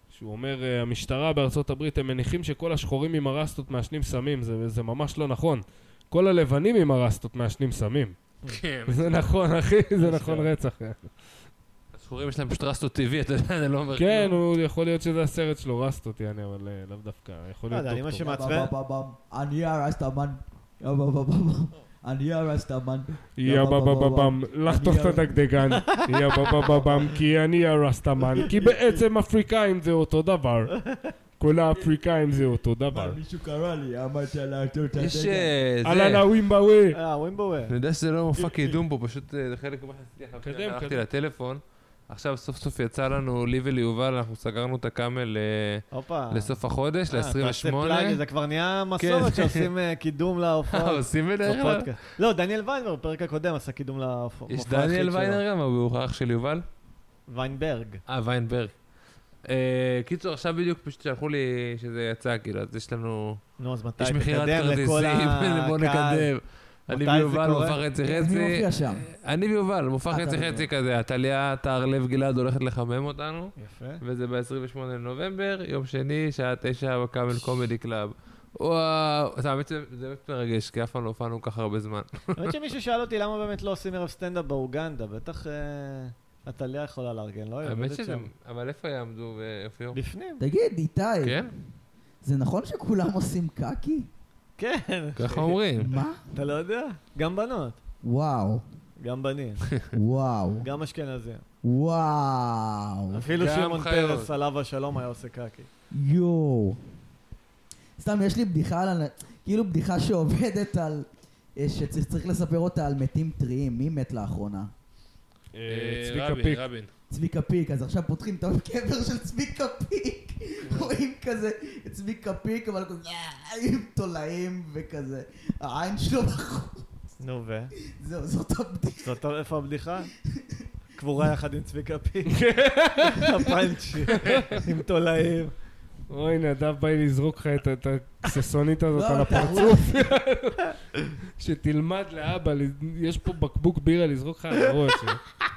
[SPEAKER 2] שהוא אומר, "אה, המשטרה בארצות הברית, הם מניחים שכל השחורים עם הרסטות מעשנים סמים, זה, זה ממש לא נכון. כל הלבנים עם הרסטות מעשנים סמים.
[SPEAKER 4] כן.
[SPEAKER 2] זה נכון, אחי, זה נכון רצח.
[SPEAKER 4] השחורים יש להם פשוט רסטות טבעי, אתה יודע, אני לא אומר...
[SPEAKER 2] כן,
[SPEAKER 4] כלום.
[SPEAKER 2] הוא יכול להיות שזה הסרט שלו, רסטות, יעני, אבל אה, לאו דווקא, יכול
[SPEAKER 3] לא יודע, אני
[SPEAKER 2] להיות
[SPEAKER 3] מה
[SPEAKER 2] דוקטור.
[SPEAKER 3] שמעצבן...
[SPEAKER 1] בבבבבם, אני הרסטמן. יבבבבם, אני הרסטמן.
[SPEAKER 2] יא בבא בבם, לחתוך את הדגדגן, יא בבא בבם, כי אני הרסטמן, כי בעצם אפריקאים זה אותו דבר. כל האפריקאים זה אותו דבר.
[SPEAKER 1] אבל מישהו קרא לי, אמרת לעצור את
[SPEAKER 4] יש...
[SPEAKER 1] הדגל.
[SPEAKER 4] אה, זה-
[SPEAKER 2] אהלן הווימבאווי.
[SPEAKER 3] אה, ווימבואה.
[SPEAKER 4] אני יודע שזה לא מופע קידום פה, פשוט אה, זה חלק ממה שעשיתי אחר כך,
[SPEAKER 2] קדם,
[SPEAKER 4] הלכתי
[SPEAKER 2] קדם.
[SPEAKER 4] לטלפון. עכשיו סוף סוף יצא לנו, לי וליובל, אנחנו סגרנו את הקאמל אה,
[SPEAKER 3] הופה.
[SPEAKER 4] לסוף החודש,
[SPEAKER 3] אה, תעשה פלאג, זה
[SPEAKER 4] ל-28.
[SPEAKER 3] כבר נהיה מסורת
[SPEAKER 4] כן.
[SPEAKER 3] שעושים אה, קידום להופעות.
[SPEAKER 4] עושים בדרך כלל?
[SPEAKER 3] בפודקאסט. לא, דניאל ויינברג, בפרק הקודם, עשה קידום להופעה.
[SPEAKER 4] יש דניאל ויינר גם, אבל הוא אח של יובל?
[SPEAKER 3] ויינברג.
[SPEAKER 4] אה, ויינברג. אה, קיצור, עכשיו בדיוק פשוט שלחו לי שזה יצא, כאילו, אז יש לנו...
[SPEAKER 3] נו, אז מתי?
[SPEAKER 4] יש מכירת
[SPEAKER 3] תקדם לכל
[SPEAKER 4] כרטיסים, בוא
[SPEAKER 3] הקהל.
[SPEAKER 4] נקדם. אני
[SPEAKER 3] מתי זה
[SPEAKER 4] ויובל,
[SPEAKER 3] קורה?
[SPEAKER 4] מופע חצי
[SPEAKER 1] מי
[SPEAKER 4] חצי.
[SPEAKER 1] מופיע שם?
[SPEAKER 4] אני ויובל, מופע
[SPEAKER 1] אה,
[SPEAKER 4] חצי
[SPEAKER 1] אתה
[SPEAKER 4] חצי כזה. הטליה טהרלב גלעד הולכת לחמם אותנו,
[SPEAKER 3] יפה.
[SPEAKER 4] וזה ב-28 לנובמבר, יום שני, שעה תשע בקאמל קומדי קלאב. וואו, זה באמת- זה באמת מרגש, כי אף פעם לא הופענו ככה הרבה זמן.
[SPEAKER 3] האמת שמישהו שאל אותי למה באמת לא עושים ערב סטנדאפ באוגנדה, בטח אה, עתליה יכולה לארגן, לא? היא
[SPEAKER 4] האמת
[SPEAKER 3] עובדת
[SPEAKER 4] שזה...
[SPEAKER 3] שם.
[SPEAKER 4] אבל איפה יעמדו ואיפה יום?
[SPEAKER 3] בפנים,
[SPEAKER 1] תגיד, איתי,
[SPEAKER 4] כן?
[SPEAKER 1] זה נכון שכולם עושים קקי?
[SPEAKER 3] כן.
[SPEAKER 4] ככה אומרים.
[SPEAKER 1] מה?
[SPEAKER 3] אתה לא יודע? גם בנות,
[SPEAKER 1] וואו,
[SPEAKER 3] גם בנים,
[SPEAKER 1] וואו,
[SPEAKER 3] גם אשכנזים.
[SPEAKER 1] וואו,
[SPEAKER 3] אפילו
[SPEAKER 4] גם
[SPEAKER 3] שמעון
[SPEAKER 4] חיות.
[SPEAKER 3] פרס, עליו השלום, היה עושה קקי.
[SPEAKER 1] יואו. סתם, יש לי בדיחה על... ה- כאילו בדיחה שעובדת על... אה, שצריך צריך לספר אותה על מתים טריים. מי מת לאחרונה?
[SPEAKER 2] אה,
[SPEAKER 4] צביקה
[SPEAKER 2] רבין,
[SPEAKER 4] פיק.
[SPEAKER 2] רבין.
[SPEAKER 1] צביקה פיק, אז עכשיו פותחים את הקבר של צביקה פיק, רואים כזה את צביקה פיק, אבל כזה "אה", עם תולעים וכזה, העין שלו בחוץ.
[SPEAKER 3] נו ו?
[SPEAKER 1] זהו, זאת הבדיחה.
[SPEAKER 3] זאת איפה הבדיחה? קבורה יחד עם צביקה פיק. הפאנצ'י, עם תולעים.
[SPEAKER 2] אוי, נדב, בא לי לזרוק לך את- את הקססונית הזאת
[SPEAKER 1] לא,
[SPEAKER 2] על
[SPEAKER 1] אתה-
[SPEAKER 2] הפרצוף. שתלמד לאבא, ל- יש פה בקבוק בירה לזרוק לך על הראש. אה.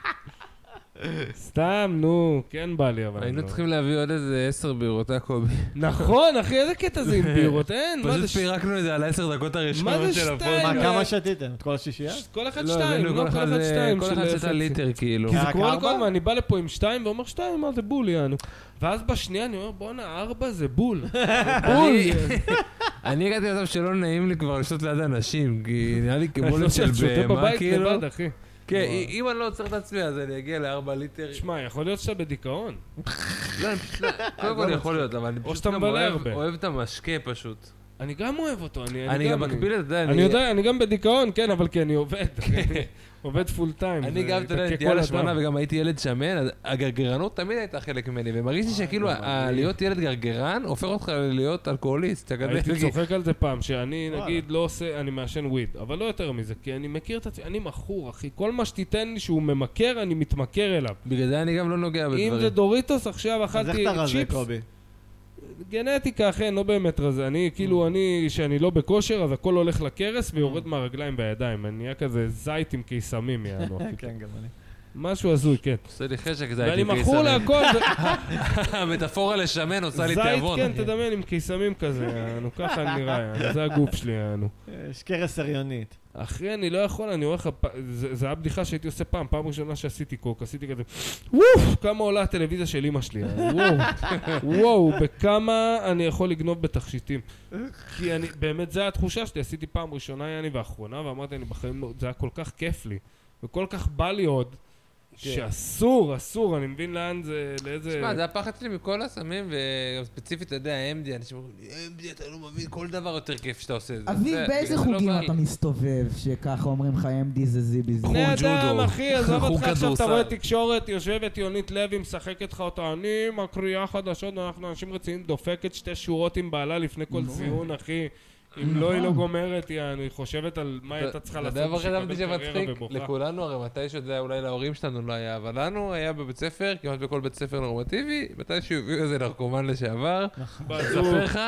[SPEAKER 2] סתם, נו, כן בא לי אבל.
[SPEAKER 4] היינו
[SPEAKER 2] לא.
[SPEAKER 4] צריכים להביא עוד איזה עשר בירות, אה קובי?
[SPEAKER 2] נכון, אחי, איזה קטע זה עם בירות, אין, מה זה
[SPEAKER 4] פשוט
[SPEAKER 2] ש...
[SPEAKER 4] פירקנו את זה על עשר דקות
[SPEAKER 2] מה זה
[SPEAKER 4] הראשונות של
[SPEAKER 2] שתיים?
[SPEAKER 4] הפרק.
[SPEAKER 3] מה,
[SPEAKER 2] אה,
[SPEAKER 3] כמה שתיתם? את כל השישייה?
[SPEAKER 2] ש- כל אחד
[SPEAKER 4] לא,
[SPEAKER 2] שתיים,
[SPEAKER 4] הבאנו,
[SPEAKER 2] לא,
[SPEAKER 4] כל אחד אה,
[SPEAKER 2] שתיים.
[SPEAKER 4] כל
[SPEAKER 2] של
[SPEAKER 4] אחד שתה
[SPEAKER 2] חצי.
[SPEAKER 4] ליטר, כאילו.
[SPEAKER 2] כי זה
[SPEAKER 3] רק
[SPEAKER 2] קורה לי
[SPEAKER 3] ארבע?
[SPEAKER 2] כל הזמן, אני בא לפה עם שתיים ואומר שתיים, מה זה בול, יענו. ואז בשנייה אני אומר, בואנה, ארבע זה בול. זה בול.
[SPEAKER 4] אני- אני הגעתי למצב שלא נעים לי כבר לשתות ליד אנשים, כי נראה לי
[SPEAKER 2] אני
[SPEAKER 4] קיבולת
[SPEAKER 2] חושב
[SPEAKER 4] של
[SPEAKER 2] שאני שותה
[SPEAKER 4] בהמה,
[SPEAKER 2] בבית
[SPEAKER 4] כאילו.
[SPEAKER 2] לבד, אחי.
[SPEAKER 4] כן, אם- אם אני לא עוצר את עצמי, אז אני אגיע לארבע ליטר.
[SPEAKER 2] שמע, יכול להיות שאתה בדיכאון.
[SPEAKER 4] לא, אני פשוט לא... קודם כל יכול להיות, אבל אני פשוט
[SPEAKER 2] שאתה
[SPEAKER 4] גם
[SPEAKER 2] מבלה
[SPEAKER 4] אוהב-
[SPEAKER 2] הרבה.
[SPEAKER 4] אוהב את המשקה פשוט.
[SPEAKER 2] אני גם אוהב אותו, אני
[SPEAKER 4] אני גם מקביל את זה,
[SPEAKER 2] אני יודע, אני גם בדיכאון, כן, אבל כי אני עובד. אני עובד פול טיים.
[SPEAKER 4] אני
[SPEAKER 2] זה
[SPEAKER 4] גם, אתה יודע,
[SPEAKER 2] תכה
[SPEAKER 4] הייתי על
[SPEAKER 2] כל
[SPEAKER 4] השמנה
[SPEAKER 2] אדם.
[SPEAKER 4] וגם הייתי ילד שמן, אז הגרגרנות תמיד הייתה חלק ממני, ומרגיש לי שכאילו,
[SPEAKER 2] גם
[SPEAKER 4] ה-
[SPEAKER 2] אני.
[SPEAKER 4] להיות ילד גרגרן הופך אותך להיות אלכוהוליסט. אתה כזה-
[SPEAKER 2] הייתי
[SPEAKER 4] כי-
[SPEAKER 2] צוחק על זה פעם, שאני
[SPEAKER 3] וואלה.
[SPEAKER 2] נגיד לא עושה, אני מעשן וויד, אבל לא יותר מזה, כי אני מכיר את עצמי, אני מכור, אחי. כל מה שתיתן לי שהוא ממכר, אני מתמכר אליו.
[SPEAKER 4] בגלל זה אני גם לא נוגע
[SPEAKER 2] אם זה
[SPEAKER 4] בדברים.
[SPEAKER 2] דוריטוס, עכשיו
[SPEAKER 3] אז איך
[SPEAKER 2] אכלתי
[SPEAKER 3] אתה רזה,
[SPEAKER 2] צ'יפס.
[SPEAKER 3] קובי?
[SPEAKER 2] גנטיקה, אכן, לא באמת רזה. אני, כאילו, אני, שאני לא בכושר, אז הכל הולך לקרס ויורד מהרגליים והידיים. אני נהיה כזה זית עם קיסמים, יענו.
[SPEAKER 3] כן, גם אני.
[SPEAKER 2] משהו הזוי, כן.
[SPEAKER 4] עושה לי חשק, זה
[SPEAKER 2] ואני
[SPEAKER 4] הייתי
[SPEAKER 2] מכור
[SPEAKER 4] קיסמים.
[SPEAKER 2] להכל, זה-
[SPEAKER 4] המטאפורה לשמן עושה לי
[SPEAKER 2] זית,
[SPEAKER 4] תיאבון.
[SPEAKER 2] כן, תדמיין עם קיסמים כזה, יענו, ככה אני נראה, יענו, זה הגוף שלי, יענו.
[SPEAKER 3] יש קרס הריונית.
[SPEAKER 2] אחי, אני לא יכול, אני אומר לך, פ- זה זה היה בדיחה שהייתי עושה פעם, פעם ראשונה שעשיתי קוק, עשיתי כזה, וואו, כמה עולה הטלוויזיה של אמא שלי, וואו, וואו, בכמה אני יכול לגנוב בתכשיטים. כי אני, באמת, זו התחושה שלי, עשיתי פעם ראשונה, יעני, ואחרונה, ואמרתי, אני בחיים לא, זה היה כל כך כיף לי, וכל כך בא לי עוד, שאסור, אסור, אני מבין לאן זה, לאיזה...
[SPEAKER 4] תשמע, זה הפחד שלי מכל הסמים, וגם ספציפית, אתה יודע, AMD, אנשים אומרים לי, AMD, אתה לא מבין, כל דבר יותר כיף שאתה עושה את זה.
[SPEAKER 1] אביב,
[SPEAKER 4] זה-
[SPEAKER 1] באיזה
[SPEAKER 4] זה לא
[SPEAKER 1] חוגים
[SPEAKER 4] בא נכון. לי.
[SPEAKER 1] אתה מסתובב שככה אומרים לך MD זה זיבי זה?
[SPEAKER 2] בני
[SPEAKER 4] חוג
[SPEAKER 2] אדם,
[SPEAKER 4] ג'ודו.
[SPEAKER 2] אחי, עזוב
[SPEAKER 4] חוג
[SPEAKER 2] אותך עכשיו, אתה
[SPEAKER 4] כדורסל.
[SPEAKER 2] רואה תקשורת, יושבת יונית לוי, משחקת לך אותה, אני מקריאה חדשות, אנחנו אנשים רציניים, דופקת שתי שורות עם בעלה לפני כל ציון, אחי. אם לא, היא לא גומרת, היא היא חושבת על מה היא הייתה צריכה
[SPEAKER 4] אה, נכון. אתה
[SPEAKER 2] לעשות
[SPEAKER 4] יודע מה חשבתי
[SPEAKER 2] בשביל לקבל קריירה
[SPEAKER 4] שמצחיק?
[SPEAKER 2] ובוכה.
[SPEAKER 4] לכולנו, הרי מתישהו, זה היה אולי להורים שלנו לא היה, אבל לנו היה בבית ספר, כמעט בכל בית ספר נורמטיבי, מתישהו הביאו איזה נרקומן לשעבר.
[SPEAKER 2] בזוג.
[SPEAKER 4] אספר לך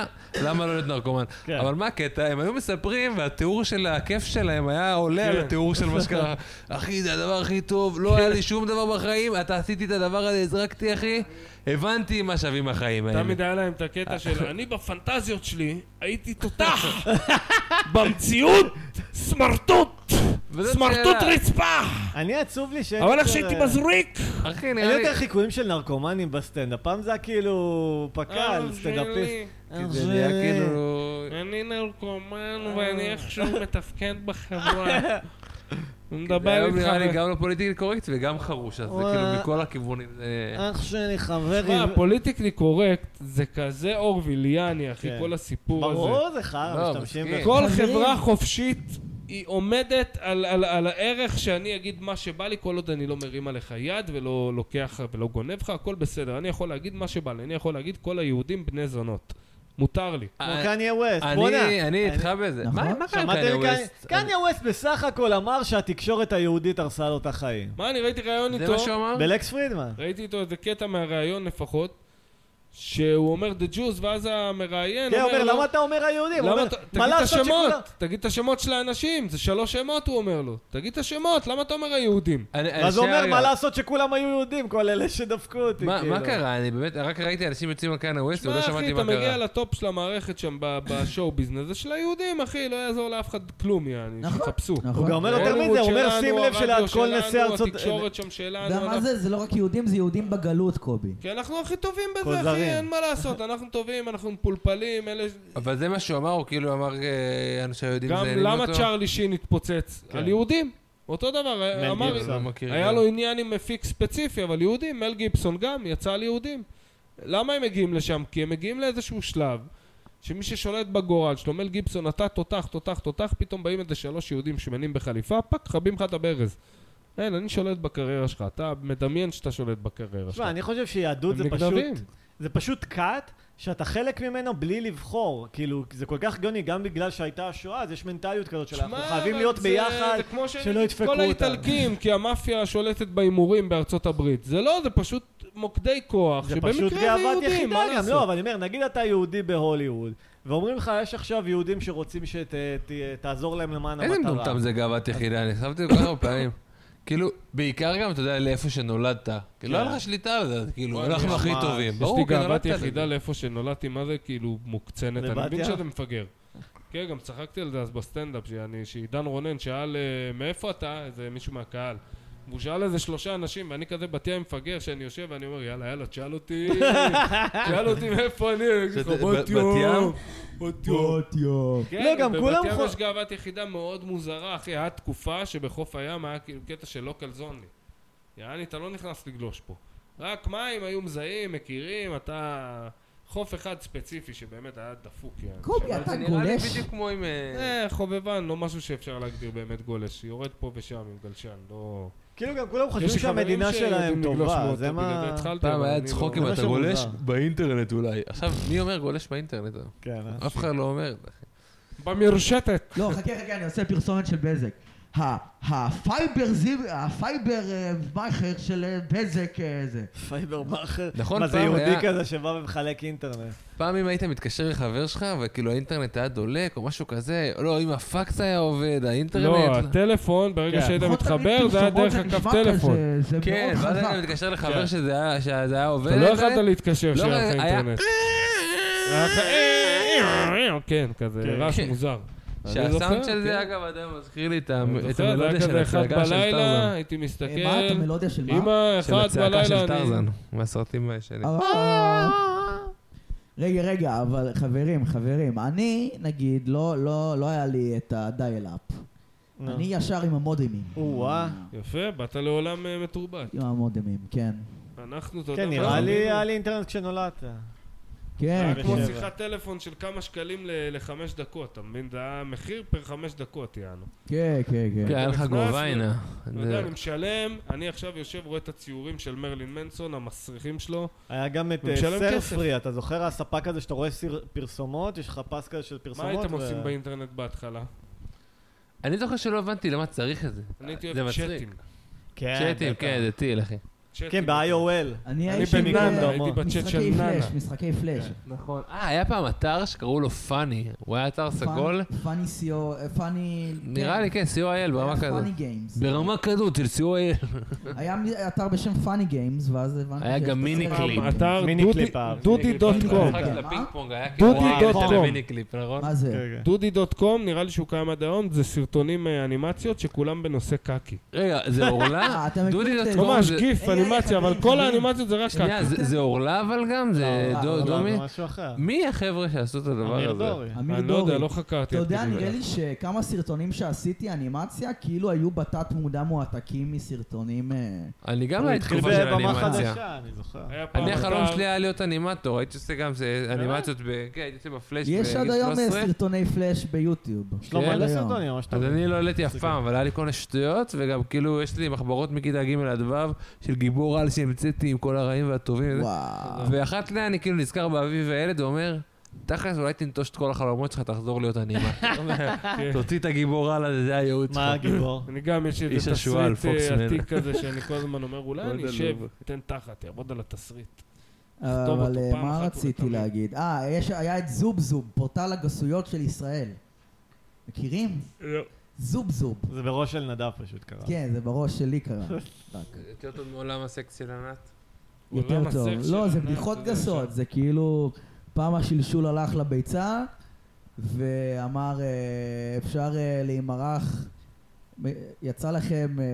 [SPEAKER 4] למה לא להיות נרקומן.
[SPEAKER 3] כן.
[SPEAKER 4] אבל מה הקטע? הם היו מספרים, והתיאור של הכיף שלהם היה עולה על
[SPEAKER 2] כן.
[SPEAKER 4] התיאור של מה שקרה. אחי, זה הדבר הכי טוב, לא היה לי שום דבר בחיים, אתה עשיתי את הדבר הזה, הזרקתי, אחי, הבנתי מה שווים החיים האלה.
[SPEAKER 2] תמיד היה להם את הקטע של אני בפנטזיות שלי הייתי תותח, במציאות סמרטוט,
[SPEAKER 4] וזאת
[SPEAKER 2] סמרטוט
[SPEAKER 4] שאלה.
[SPEAKER 2] רצפה,
[SPEAKER 3] אני עצוב לי שאין...
[SPEAKER 2] אבל
[SPEAKER 3] יותר,
[SPEAKER 2] איך שהייתי
[SPEAKER 3] אה,
[SPEAKER 2] מזריק,
[SPEAKER 4] אחי,
[SPEAKER 3] אין
[SPEAKER 4] נראה לי...
[SPEAKER 3] יותר חיקויים של נרקומנים בסטנדאפ. פעם זה היה כאילו פק"ל,
[SPEAKER 2] אח
[SPEAKER 3] סטנדאפיסט.
[SPEAKER 2] אה, שלי.
[SPEAKER 4] כי זה נהיה כאילו...
[SPEAKER 2] אני נרקומן ואני איכשהו מתפקד בחברה. הוא מדבר
[SPEAKER 4] היום
[SPEAKER 2] איתך.
[SPEAKER 4] נראה לי
[SPEAKER 2] ו-
[SPEAKER 4] גם לא פוליטיקלי קורקט וגם חרוש, אז זה
[SPEAKER 3] וואי.
[SPEAKER 4] כאילו מכל הכיוונים. זה-
[SPEAKER 3] אח שלי, חבר...
[SPEAKER 2] תשמע,
[SPEAKER 3] עם-
[SPEAKER 2] פוליטיקלי קורקט זה כזה אורוויליאני, אחי,
[SPEAKER 3] כן.
[SPEAKER 2] כל הסיפור הזה.
[SPEAKER 3] ברור, זה חרא,
[SPEAKER 4] לא,
[SPEAKER 3] משתמשים
[SPEAKER 4] מסכים.
[SPEAKER 3] בכל...
[SPEAKER 2] כל
[SPEAKER 1] חברים.
[SPEAKER 2] חברה חופשית היא עומדת על- על על הערך שאני אגיד מה שבא לי, כל עוד אני לא מרים עליך יד ולא לוקח ולא גונב לך, הכל בסדר. אני יכול להגיד מה שבא לי, אני יכול להגיד כל היהודים בני זונות. מותר לי.
[SPEAKER 3] כמו קניה ווסט,
[SPEAKER 4] אה, אני-
[SPEAKER 3] בואנה.
[SPEAKER 4] אני איתך בזה.
[SPEAKER 1] נכון.
[SPEAKER 4] מה מה קרה עם קניה
[SPEAKER 3] שמעתם?
[SPEAKER 4] ווסט?
[SPEAKER 3] קניה ווסט בסך הכל אמר שהתקשורת היהודית הרסה לו את החיים.
[SPEAKER 2] מה, כן, אני ראיתי ראיון איתו.
[SPEAKER 4] זה מה שהוא אמר?
[SPEAKER 3] בלקס פרידמן.
[SPEAKER 2] ראיתי איתו איזה קטע מהראיון לפחות, שהוא אומר The Jews, ואז המראיין
[SPEAKER 3] כן, הוא אומר,
[SPEAKER 2] לו-
[SPEAKER 3] למה אתה אומר היהודים?
[SPEAKER 2] לא-
[SPEAKER 3] הוא
[SPEAKER 2] למה
[SPEAKER 3] אומר,
[SPEAKER 2] אתה...
[SPEAKER 3] "מה
[SPEAKER 2] תגיד את
[SPEAKER 3] לעשות
[SPEAKER 2] השמות,
[SPEAKER 3] שכולם-"
[SPEAKER 2] תגיד את השמות של האנשים, זה שלוש שמות, הוא אומר לו. תגיד את השמות, למה אתה אומר היהודים?
[SPEAKER 4] אני- אני
[SPEAKER 3] ואז הוא
[SPEAKER 4] שנייה
[SPEAKER 3] אומר,
[SPEAKER 4] רגע.
[SPEAKER 3] מה לעשות שכולם היו יהודים, כל אלה שדפקו אותי,
[SPEAKER 4] מה-
[SPEAKER 3] כאילו.
[SPEAKER 4] מה קרה? אני באמת, רק ראיתי אנשים יוצאים על קאנה ווסט,
[SPEAKER 2] שמע,
[SPEAKER 4] עוד לא
[SPEAKER 2] אחי,
[SPEAKER 4] שמעתי מה
[SPEAKER 2] אתה מגיע
[SPEAKER 4] קרה.
[SPEAKER 2] לטופ של המערכת שם ב- בשואו ביזנס, זה של היהודים, אחי, לא יעזור לאף אחד כלום, יעני,
[SPEAKER 1] נכון,
[SPEAKER 2] שיחפשו.
[SPEAKER 1] נכון.
[SPEAKER 3] הוא גם אומר יותר
[SPEAKER 2] ההוליווד
[SPEAKER 3] מזה, הוא אומר,
[SPEAKER 2] אה, שלנו,
[SPEAKER 3] שים לב
[SPEAKER 2] הרדיו
[SPEAKER 3] שלכל נשיא
[SPEAKER 2] שלנו,
[SPEAKER 3] ארצות...
[SPEAKER 2] התקשורת שם שלנו.
[SPEAKER 1] אתה יודע מה
[SPEAKER 2] אנחנו-
[SPEAKER 1] זה? זה לא רק יהודים, זה יהודים בגלות, קובי.
[SPEAKER 2] כי אנחנו הכי טובים בזה, אחי,
[SPEAKER 3] כוזרים.
[SPEAKER 2] אין מה לעשות, אנחנו טובים, אנחנו מפולפלים, אלה... ש-
[SPEAKER 4] אבל זה מה שהוא אמר, הוא כאילו אמר, אה, אנשי היהודים
[SPEAKER 2] גם
[SPEAKER 4] זיינים
[SPEAKER 2] למה
[SPEAKER 4] אותו.
[SPEAKER 2] צ'רלי שין התפוצץ?
[SPEAKER 3] כן.
[SPEAKER 2] על יהודים. אותו דבר, אה,
[SPEAKER 3] מל
[SPEAKER 2] אמר,
[SPEAKER 3] גיבסון.
[SPEAKER 4] לא מכיר.
[SPEAKER 2] היה
[SPEAKER 4] גם.
[SPEAKER 2] לו עניין עם מפיק ספציפי, אבל יהודים, מל גיבסון גם, יצא על יהודים. למה הם מגיעים לשם? כי הם מגיעים לאיזשהו שלב, שמי ששולט בגורל שלו, מל גיבסון, אתה תותח, תותח, תותח, פתאום באים איזה שלוש יהודים שמנים בחליפה, פאק, מכבים לך את הברז. אין, אני שולט בקריירה שלך, אתה מדמיין שאתה שולט בקריירה שלך.
[SPEAKER 3] תשמע, אני חושב שיהדות
[SPEAKER 2] הם
[SPEAKER 3] זה פשוט...
[SPEAKER 2] נגנבים.
[SPEAKER 3] זה פשוט כת שאתה חלק ממנו בלי לבחור. כאילו, זה כל כך גאוני, גם בגלל שהייתה השואה, אז יש מנטליות כזאת של אנחנו
[SPEAKER 2] שמע,
[SPEAKER 3] חייבים
[SPEAKER 2] אבל
[SPEAKER 3] להיות
[SPEAKER 2] זה-
[SPEAKER 3] ביחד.
[SPEAKER 2] זה כמו שאני
[SPEAKER 3] שלא
[SPEAKER 2] אגיד,
[SPEAKER 3] ידפקו
[SPEAKER 2] כל
[SPEAKER 3] אותנו.
[SPEAKER 2] האיטלקים, כי המאפיה שולטת בהימורים בארצות הברית. זה לא, זה פשוט מוקדי כוח,
[SPEAKER 3] זה
[SPEAKER 2] שבמקרה
[SPEAKER 3] פשוט
[SPEAKER 2] זה
[SPEAKER 3] גאוות
[SPEAKER 2] יהודים,
[SPEAKER 3] יחידה
[SPEAKER 2] מה
[SPEAKER 3] גם, לא,
[SPEAKER 2] לעשות?
[SPEAKER 3] אבל אני אומר, נגיד אתה יהודי בהוליווד, ואומרים לך, יש עכשיו יהודים שרוצים שתעזור להם למען
[SPEAKER 4] איזה
[SPEAKER 3] המטרה.
[SPEAKER 4] מטומטם זה גאוות יחידה, אני חשבתי כל כך הרבה פעמים. כאילו, בעיקר גם, אתה יודע, לאיפה שנולדת. כאילו, לא היה לך שליטה על זה, כאילו,
[SPEAKER 3] וואי,
[SPEAKER 4] אנחנו
[SPEAKER 3] ממש.
[SPEAKER 4] הכי טובים.
[SPEAKER 2] כן. יש לי
[SPEAKER 4] ברור, כאילו, לא כי
[SPEAKER 2] גאוות
[SPEAKER 4] נולדת
[SPEAKER 2] יחידה
[SPEAKER 4] לזה.
[SPEAKER 2] לאיפה שנולדתי, מה זה כאילו מוקצנת, אני
[SPEAKER 3] לבתיה?
[SPEAKER 2] מבין שזה מפגר. כן, גם צחקתי על זה אז בסטנדאפ, שאני- שעידן רונן שאל אה, מאיפה אתה, איזה מישהו מהקהל. והוא שאל איזה שלושה אנשים, ואני כזה בתיה עם מפגר, שאני יושב ואני אומר, יאללה, יאללה, תשאל אותי, תשאל אותי מאיפה אני, אני אגיד לך, בת
[SPEAKER 4] שאת- בת- בת
[SPEAKER 2] ים,
[SPEAKER 4] ים?
[SPEAKER 2] בת ים.
[SPEAKER 1] יום.
[SPEAKER 2] כן,
[SPEAKER 3] לא, גם כולם
[SPEAKER 2] בבת ים
[SPEAKER 3] חו-
[SPEAKER 2] יש גאוות יחידה מאוד מוזרה, אחי. היה תקופה שבחוף הים היה כאילו קטע של לא קלזוני. יעני, אתה לא נכנס לגלוש פה. רק מים היו מזהים, מכירים, אתה... חוף אחד ספציפי שבאמת היה דפוק, יעני.
[SPEAKER 1] קובי,
[SPEAKER 2] שמע,
[SPEAKER 1] אתה
[SPEAKER 4] זה נראה לי
[SPEAKER 1] גולש?
[SPEAKER 4] בדיוק כמו עם... אה,
[SPEAKER 2] אה, חובבן, לא משהו שאפשר להגדיר באמת גולש. יורד פה ושם עם גלשן, לא...
[SPEAKER 3] כאילו, גם כולם חושבים
[SPEAKER 2] יש לי חברים
[SPEAKER 3] שהמדינה שלהם
[SPEAKER 2] שיודעים לגלוש
[SPEAKER 3] טובה,
[SPEAKER 2] מאוד
[SPEAKER 3] זה
[SPEAKER 2] טוב, בגלל
[SPEAKER 3] מה...
[SPEAKER 2] זה התחלתי,
[SPEAKER 4] פעם
[SPEAKER 2] אבל
[SPEAKER 4] היה
[SPEAKER 2] אני לא-
[SPEAKER 4] צחוק אם
[SPEAKER 3] זה
[SPEAKER 4] אתה
[SPEAKER 3] משהו
[SPEAKER 4] גולש
[SPEAKER 3] מוזר.
[SPEAKER 4] באינטרנט אולי. עכשיו, מי אומר גולש באינטרנט?
[SPEAKER 3] כן, אה?
[SPEAKER 4] אף אחד לא אומר. אחי.
[SPEAKER 2] במרשתת.
[SPEAKER 1] לא, חכה, חכה, אני עושה פרסומת של בזק. ה- הפייבר זיו... הפייבר אה, מאכר של אה, בזק אה, זה.
[SPEAKER 3] פייבר מאכר.
[SPEAKER 4] נכון,
[SPEAKER 3] מה זה
[SPEAKER 4] פעם
[SPEAKER 3] יהודי
[SPEAKER 4] היה-
[SPEAKER 3] כזה שבא ומחלק אינטרנט.
[SPEAKER 4] פעם אם היית מתקשר לחבר שלך, וכאילו האינטרנט היה דולק או משהו כזה, לא, אם הפקס היה עובד,
[SPEAKER 2] לא,
[SPEAKER 4] האינטרנט...
[SPEAKER 2] הטלפון, ברגע
[SPEAKER 3] כן.
[SPEAKER 2] שהיית
[SPEAKER 1] לפחות תמיד
[SPEAKER 2] מתחבר, זה היה
[SPEAKER 1] פרסומות
[SPEAKER 2] דרך הקו
[SPEAKER 1] נשמע
[SPEAKER 2] טלפון.
[SPEAKER 1] כזה, זה
[SPEAKER 4] כן,
[SPEAKER 1] מאוד
[SPEAKER 4] ואז
[SPEAKER 1] חזק.
[SPEAKER 4] היית מתקשר לחבר
[SPEAKER 2] כן.
[SPEAKER 4] שזה היה- שזה היה עובד.
[SPEAKER 2] אתה לא יכולת
[SPEAKER 4] אה?
[SPEAKER 2] להתקשר
[SPEAKER 4] לא,
[SPEAKER 2] שהיה לך
[SPEAKER 4] היה-
[SPEAKER 2] אינטרנט. היה לך אה, כן, כזה
[SPEAKER 3] כן.
[SPEAKER 2] רעש
[SPEAKER 4] כן.
[SPEAKER 2] מוזר.
[SPEAKER 4] שהסאונד של
[SPEAKER 2] כן.
[SPEAKER 4] זה, אגב, עד היום מזכיר לי את ה- את המלודיה של
[SPEAKER 2] של אחד
[SPEAKER 4] הצעקה של
[SPEAKER 2] בלילה,
[SPEAKER 4] טרזן.
[SPEAKER 2] הייתי מסתכל.
[SPEAKER 1] אה, מה, את המלודיה של מה?
[SPEAKER 2] אמא,
[SPEAKER 4] של
[SPEAKER 2] אחד
[SPEAKER 4] הצעקה
[SPEAKER 2] בלילה,
[SPEAKER 4] של
[SPEAKER 2] אני...
[SPEAKER 4] טרזן, מהסרטים הישנים.
[SPEAKER 1] אה. רגע, רגע, אבל חברים, חברים, אני, נגיד, לא, לא, לא היה לי את הדייל-אפ.
[SPEAKER 2] אה.
[SPEAKER 3] נו.
[SPEAKER 1] אני ישר עם המודמים.
[SPEAKER 3] או-אה.
[SPEAKER 2] יפה, באת לעולם אה, מתורבת.
[SPEAKER 1] עם המודמים, כן.
[SPEAKER 2] אה, אנחנו, אתה יודע,
[SPEAKER 3] כן,
[SPEAKER 2] מה,
[SPEAKER 3] נראה לי
[SPEAKER 2] חווינו.
[SPEAKER 3] היה לי אינטרנט כשנולדת.
[SPEAKER 2] זה
[SPEAKER 1] כן,
[SPEAKER 2] היה כמו
[SPEAKER 3] שבע.
[SPEAKER 2] שיחת טלפון של כמה שקלים ל- לחמש דקות, אתה מבין? זה היה מחיר פר חמש דקות, יענו.
[SPEAKER 1] כן, כן,
[SPEAKER 4] כן,
[SPEAKER 1] כן.
[SPEAKER 4] היה לך
[SPEAKER 2] נכנס,
[SPEAKER 4] גוביינה.
[SPEAKER 2] אתה יודע, אני משלם, אני עכשיו יושב, רואה את הציורים של מרלין מנסון, המסריחים שלו.
[SPEAKER 3] היה גם את
[SPEAKER 2] הוא משלם
[SPEAKER 3] סרפרי, אתה זוכר הספק הזה שאתה רואה סיר- פרסומות, יש לך פס כזה של
[SPEAKER 2] מה
[SPEAKER 3] פרסומות?
[SPEAKER 2] הייתם
[SPEAKER 3] ו-
[SPEAKER 2] עושים באינטרנט בהתחלה?
[SPEAKER 4] אני זוכר שלא הבנתי למה צריך את זה.
[SPEAKER 2] אני הייתי
[SPEAKER 4] זה
[SPEAKER 2] אוהב
[SPEAKER 4] מצחיק.
[SPEAKER 2] צ'אטים.
[SPEAKER 3] כן,
[SPEAKER 4] צ'אטים,
[SPEAKER 3] בטח.
[SPEAKER 4] כן, אה. זה טיל, אחי.
[SPEAKER 2] צ'אטים.
[SPEAKER 3] כן, ב-IOL.
[SPEAKER 1] אני
[SPEAKER 2] אני
[SPEAKER 1] הייתי
[SPEAKER 2] בננה,
[SPEAKER 3] דומה.
[SPEAKER 2] הייתי בצ'אט של
[SPEAKER 1] משחקי
[SPEAKER 2] ננה.
[SPEAKER 1] פלאש, משחקי פלאש.
[SPEAKER 4] נכון. אה, היה פעם אתר שקראו לו פאני. הוא היה אתר סגול.
[SPEAKER 1] פאני- פאני סיו, אה, פאני...
[SPEAKER 4] נראה לי, כן, COIL ברמה כזאת.
[SPEAKER 1] פאני גיימס.
[SPEAKER 4] ברמה כזאת של COIL.
[SPEAKER 1] היה מ- אתר בשם פאני גיימס, ואז הבנתי...
[SPEAKER 4] היה
[SPEAKER 1] שיש
[SPEAKER 4] גם
[SPEAKER 1] את
[SPEAKER 4] מיני
[SPEAKER 1] הסרט.
[SPEAKER 4] קליפ.
[SPEAKER 2] אתר
[SPEAKER 3] מיני
[SPEAKER 2] דודי-
[SPEAKER 3] קליפ אהבתי.
[SPEAKER 2] דודי דוט קום.
[SPEAKER 1] קליפ.
[SPEAKER 4] משחק לפינג פונג היה
[SPEAKER 2] דודי
[SPEAKER 4] כאילו
[SPEAKER 2] דוט
[SPEAKER 4] וואי,
[SPEAKER 2] קום.
[SPEAKER 4] מיני קליפ, נכון?
[SPEAKER 1] מה זה?
[SPEAKER 3] כן, כן.
[SPEAKER 2] דודי דוט קום, נראה לי שהוא קיים עד היום, זה סרטונים אה, אנימציות שכולם בנושא קקי.
[SPEAKER 4] רגע, זה
[SPEAKER 1] אה,
[SPEAKER 4] עורלה?
[SPEAKER 1] אתה מכיר
[SPEAKER 4] דודי
[SPEAKER 1] את
[SPEAKER 4] דוט
[SPEAKER 1] זה.
[SPEAKER 4] קום
[SPEAKER 2] ממש
[SPEAKER 4] זה...
[SPEAKER 2] גיף,
[SPEAKER 1] אין
[SPEAKER 2] אנימציה,
[SPEAKER 1] עליך,
[SPEAKER 2] אבל
[SPEAKER 1] אין
[SPEAKER 2] כל
[SPEAKER 1] חברים.
[SPEAKER 2] הענימציות זה רק קקי.
[SPEAKER 4] שנייה, זה זה עורלה אבל גם? זה
[SPEAKER 1] לא,
[SPEAKER 4] דו-
[SPEAKER 1] עורלה,
[SPEAKER 4] דומי?
[SPEAKER 3] זה משהו אחר.
[SPEAKER 4] מי החבר'ה שעשו את הדבר
[SPEAKER 3] לא. אמיר
[SPEAKER 4] הזה?
[SPEAKER 3] דורי.
[SPEAKER 1] אמיר
[SPEAKER 2] אני לא יודע,
[SPEAKER 1] דורי.
[SPEAKER 2] לא
[SPEAKER 1] אתה
[SPEAKER 2] חקרתי. עד
[SPEAKER 1] יודע,
[SPEAKER 2] כדי
[SPEAKER 1] נראה
[SPEAKER 2] כך.
[SPEAKER 1] לי שכמה סרטונים שעשיתי אנימציה, כאילו היו בתת מודע מועתקים מסרטונים... אה,
[SPEAKER 4] אני גם
[SPEAKER 3] הוא
[SPEAKER 4] הייתי
[SPEAKER 3] התחיל
[SPEAKER 4] תקופה של
[SPEAKER 3] בבמה
[SPEAKER 4] אנימציה.
[SPEAKER 3] כאילו חדשה, אני זוכר.
[SPEAKER 2] היה פעם
[SPEAKER 4] אני החלום
[SPEAKER 2] אתר-
[SPEAKER 4] שלי היה להיות אנימטור, הייתי עושה גם זה- אנימציות ב... כן, הייתי עושה בפלאש
[SPEAKER 1] יש עד
[SPEAKER 4] בגיל
[SPEAKER 1] היום אה,
[SPEAKER 4] 13.
[SPEAKER 1] סרטוני פלאש ביוטיוב.
[SPEAKER 3] יש לו
[SPEAKER 4] כן,
[SPEAKER 3] מלא
[SPEAKER 1] היום.
[SPEAKER 3] סרטונים, ממש טוב.
[SPEAKER 4] אז אני לא העליתי אף פעם, אבל היה לי כל מיני שטויות, וגם כאילו יש לי מחברות מכיתה ג' עד ו' של גיבור על שהמצאתי עם כל הרעים והטובים.
[SPEAKER 1] וואו.
[SPEAKER 4] ואחת לה אני כאילו נזכר באביב והילד ואומר, תכלס אולי תנטוש את כל החלומות שלך, תחזור להיות אנימה. תוציא את הגיבור על הזה, זה הייעוד שלך.
[SPEAKER 3] מה הגיבור?
[SPEAKER 2] אני גם, יש לי
[SPEAKER 4] איש
[SPEAKER 2] איזה
[SPEAKER 4] השועל,
[SPEAKER 2] תסריט אה,
[SPEAKER 4] פוקסמן.
[SPEAKER 2] עתיק כזה שאני כל הזמן אומר, אולי
[SPEAKER 4] לא
[SPEAKER 2] אני
[SPEAKER 4] יודע,
[SPEAKER 2] אשב,
[SPEAKER 4] לא.
[SPEAKER 2] אתן תחת, אעבוד על התסריט. תכתוב
[SPEAKER 1] אבל
[SPEAKER 2] אותו
[SPEAKER 1] אה,
[SPEAKER 2] פעם
[SPEAKER 1] מה
[SPEAKER 2] אחת
[SPEAKER 1] רציתי
[SPEAKER 2] ולתמיד.
[SPEAKER 1] להגיד? אה, יש- היה את זובזוב, פורטל הגסויות של ישראל. מכירים?
[SPEAKER 2] לא.
[SPEAKER 1] זובזוב.
[SPEAKER 3] זה בראש של נדב פשוט קרה.
[SPEAKER 1] כן, זה בראש שלי קרה. רק.
[SPEAKER 4] יותר טוב מעולם הסקס של ענת.
[SPEAKER 1] יותר
[SPEAKER 2] עולם הסקס
[SPEAKER 1] טוב.
[SPEAKER 2] של
[SPEAKER 1] לא, זה
[SPEAKER 2] ענת,
[SPEAKER 1] בדיחות
[SPEAKER 2] אתה יודע,
[SPEAKER 1] גסות, זה כאילו, פעם השלשול הלך לביצה, ואמר, אה, אפשר אה, להימרח, מ- יצא לכם אה,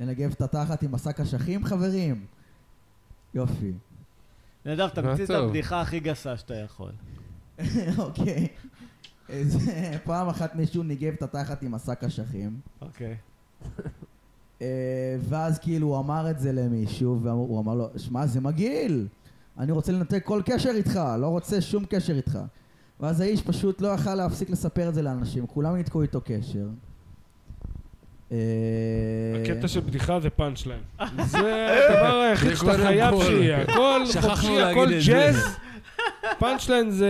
[SPEAKER 1] לנגב את התחת עם השק אשכים, חברים? יופי.
[SPEAKER 3] נדב, תמציא את
[SPEAKER 4] מה טוב.
[SPEAKER 3] הבדיחה הכי גסה שאתה יכול.
[SPEAKER 1] אוקיי. אז, אה, פעם אחת מישהו ניגב את התחת עם השק אשכים.
[SPEAKER 3] אוקיי.
[SPEAKER 1] אה, ואז כאילו הוא אמר את זה למישהו, והוא אמר לו, שמע, זה מגעיל! אני רוצה לנתק כל קשר איתך, לא רוצה שום קשר איתך. ואז האיש פשוט לא יכל להפסיק לספר את זה לאנשים, כולם ניתקו איתו קשר. אה,
[SPEAKER 2] הקטע של בדיחה זה פאנץ' ליין. זה הדבר היחיד
[SPEAKER 4] אה. זה
[SPEAKER 2] שאתה
[SPEAKER 4] קודם
[SPEAKER 2] חייב
[SPEAKER 4] כל.
[SPEAKER 2] שיהיה. הכל
[SPEAKER 4] שכחנו
[SPEAKER 2] חופשי,
[SPEAKER 4] להגיד
[SPEAKER 2] הכל
[SPEAKER 4] את זה.
[SPEAKER 2] ג'אז. פאנץ' ליין זה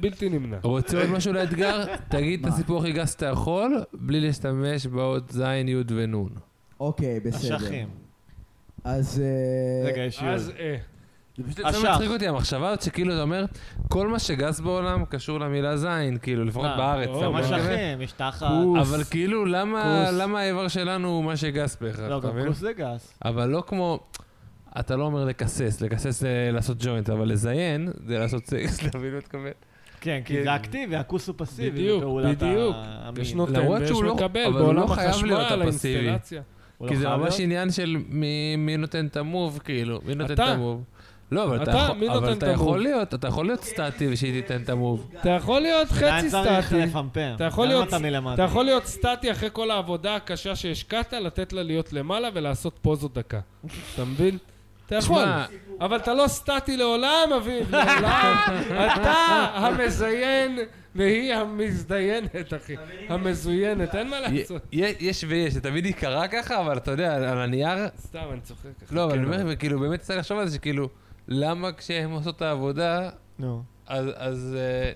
[SPEAKER 2] בלתי נמנע.
[SPEAKER 4] רוצה עוד משהו לאתגר? תגיד את
[SPEAKER 1] מה?
[SPEAKER 4] הסיפור הכי גס שאתה יכול, בלי להשתמש באות ז', י' ונ'.
[SPEAKER 1] אוקיי, בסדר.
[SPEAKER 3] אשכים.
[SPEAKER 1] אז... אה,
[SPEAKER 3] רגע, יש
[SPEAKER 2] אז
[SPEAKER 3] יוד.
[SPEAKER 2] אה.
[SPEAKER 4] זה פשוט
[SPEAKER 3] אשך.
[SPEAKER 4] זה מצחיק אותי המחשבה הזאת שכאילו אתה אומר, כל מה שגס בעולם קשור למילה זין, כאילו, לפחות
[SPEAKER 3] אה,
[SPEAKER 4] בארץ.
[SPEAKER 2] או,
[SPEAKER 4] אתה
[SPEAKER 2] מה
[SPEAKER 4] מבין?
[SPEAKER 3] אשכים, יש תחת.
[SPEAKER 4] אבל כאילו, למה
[SPEAKER 3] כוס.
[SPEAKER 4] למה האיבר שלנו הוא מה שגס בהכרח,
[SPEAKER 3] לא,
[SPEAKER 4] אתה
[SPEAKER 3] גם
[SPEAKER 4] מבין?
[SPEAKER 3] כוס זה גס.
[SPEAKER 4] אבל לא כמו... אתה לא אומר לקסס, לקסס זה לעשות ג'וינט, אבל לזיין זה לעשות סקס, אתה מבין מה מתכוון?
[SPEAKER 3] כן,
[SPEAKER 4] כן.
[SPEAKER 3] כי זה אקטיבי, הכוס הוא פסיבי.
[SPEAKER 2] בדיוק,
[SPEAKER 3] בפעולת
[SPEAKER 2] בדיוק.
[SPEAKER 3] המין.
[SPEAKER 2] יש נותן
[SPEAKER 4] למרות
[SPEAKER 2] ויש
[SPEAKER 4] שהוא לא-
[SPEAKER 2] מקבל,
[SPEAKER 4] אבל הוא
[SPEAKER 2] בעולם
[SPEAKER 4] לא חייב להיות
[SPEAKER 2] החשמל,
[SPEAKER 4] הפסיבי.
[SPEAKER 2] האינסטלציה.
[SPEAKER 3] הוא לא
[SPEAKER 4] כי זה
[SPEAKER 3] חייב
[SPEAKER 4] ממש
[SPEAKER 3] להיות?
[SPEAKER 4] עניין של מי, מי נותן את המוב, כאילו, מי נותן
[SPEAKER 2] אתה.
[SPEAKER 4] את המוב. לא, אבל אתה,
[SPEAKER 2] אתה,
[SPEAKER 4] יכול-
[SPEAKER 2] מי
[SPEAKER 4] אבל
[SPEAKER 2] נותן
[SPEAKER 4] אתה
[SPEAKER 2] את
[SPEAKER 4] יכול
[SPEAKER 2] המוב?
[SPEAKER 4] להיות, אתה יכול להיות סטטי ושהיא תיתן את המוב.
[SPEAKER 2] אתה יכול להיות חצי
[SPEAKER 3] עדיין צריך
[SPEAKER 2] סטטי.
[SPEAKER 3] לפמפם.
[SPEAKER 2] אתה יכול
[SPEAKER 3] גם
[SPEAKER 2] להיות-
[SPEAKER 3] אתה מלמטה.
[SPEAKER 2] אתה יכול להיות סטטי אחרי כל העבודה הקשה שהשקעת, לתת לה להיות למעלה ולעשות פוזות דקה. אתה מבין? אתה יכול.
[SPEAKER 4] תשמע,
[SPEAKER 2] אבל אתה לא סטטי לעולם, אביב, לעולם. אתה המזיין והיא המזדיינת, אחי. המזוינת, אין מה
[SPEAKER 4] י-
[SPEAKER 2] לעשות.
[SPEAKER 4] י- יש ויש, זה תמיד ייקרא ככה, אבל אתה יודע, על- על הנייר...
[SPEAKER 2] סתם, אני צוחק. אחי.
[SPEAKER 4] לא, אבל אני
[SPEAKER 2] כן,
[SPEAKER 4] אומר, וכאילו, באמת צריך לחשוב על זה, שכאילו, למה כשהן עושות את העבודה,
[SPEAKER 3] נו.
[SPEAKER 4] אז... אז אה,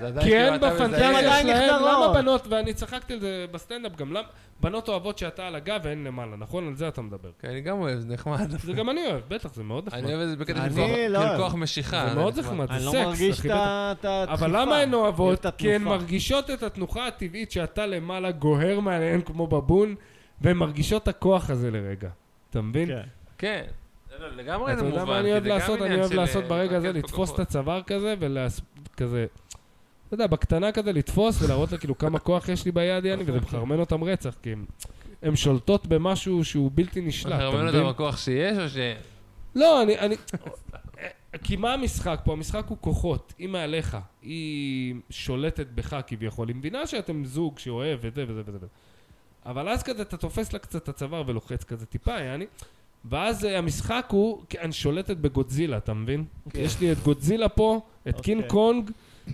[SPEAKER 4] זה עדיין
[SPEAKER 2] כי
[SPEAKER 4] כאילו
[SPEAKER 2] הם
[SPEAKER 4] אתה מזיין.
[SPEAKER 2] כן, בפנטזיה
[SPEAKER 3] עדיין
[SPEAKER 2] שלהם,
[SPEAKER 3] נחתרות.
[SPEAKER 2] למה בנות, ואני צחקתי על זה בסטנדאפ גם, למה בנות אוהבות שאתה על הגב ואין למעלה, נכון? על זה אתה מדבר.
[SPEAKER 4] כן, אני גם אוהב, זה נחמד.
[SPEAKER 2] זה גם אני אוהב, בטח, זה מאוד
[SPEAKER 4] אני
[SPEAKER 2] נחמד.
[SPEAKER 4] אוהב את זה בקטע של
[SPEAKER 3] אני
[SPEAKER 4] כוח-
[SPEAKER 3] לא
[SPEAKER 4] של
[SPEAKER 3] אוהב.
[SPEAKER 4] כוח משיכה.
[SPEAKER 2] זה מאוד נחמד, זה
[SPEAKER 3] אני לא
[SPEAKER 2] סקס,
[SPEAKER 3] מרגיש
[SPEAKER 2] אחי,
[SPEAKER 3] את
[SPEAKER 2] בטח.
[SPEAKER 3] ה- את הדחיפה.
[SPEAKER 2] אבל למה הן
[SPEAKER 3] את
[SPEAKER 2] אוהבות? כי הן
[SPEAKER 3] התנופה.
[SPEAKER 2] מרגישות את התנוחה הטבעית שאתה למעלה גוהר מעליהן כמו בבון, והן מרגישות את הכוח הזה לרגע. אתה מבין?
[SPEAKER 3] כן.
[SPEAKER 4] כן. לא, לא, לגמרי
[SPEAKER 2] אתה
[SPEAKER 4] זה
[SPEAKER 2] יודע
[SPEAKER 4] מובן.
[SPEAKER 2] מה אני
[SPEAKER 4] כי
[SPEAKER 2] אוהב
[SPEAKER 4] זה גם
[SPEAKER 2] לעשות? אני
[SPEAKER 4] עניין
[SPEAKER 2] אוהב
[SPEAKER 4] של,
[SPEAKER 2] לעשות
[SPEAKER 4] אה,
[SPEAKER 2] ברגע הזה,
[SPEAKER 4] לרכז פה
[SPEAKER 2] לתפוס את
[SPEAKER 4] כוחות.
[SPEAKER 2] הצוואר כזה, וכזה... אתה יודע, בקטנה כזה לתפוס ולהראות לה כאילו כמה כוח יש לי ביד, יעני,
[SPEAKER 4] אוקיי.
[SPEAKER 2] וזה מחרמן אותם רצח, כי הן- הן שולטות במשהו שהוא בלתי נשלט, אתה
[SPEAKER 4] אתה מבין
[SPEAKER 2] מבין?
[SPEAKER 4] אותם הכוח שיש, או ש...
[SPEAKER 2] לא, אני... אני... כי מה המשחק פה? המשחק הוא כוחות. היא מעליך, היא שולטת בך כביכול. היא מבינה שאתם זוג שאוהב וזה וזה וזה. וזה. אבל אז כזה אתה תופס לה קצת את הצוואר ולוחץ כזה טיפה, יעני. ואז אה, המשחק הוא, כי אני שולטת בגודזילה, אתה מבין? יש לי את גודזילה פה, את
[SPEAKER 3] אוקיי.
[SPEAKER 2] קינג קונג,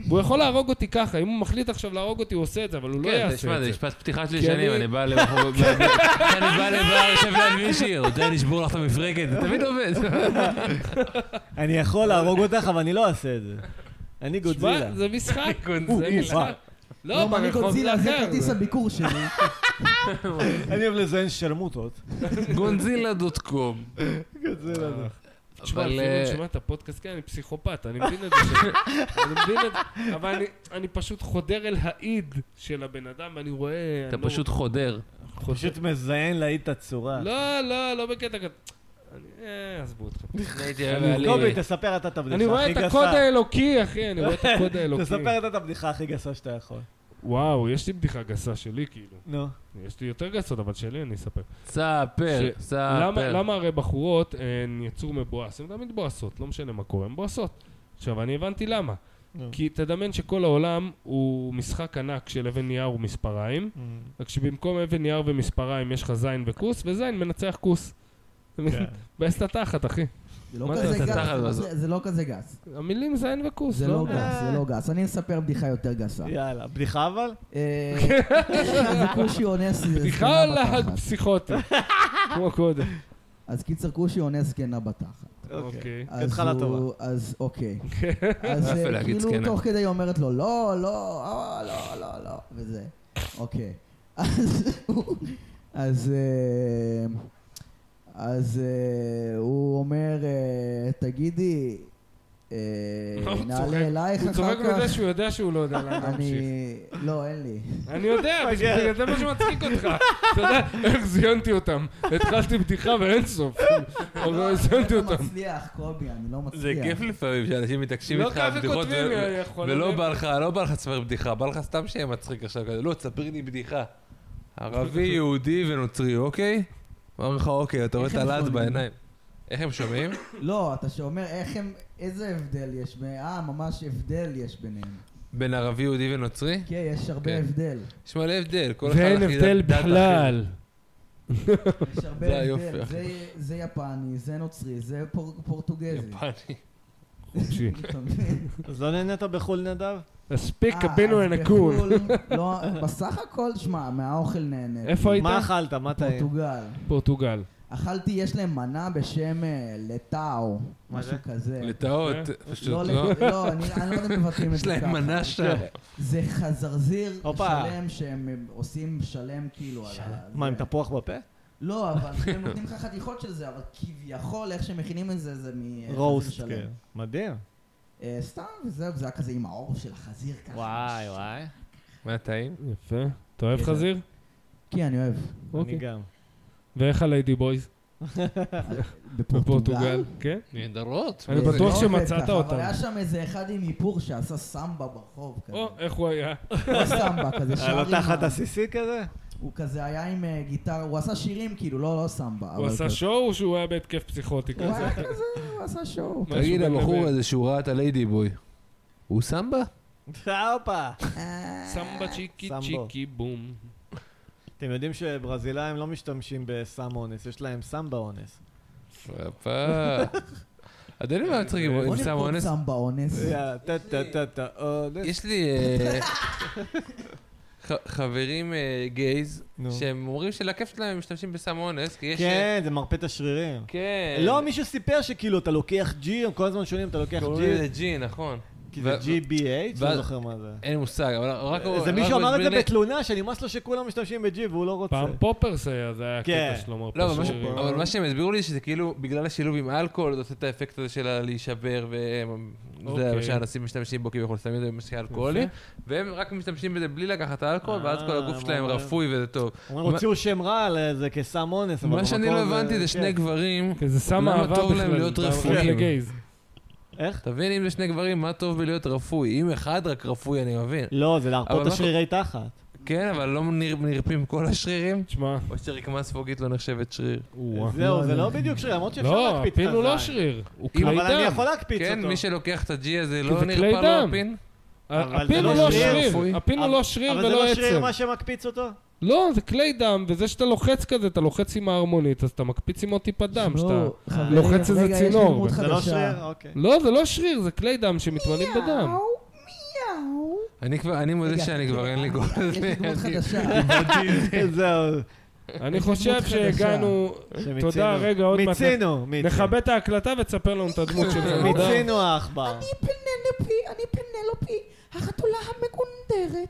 [SPEAKER 2] והוא יכול להרוג אותי ככה. אם הוא מחליט עכשיו להרוג אותי, הוא עושה את זה, אבל הוא לא
[SPEAKER 4] כן,
[SPEAKER 2] יעשה את זה.
[SPEAKER 4] תשמע, זה משפט פתיחה שלי
[SPEAKER 2] כי
[SPEAKER 4] שנים,
[SPEAKER 2] אני-
[SPEAKER 4] אני בא לבחור... אני בא לבר, יושב ליד מישהי, רוצה לשבור לך את המפרקת, זה תמיד עובד.
[SPEAKER 3] אני יכול להרוג אותך, אבל אני לא אעשה את זה. אני
[SPEAKER 2] תשמע,
[SPEAKER 3] גודזילה.
[SPEAKER 2] זה משחק.
[SPEAKER 4] גודזילה.
[SPEAKER 2] זה משחק.
[SPEAKER 3] אה.
[SPEAKER 2] לא,
[SPEAKER 1] לא, אני
[SPEAKER 2] ברחוב
[SPEAKER 1] גודזילה, זה
[SPEAKER 2] אחר.
[SPEAKER 1] כרטיס הביקור שלי.
[SPEAKER 3] אני אוהב לזיין שלמוטות.
[SPEAKER 4] גונזילה דוט קום.
[SPEAKER 2] לא,
[SPEAKER 3] גודזילה זה.
[SPEAKER 2] תשמע,
[SPEAKER 4] אבל,
[SPEAKER 2] לפעמים
[SPEAKER 4] אה,
[SPEAKER 2] אני שומע את הפודקאסט כאן, אני פסיכופת, אני מבין את זה. ש- אני מבין את זה, אבל אני- אני פשוט חודר אל האיד של הבן אדם, ואני רואה...
[SPEAKER 4] אתה
[SPEAKER 2] אני לא-
[SPEAKER 4] פשוט חודר.
[SPEAKER 2] חודר.
[SPEAKER 3] פשוט מזיין להיט את הצורה.
[SPEAKER 2] לא, לא, לא בקטע כזה. אני- אה, עזבו אתכם.
[SPEAKER 3] קובי, תספר אתה את הבדיחה
[SPEAKER 2] אני
[SPEAKER 3] הכי גסה.
[SPEAKER 2] רואה את הקוד האלוקי, אחי, אני רואה את הקוד האלוקי.
[SPEAKER 3] תספר אתה את הבדיחה הכי גסה שאתה יכול.
[SPEAKER 2] וואו, יש לי בדיחה גסה שלי, כאילו.
[SPEAKER 3] נו.
[SPEAKER 2] יש לי יותר גסות, אבל שלי אני אספר.
[SPEAKER 4] ספר,
[SPEAKER 2] ש- למה,
[SPEAKER 4] ספר.
[SPEAKER 2] למה הרי בחורות אה, הן יצור מבואס? הן תמיד בואסות, לא משנה מה קורה, הן בואסות. עכשיו, אני הבנתי למה.
[SPEAKER 1] לא.
[SPEAKER 3] נו.
[SPEAKER 2] כי תדמיין שכל העולם הוא משחק ענק של אבן נייר ומספריים,
[SPEAKER 3] אה.
[SPEAKER 2] רק שבמקום אבן נייר ומספריים יש לך זין וכוס, וזין מנצח כוס.
[SPEAKER 3] כן.
[SPEAKER 2] בעש את התחת, אחי.
[SPEAKER 1] זה לא
[SPEAKER 2] מה
[SPEAKER 1] כזה
[SPEAKER 2] זה,
[SPEAKER 1] גס,
[SPEAKER 4] התחת
[SPEAKER 1] זה לא-
[SPEAKER 4] הזאת?
[SPEAKER 1] זה לא כזה גס.
[SPEAKER 2] המילים זין וכוס,
[SPEAKER 1] זה לא
[SPEAKER 2] לא?
[SPEAKER 1] גס, זה לא גס. אני מספר בדיחה יותר גסה.
[SPEAKER 3] יאללה, בדיחה אבל?
[SPEAKER 1] אה, איזה כושי אונס זקנה
[SPEAKER 2] בדיחה על
[SPEAKER 1] בתחת.
[SPEAKER 2] להג פסיכוטי, כמו קודם.
[SPEAKER 1] אז קיצר כושי אונס זקנה בתחת.
[SPEAKER 2] אוקיי.
[SPEAKER 1] אז
[SPEAKER 3] התחלה
[SPEAKER 1] הוא-
[SPEAKER 3] טובה.
[SPEAKER 1] אז אוקיי. אז
[SPEAKER 4] יפה
[SPEAKER 1] אה,
[SPEAKER 4] להגיד
[SPEAKER 1] כאילו
[SPEAKER 4] זקנה.
[SPEAKER 1] תוך כדי היא אומרת לו לא, לא, אה, לא, לא, לא, וזה. אוקיי. אז הוא- אז אה, אז אה, הוא אומר, אה, תגידי, אה,
[SPEAKER 2] מה הוא צוחק?
[SPEAKER 1] נעלה אלייך
[SPEAKER 2] הוא צוחק
[SPEAKER 1] אחר
[SPEAKER 2] מזה
[SPEAKER 1] כך.
[SPEAKER 2] שהוא יודע שהוא לא יודע לאן להמשיך.
[SPEAKER 1] אני... לא, אין לי.
[SPEAKER 2] אני יודע,
[SPEAKER 3] מפגר.
[SPEAKER 2] בגלל זה מה שמצחיק אותך. אתה יודע איך זיינתי אותם. התחלתי בדיחה ואין סוף. אבל זיינתי
[SPEAKER 1] אני לא
[SPEAKER 2] אותם.
[SPEAKER 1] מצליח, קובי, אני לא מצליח.
[SPEAKER 4] זה כיף לפעמים שאנשים מתעקשים
[SPEAKER 2] לא
[SPEAKER 4] איתך
[SPEAKER 2] ככה
[SPEAKER 4] על בדיחות
[SPEAKER 2] כותבים,
[SPEAKER 4] ו-
[SPEAKER 2] אני יכול
[SPEAKER 4] ולא
[SPEAKER 2] להגיד.
[SPEAKER 4] בא לך, לא בא לך לספר בדיחה, בא לך סתם שיהיה מצחיק עכשיו כזה, לא, תספרי לי בדיחה. ערבי, יהודי ונוצרי, אוקיי? אומר לך, אוקיי, אתה רואה את
[SPEAKER 1] איך הם
[SPEAKER 4] הלהט
[SPEAKER 1] שומעים?
[SPEAKER 4] בעיניים. איך הם שומעים?
[SPEAKER 1] לא, אתה שאומר איך הם... איזה הבדל יש ב... אה, ממש הבדל יש ביניהם.
[SPEAKER 4] בין ערבי, יהודי ונוצרי?
[SPEAKER 1] כן, יש הרבה
[SPEAKER 4] כן.
[SPEAKER 1] הבדל.
[SPEAKER 4] יש מלא הבדל, כל אחד
[SPEAKER 2] ואין
[SPEAKER 4] אחי,
[SPEAKER 2] הבדל
[SPEAKER 4] דת אחרת.
[SPEAKER 2] בכלל.
[SPEAKER 1] יש הרבה
[SPEAKER 4] זה היופי,
[SPEAKER 1] הבדל.
[SPEAKER 4] אחי.
[SPEAKER 1] זה- זה יפני, זה נוצרי, זה פור- פורטוגזי.
[SPEAKER 4] יפני.
[SPEAKER 2] חופשי.
[SPEAKER 1] אתה מבין?
[SPEAKER 3] אז לא נהנית בחו"ל נדב?
[SPEAKER 2] מספיק
[SPEAKER 1] אה,
[SPEAKER 2] קבינו
[SPEAKER 1] אז
[SPEAKER 2] הנקון.
[SPEAKER 1] בחו"ל, לא, בסך הכל, שמע, מהאוכל נהנה.
[SPEAKER 2] איפה היית?
[SPEAKER 3] מה אכלת? מה טעים?
[SPEAKER 1] פורטוגל.
[SPEAKER 2] פורטוגל.
[SPEAKER 1] אכלתי, יש להם מנה בשם אה, לטאו,
[SPEAKER 3] מה
[SPEAKER 1] משהו
[SPEAKER 3] זה?
[SPEAKER 1] כזה.
[SPEAKER 4] לטאות,
[SPEAKER 2] אה?
[SPEAKER 4] פשוט
[SPEAKER 1] לא,
[SPEAKER 4] לא.
[SPEAKER 1] לט- לא, אני אני לא יודע אם מבטאים את
[SPEAKER 4] יש
[SPEAKER 1] זה ככה.
[SPEAKER 4] להם מנה שם.
[SPEAKER 1] זה חזרזיר
[SPEAKER 3] הופה.
[SPEAKER 1] שלם שהם הם, עושים שלם כאילו על ה...
[SPEAKER 3] מה, עם
[SPEAKER 1] זה-
[SPEAKER 3] תפוח בפה?
[SPEAKER 1] לא, אבל הם נותנים לך חתיכות של זה, אבל כביכול איך שמכינים את זה זה מ... אה,
[SPEAKER 3] רוסט,
[SPEAKER 1] חזיר שלם.
[SPEAKER 3] כן. מדהים.
[SPEAKER 1] אה, סתם, וזהו, זה היה כזה עם העור של החזיר ככה.
[SPEAKER 3] וואי, וואי.
[SPEAKER 4] מה טעים?
[SPEAKER 2] יפה. אתה אוהב
[SPEAKER 1] כן.
[SPEAKER 2] חזיר?
[SPEAKER 1] כן, אני אוהב.
[SPEAKER 3] אני
[SPEAKER 2] אוקיי.
[SPEAKER 3] גם.
[SPEAKER 2] ואיך הליידי בויז?
[SPEAKER 1] בפורטוגל.
[SPEAKER 2] כן?
[SPEAKER 4] נהדרות.
[SPEAKER 2] אני
[SPEAKER 1] זה
[SPEAKER 2] בטוח
[SPEAKER 1] לא עובד
[SPEAKER 2] שמצאת
[SPEAKER 1] ככה,
[SPEAKER 2] אותם.
[SPEAKER 1] אבל היה שם איזה אחד עם איפור שעשה סמבה ברחוב כזה.
[SPEAKER 2] או, איך הוא היה?
[SPEAKER 1] לא סמבה, כזה שר
[SPEAKER 3] על
[SPEAKER 1] עם
[SPEAKER 3] התחת
[SPEAKER 1] ה-
[SPEAKER 3] אה, הסיסי כזה?
[SPEAKER 1] הוא כזה היה עם אה, גיטרה, הוא עשה שירים כאילו, לא לא סמבה.
[SPEAKER 2] הוא
[SPEAKER 1] אבל
[SPEAKER 2] עשה
[SPEAKER 1] כזה-
[SPEAKER 2] שואו או שהוא היה בהתקף פסיכוטי
[SPEAKER 1] הוא
[SPEAKER 2] כזה?
[SPEAKER 1] היה כזה, הוא עשה שואו.
[SPEAKER 2] משהו
[SPEAKER 4] תגיד,
[SPEAKER 2] בין
[SPEAKER 4] הבחור
[SPEAKER 2] לבין.
[SPEAKER 4] הזה שהוא ראה את הליידי בוי, הוא סמבה?
[SPEAKER 3] הופה.
[SPEAKER 1] אה.
[SPEAKER 2] סמבה צ'יקי
[SPEAKER 3] סמבו.
[SPEAKER 2] צ'יקי בום.
[SPEAKER 3] אתם יודעים שברזילאים לא משתמשים בסם אונס, יש להם סמבה אונס.
[SPEAKER 4] יפה. אדוני מה מצחיק עם
[SPEAKER 1] בוא
[SPEAKER 4] סם
[SPEAKER 1] נרקוד
[SPEAKER 4] אונס?
[SPEAKER 1] סמבה אונס.
[SPEAKER 3] יא, טה, טה, טה, טה, אונס.
[SPEAKER 4] יש לי אה, ח- חברים אה, גייז,
[SPEAKER 3] נו.
[SPEAKER 4] שהם אומרים שלכיף שלהם הם משתמשים בסם אונס, כי יש... אה,
[SPEAKER 3] כן, זה מרפא את השרירים.
[SPEAKER 4] כן.
[SPEAKER 3] לא, מישהו סיפר שכאילו אתה לוקח G, הם כל הזמן שונים, אתה לוקח
[SPEAKER 4] קוראים לזה
[SPEAKER 3] G,
[SPEAKER 4] ג'י, נכון.
[SPEAKER 3] כי זה
[SPEAKER 4] ו-
[SPEAKER 3] GBH,
[SPEAKER 4] ואז-
[SPEAKER 3] לא זוכר מה זה.
[SPEAKER 4] אין לי מושג, אבל רק... הוא-
[SPEAKER 3] אה, זה
[SPEAKER 4] רק
[SPEAKER 3] מישהו
[SPEAKER 4] הוא
[SPEAKER 3] אמר את זה
[SPEAKER 4] הסביר לי-
[SPEAKER 3] בתלונה, שנמאס לו שכולם משתמשים ב-G והוא לא רוצה.
[SPEAKER 2] פעם פופרס היה, זה היה
[SPEAKER 3] כן.
[SPEAKER 2] הקטע שלו אמר
[SPEAKER 4] לא, אבל מה ש-
[SPEAKER 2] פופרס.
[SPEAKER 4] אבל מה שהם הסבירו לי שזה כאילו בגלל השילוב עם אלכוהול זה עושה את האפקט הזה של להישבר וזה
[SPEAKER 2] אוקיי.
[SPEAKER 4] מה שאנשים משתמשים בו כביכול, סמים זה משהו אלכוהולי והם רק משתמשים בזה בלי לקחת אלכוהול ואז כל
[SPEAKER 3] אה,
[SPEAKER 4] הגוף שלהם
[SPEAKER 3] מה-
[SPEAKER 4] רפוי וזה טוב.
[SPEAKER 3] אומרים, הוציאו שם רע על זה כסם אונס, אבל
[SPEAKER 4] מה שאני לא
[SPEAKER 3] במקור
[SPEAKER 2] אה,
[SPEAKER 4] הבנתי זה שני
[SPEAKER 3] כן.
[SPEAKER 4] גברים,
[SPEAKER 2] כי אוקיי, זה שם
[SPEAKER 3] לא
[SPEAKER 4] למה
[SPEAKER 2] אהבה
[SPEAKER 4] טוב להם
[SPEAKER 2] בכלל.
[SPEAKER 4] להיות
[SPEAKER 2] אתה הופך
[SPEAKER 4] רפואיים?
[SPEAKER 2] לגייז.
[SPEAKER 3] איך?
[SPEAKER 4] תבין אם זה שני גברים מה טוב בלהיות רפוי, אם אחד רק רפוי אני מבין.
[SPEAKER 3] לא, זה להרפות
[SPEAKER 4] אבל
[SPEAKER 3] את
[SPEAKER 4] מה-
[SPEAKER 3] השרירי תחת.
[SPEAKER 4] כן, אבל לא נר- נרפים כל השרירים?
[SPEAKER 2] תשמע,
[SPEAKER 4] או שרקמה ספוגית לא נחשבת שריר.
[SPEAKER 2] וואו.
[SPEAKER 3] זהו,
[SPEAKER 1] לא,
[SPEAKER 3] זה
[SPEAKER 1] לא.
[SPEAKER 3] לא בדיוק שריר, למרות שאפשר
[SPEAKER 2] לא,
[SPEAKER 3] להקפיץ את
[SPEAKER 2] הפין הוא לא
[SPEAKER 3] הזין.
[SPEAKER 2] שריר, הוא כלי
[SPEAKER 3] אבל אני
[SPEAKER 2] דם.
[SPEAKER 3] יכול להקפיץ
[SPEAKER 4] כן,
[SPEAKER 3] אותו.
[SPEAKER 4] מי שלוקח את הג'י הזה
[SPEAKER 2] כי
[SPEAKER 4] לא
[SPEAKER 2] זה כלי
[SPEAKER 4] נרפא לו
[SPEAKER 2] דם.
[SPEAKER 4] הפין?
[SPEAKER 3] אבל
[SPEAKER 2] הפין
[SPEAKER 3] זה
[SPEAKER 2] הוא
[SPEAKER 3] לא
[SPEAKER 2] לא
[SPEAKER 3] שריר.
[SPEAKER 2] שריר, הפין הוא
[SPEAKER 3] אבל-
[SPEAKER 2] לא שריר
[SPEAKER 3] אבל זה
[SPEAKER 2] ולא
[SPEAKER 3] לא שריר
[SPEAKER 2] עצם.
[SPEAKER 3] מה שמקפיץ אותו?
[SPEAKER 2] לא, זה כלי דם, וזה שאתה לוחץ כזה, אתה לוחץ עם ההרמונית, אז אתה מקפיץ עם עוד טיפה דם,
[SPEAKER 1] שמעו,
[SPEAKER 2] שאתה...
[SPEAKER 1] חברים,
[SPEAKER 2] לא, לוחץ איזה
[SPEAKER 1] רגע, יש לי
[SPEAKER 2] צינור.
[SPEAKER 1] דמות
[SPEAKER 2] זה
[SPEAKER 3] זה לא
[SPEAKER 1] חדשה.
[SPEAKER 3] שריר? אוקיי.
[SPEAKER 2] לא, זה לא שריר, זה כלי דם שמתמלאים בדם.
[SPEAKER 1] מיהו.
[SPEAKER 4] אני כבר, אני מודה
[SPEAKER 1] רגע,
[SPEAKER 4] שאני
[SPEAKER 1] כאילו,
[SPEAKER 4] כבר אין
[SPEAKER 1] אני-
[SPEAKER 4] לי גול.
[SPEAKER 1] יש לי דמות חדשה.
[SPEAKER 3] זהו,
[SPEAKER 2] אני
[SPEAKER 1] יש לי
[SPEAKER 2] חושב
[SPEAKER 1] דמות חדשה.
[SPEAKER 2] שהגענו...
[SPEAKER 3] שמיצינו.
[SPEAKER 2] תודה, רגע, עוד מעט-
[SPEAKER 3] מיצינו, מיצינו.
[SPEAKER 2] נכבה את ההקלטה ותספר לנו את הדמות שלך.
[SPEAKER 3] מיצינו העכבר.
[SPEAKER 5] אני פנלופי, אני פנלופי, החתולה המגונדרת.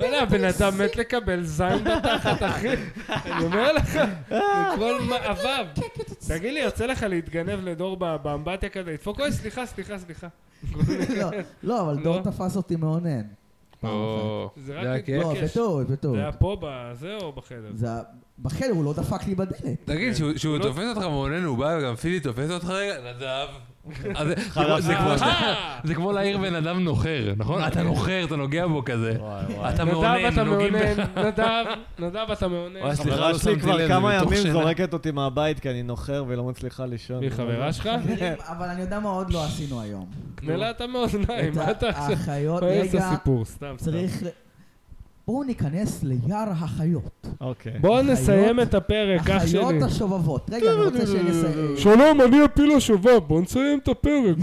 [SPEAKER 2] וואלה, הבן אדם מת לקבל זין בתחת, אחי. אני אומר לך, מכל מאביו.
[SPEAKER 5] קקת עצמי.
[SPEAKER 2] תגיד לי, יוצא לך להתגנב לדור ב- באמבטיה כזה, לדפוק, אוי, סליחה, סליחה, סליחה.
[SPEAKER 1] לא, לא, אבל דור
[SPEAKER 2] לא.
[SPEAKER 1] תפס אותי מאונן.
[SPEAKER 4] או,
[SPEAKER 2] זה רק
[SPEAKER 4] זה היה
[SPEAKER 2] לקרוא.
[SPEAKER 4] כיף.
[SPEAKER 1] לא,
[SPEAKER 2] בקש.
[SPEAKER 1] בטעות, בטעות.
[SPEAKER 2] זה היה פה, בזה או בחדר?
[SPEAKER 1] זה היה- בחדר, הוא לא דפק לי בדלת.
[SPEAKER 4] תגיד, שהוא- שהוא
[SPEAKER 2] לא-
[SPEAKER 4] תופס אותך מעונן, הוא בא גם פיזית תופס אותך רגע, נדב. אז זה- זה כמו-
[SPEAKER 3] חלב
[SPEAKER 4] זה כמו ש-
[SPEAKER 2] אה,
[SPEAKER 4] זה כמו להעיר בן אדם נוחר, נכון? אתה נוחר, אתה נוגע בו כזה.
[SPEAKER 2] נדב,
[SPEAKER 4] אתה מעונן,
[SPEAKER 2] אתה
[SPEAKER 4] נוגעים בך.
[SPEAKER 2] מעונן, נדב, נדב, אתה מעונן.
[SPEAKER 4] וואי, סליחה,
[SPEAKER 3] חברה
[SPEAKER 4] לא
[SPEAKER 3] שלי
[SPEAKER 4] שמתי
[SPEAKER 3] כבר
[SPEAKER 4] לב,
[SPEAKER 3] כמה
[SPEAKER 4] זה מתוך
[SPEAKER 3] ימים
[SPEAKER 4] שינה.
[SPEAKER 3] זורקת אותי מהבית כי אני נוחר ולא מצליחה לישון.
[SPEAKER 2] מי חברה שלך?
[SPEAKER 1] חברים, אבל אני יודע מה עוד לא עשינו היום.
[SPEAKER 2] קנלה את המאזניים, אה, מה
[SPEAKER 1] את
[SPEAKER 2] אתה עכשיו?
[SPEAKER 1] האחיות,
[SPEAKER 2] איזה
[SPEAKER 1] רגע,
[SPEAKER 2] סיפור, סתם, סתם.
[SPEAKER 1] צריך... ל- בואו ניכנס ליער החיות.
[SPEAKER 3] אוקיי.
[SPEAKER 2] בואו
[SPEAKER 1] החיות-
[SPEAKER 2] נסיים את הפרק, אח אה, שלי.
[SPEAKER 1] החיות השובבות. רגע, אני רוצה שנסיים.
[SPEAKER 2] שלום, אני הפיל השובב, בואו נסיים את הפרק.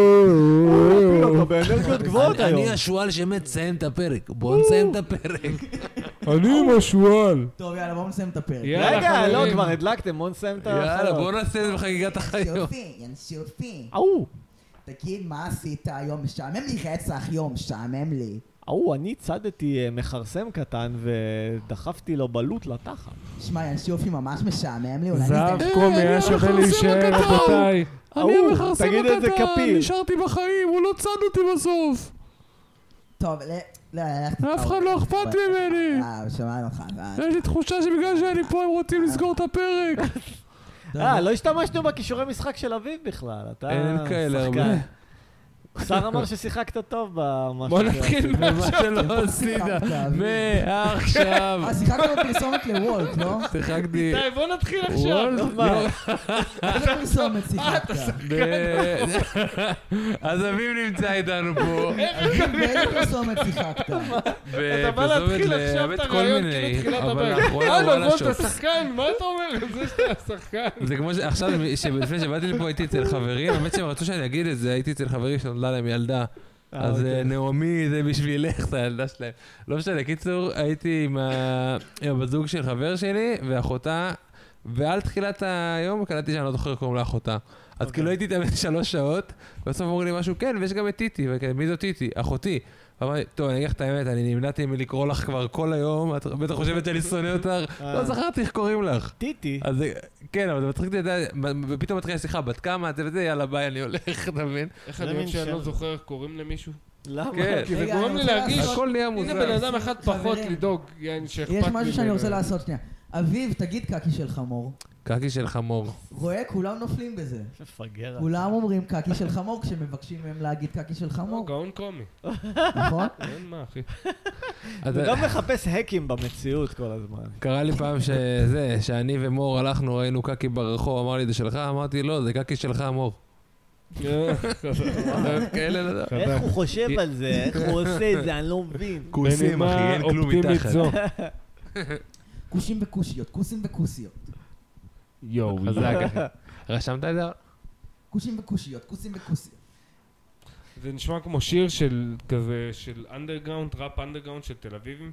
[SPEAKER 3] אתה לא, באנרגיות גבוהות היום.
[SPEAKER 4] השועל שמציין את הפרק. בואו נסיים את הפרק.
[SPEAKER 2] אני עם השועל.
[SPEAKER 1] טוב, יאללה, בואו נסיים את הפרק.
[SPEAKER 2] יאללה.
[SPEAKER 3] רגע, לא,
[SPEAKER 2] חברים.
[SPEAKER 3] כבר הדלקתם, בוא נסיים את החלום.
[SPEAKER 4] יאללה, בואו נעשה את זה בחגיגת החיות.
[SPEAKER 1] ינסופי, ינסופי.
[SPEAKER 3] אוו.
[SPEAKER 1] תגיד, מה עשית היום? משעמם לי רצח, יום, משעמם לי.
[SPEAKER 3] ההוא, אני צדתי אה, מכרסם קטן ודחפתי לו בלוט לתחת.
[SPEAKER 1] שמע, ישיופי ממש משעמם לי, אולי
[SPEAKER 2] זהב
[SPEAKER 1] נזדקק.
[SPEAKER 2] קומי היה שווה להישאר, רבותיי.
[SPEAKER 3] אני המכרסם תגיד את זה הקטן, כפיל.
[SPEAKER 4] נשארתי בחיים, הוא לא צד אותי בסוף.
[SPEAKER 1] טוב, ל... לא, הלכתי...
[SPEAKER 4] אף אחד לא אכפת ממני.
[SPEAKER 1] אה, שמענו אותך, אה,
[SPEAKER 4] לי תחושה שבגלל שאני פה הם רוצים לסגור את הפרק.
[SPEAKER 1] טוב.
[SPEAKER 3] אה, לא השתמשנו בכישורי משחק של אביב בכלל, אתה
[SPEAKER 4] אין כאלה
[SPEAKER 3] שחקן.
[SPEAKER 4] הרבה.
[SPEAKER 3] שר אמר ששיחקת טוב אה, במשהו.
[SPEAKER 4] בוא
[SPEAKER 3] שעשית.
[SPEAKER 4] נתחיל מה
[SPEAKER 3] אוקיי.
[SPEAKER 4] שלא עשית. מעכשיו.
[SPEAKER 1] אה, שיחקנו בפרסומת לוולט, לא?
[SPEAKER 4] שיחקתי.
[SPEAKER 2] די, בוא נתחיל עכשיו. לא,
[SPEAKER 4] וולט,
[SPEAKER 3] מה?
[SPEAKER 1] איזה לא? פרסומת שיחקת?
[SPEAKER 4] ב- אז אביב נמצא איתנו פה.
[SPEAKER 1] באיזה פרסומת שיחקת?
[SPEAKER 2] אתה בא להתחיל עכשיו את הרעיון כאילו תחילת הבעיה.
[SPEAKER 4] נכון,
[SPEAKER 2] הלו, בוא, אתה שחקן, מה אתה אומר? זה שאתה שחקן.
[SPEAKER 4] זה כמו שעכשיו, לפני שבאתי לפה הייתי אצל חברים, האמת שהם רצו שאני אגיד את זה, הייתי אצל חברים שנולדה להם ילדה.
[SPEAKER 3] אה,
[SPEAKER 4] אז
[SPEAKER 3] אוקיי.
[SPEAKER 4] אה, נעמי זה בשבילך, את הילדה שלהם. לא משנה, קיצור, הייתי עם ה- עם הבת זוג של חבר שלי ואחותה, ועל תחילת היום קלטתי שאני לא זוכר קוראים לה אחותה. אז
[SPEAKER 3] אוקיי.
[SPEAKER 4] כאילו הייתי איתם שלוש שעות, ובסוף אמרו לי משהו, כן, ויש גם את טיטי, וכן, מי זו טיטי? אחותי. אמרתי, טוב, אני אגיד לך את האמת, אני נמנעתי מלקרוא לך כבר כל היום, את בטח חושבת שאני שונא אותך,
[SPEAKER 3] אה.
[SPEAKER 4] לא זכרתי איך קוראים לך.
[SPEAKER 3] טיטי.
[SPEAKER 4] אז זה- כן, אבל זה מצחיק, אתה יודע, ופתאום מתחילה שיחה, בת כמה, את זה וזה, יאללה ביי, אני הולך, אתה מבין?
[SPEAKER 2] איך
[SPEAKER 3] זה
[SPEAKER 2] אני אוהב
[SPEAKER 3] מין
[SPEAKER 2] שאני
[SPEAKER 3] שם.
[SPEAKER 2] לא זוכר איך קוראים למישהו?
[SPEAKER 3] למה?
[SPEAKER 4] כן.
[SPEAKER 2] כי זה
[SPEAKER 1] רגע,
[SPEAKER 2] גורם
[SPEAKER 1] אני
[SPEAKER 2] לי
[SPEAKER 1] רוצה
[SPEAKER 2] להרגיש,
[SPEAKER 1] לעשות-
[SPEAKER 4] הכל נהיה
[SPEAKER 2] הנה
[SPEAKER 4] מוזר.
[SPEAKER 2] בן אדם אחד פחות
[SPEAKER 1] חברים.
[SPEAKER 2] לדאוג, יעני, שאכפת לי.
[SPEAKER 1] יש משהו שאני
[SPEAKER 2] ו-
[SPEAKER 1] רוצה לעשות שנייה. אביב, תגיד קקי של חמור.
[SPEAKER 4] קקי של חמור.
[SPEAKER 1] רואה, כולם נופלים בזה.
[SPEAKER 3] מפגר. אתה.
[SPEAKER 1] כולם אומרים קקי של חמור כשמבקשים מהם להגיד קקי של
[SPEAKER 2] לא,
[SPEAKER 1] חמור,
[SPEAKER 2] גאון קומי.
[SPEAKER 1] נכון?
[SPEAKER 2] אין מה, אחי.
[SPEAKER 3] הוא
[SPEAKER 4] אתה-
[SPEAKER 3] גם מחפש האקים במציאות כל הזמן.
[SPEAKER 4] קרה לי פעם שזה, שאני ומור הלכנו, ראינו קקי ברחוב, אמר לי, זה שלך? אמרתי, לא, זה קקי שלך, מור.
[SPEAKER 2] אה,
[SPEAKER 4] כאלה לא יודע.
[SPEAKER 3] איך הוא חושב על זה? איך הוא עושה את זה? אני לא מבין.
[SPEAKER 4] כוסים, אחי, אין כלום מתחת.
[SPEAKER 1] כושים וכושיות, כוסים וכוסיות.
[SPEAKER 2] יואו,
[SPEAKER 4] חזק, אחי. רשמת את זה?
[SPEAKER 1] כושים וכושיות, כוסים וכוסיות.
[SPEAKER 2] זה נשמע כמו שיר של כזה, של אנדרגאונד, ראפ אנדרגאונד של תל אביבים.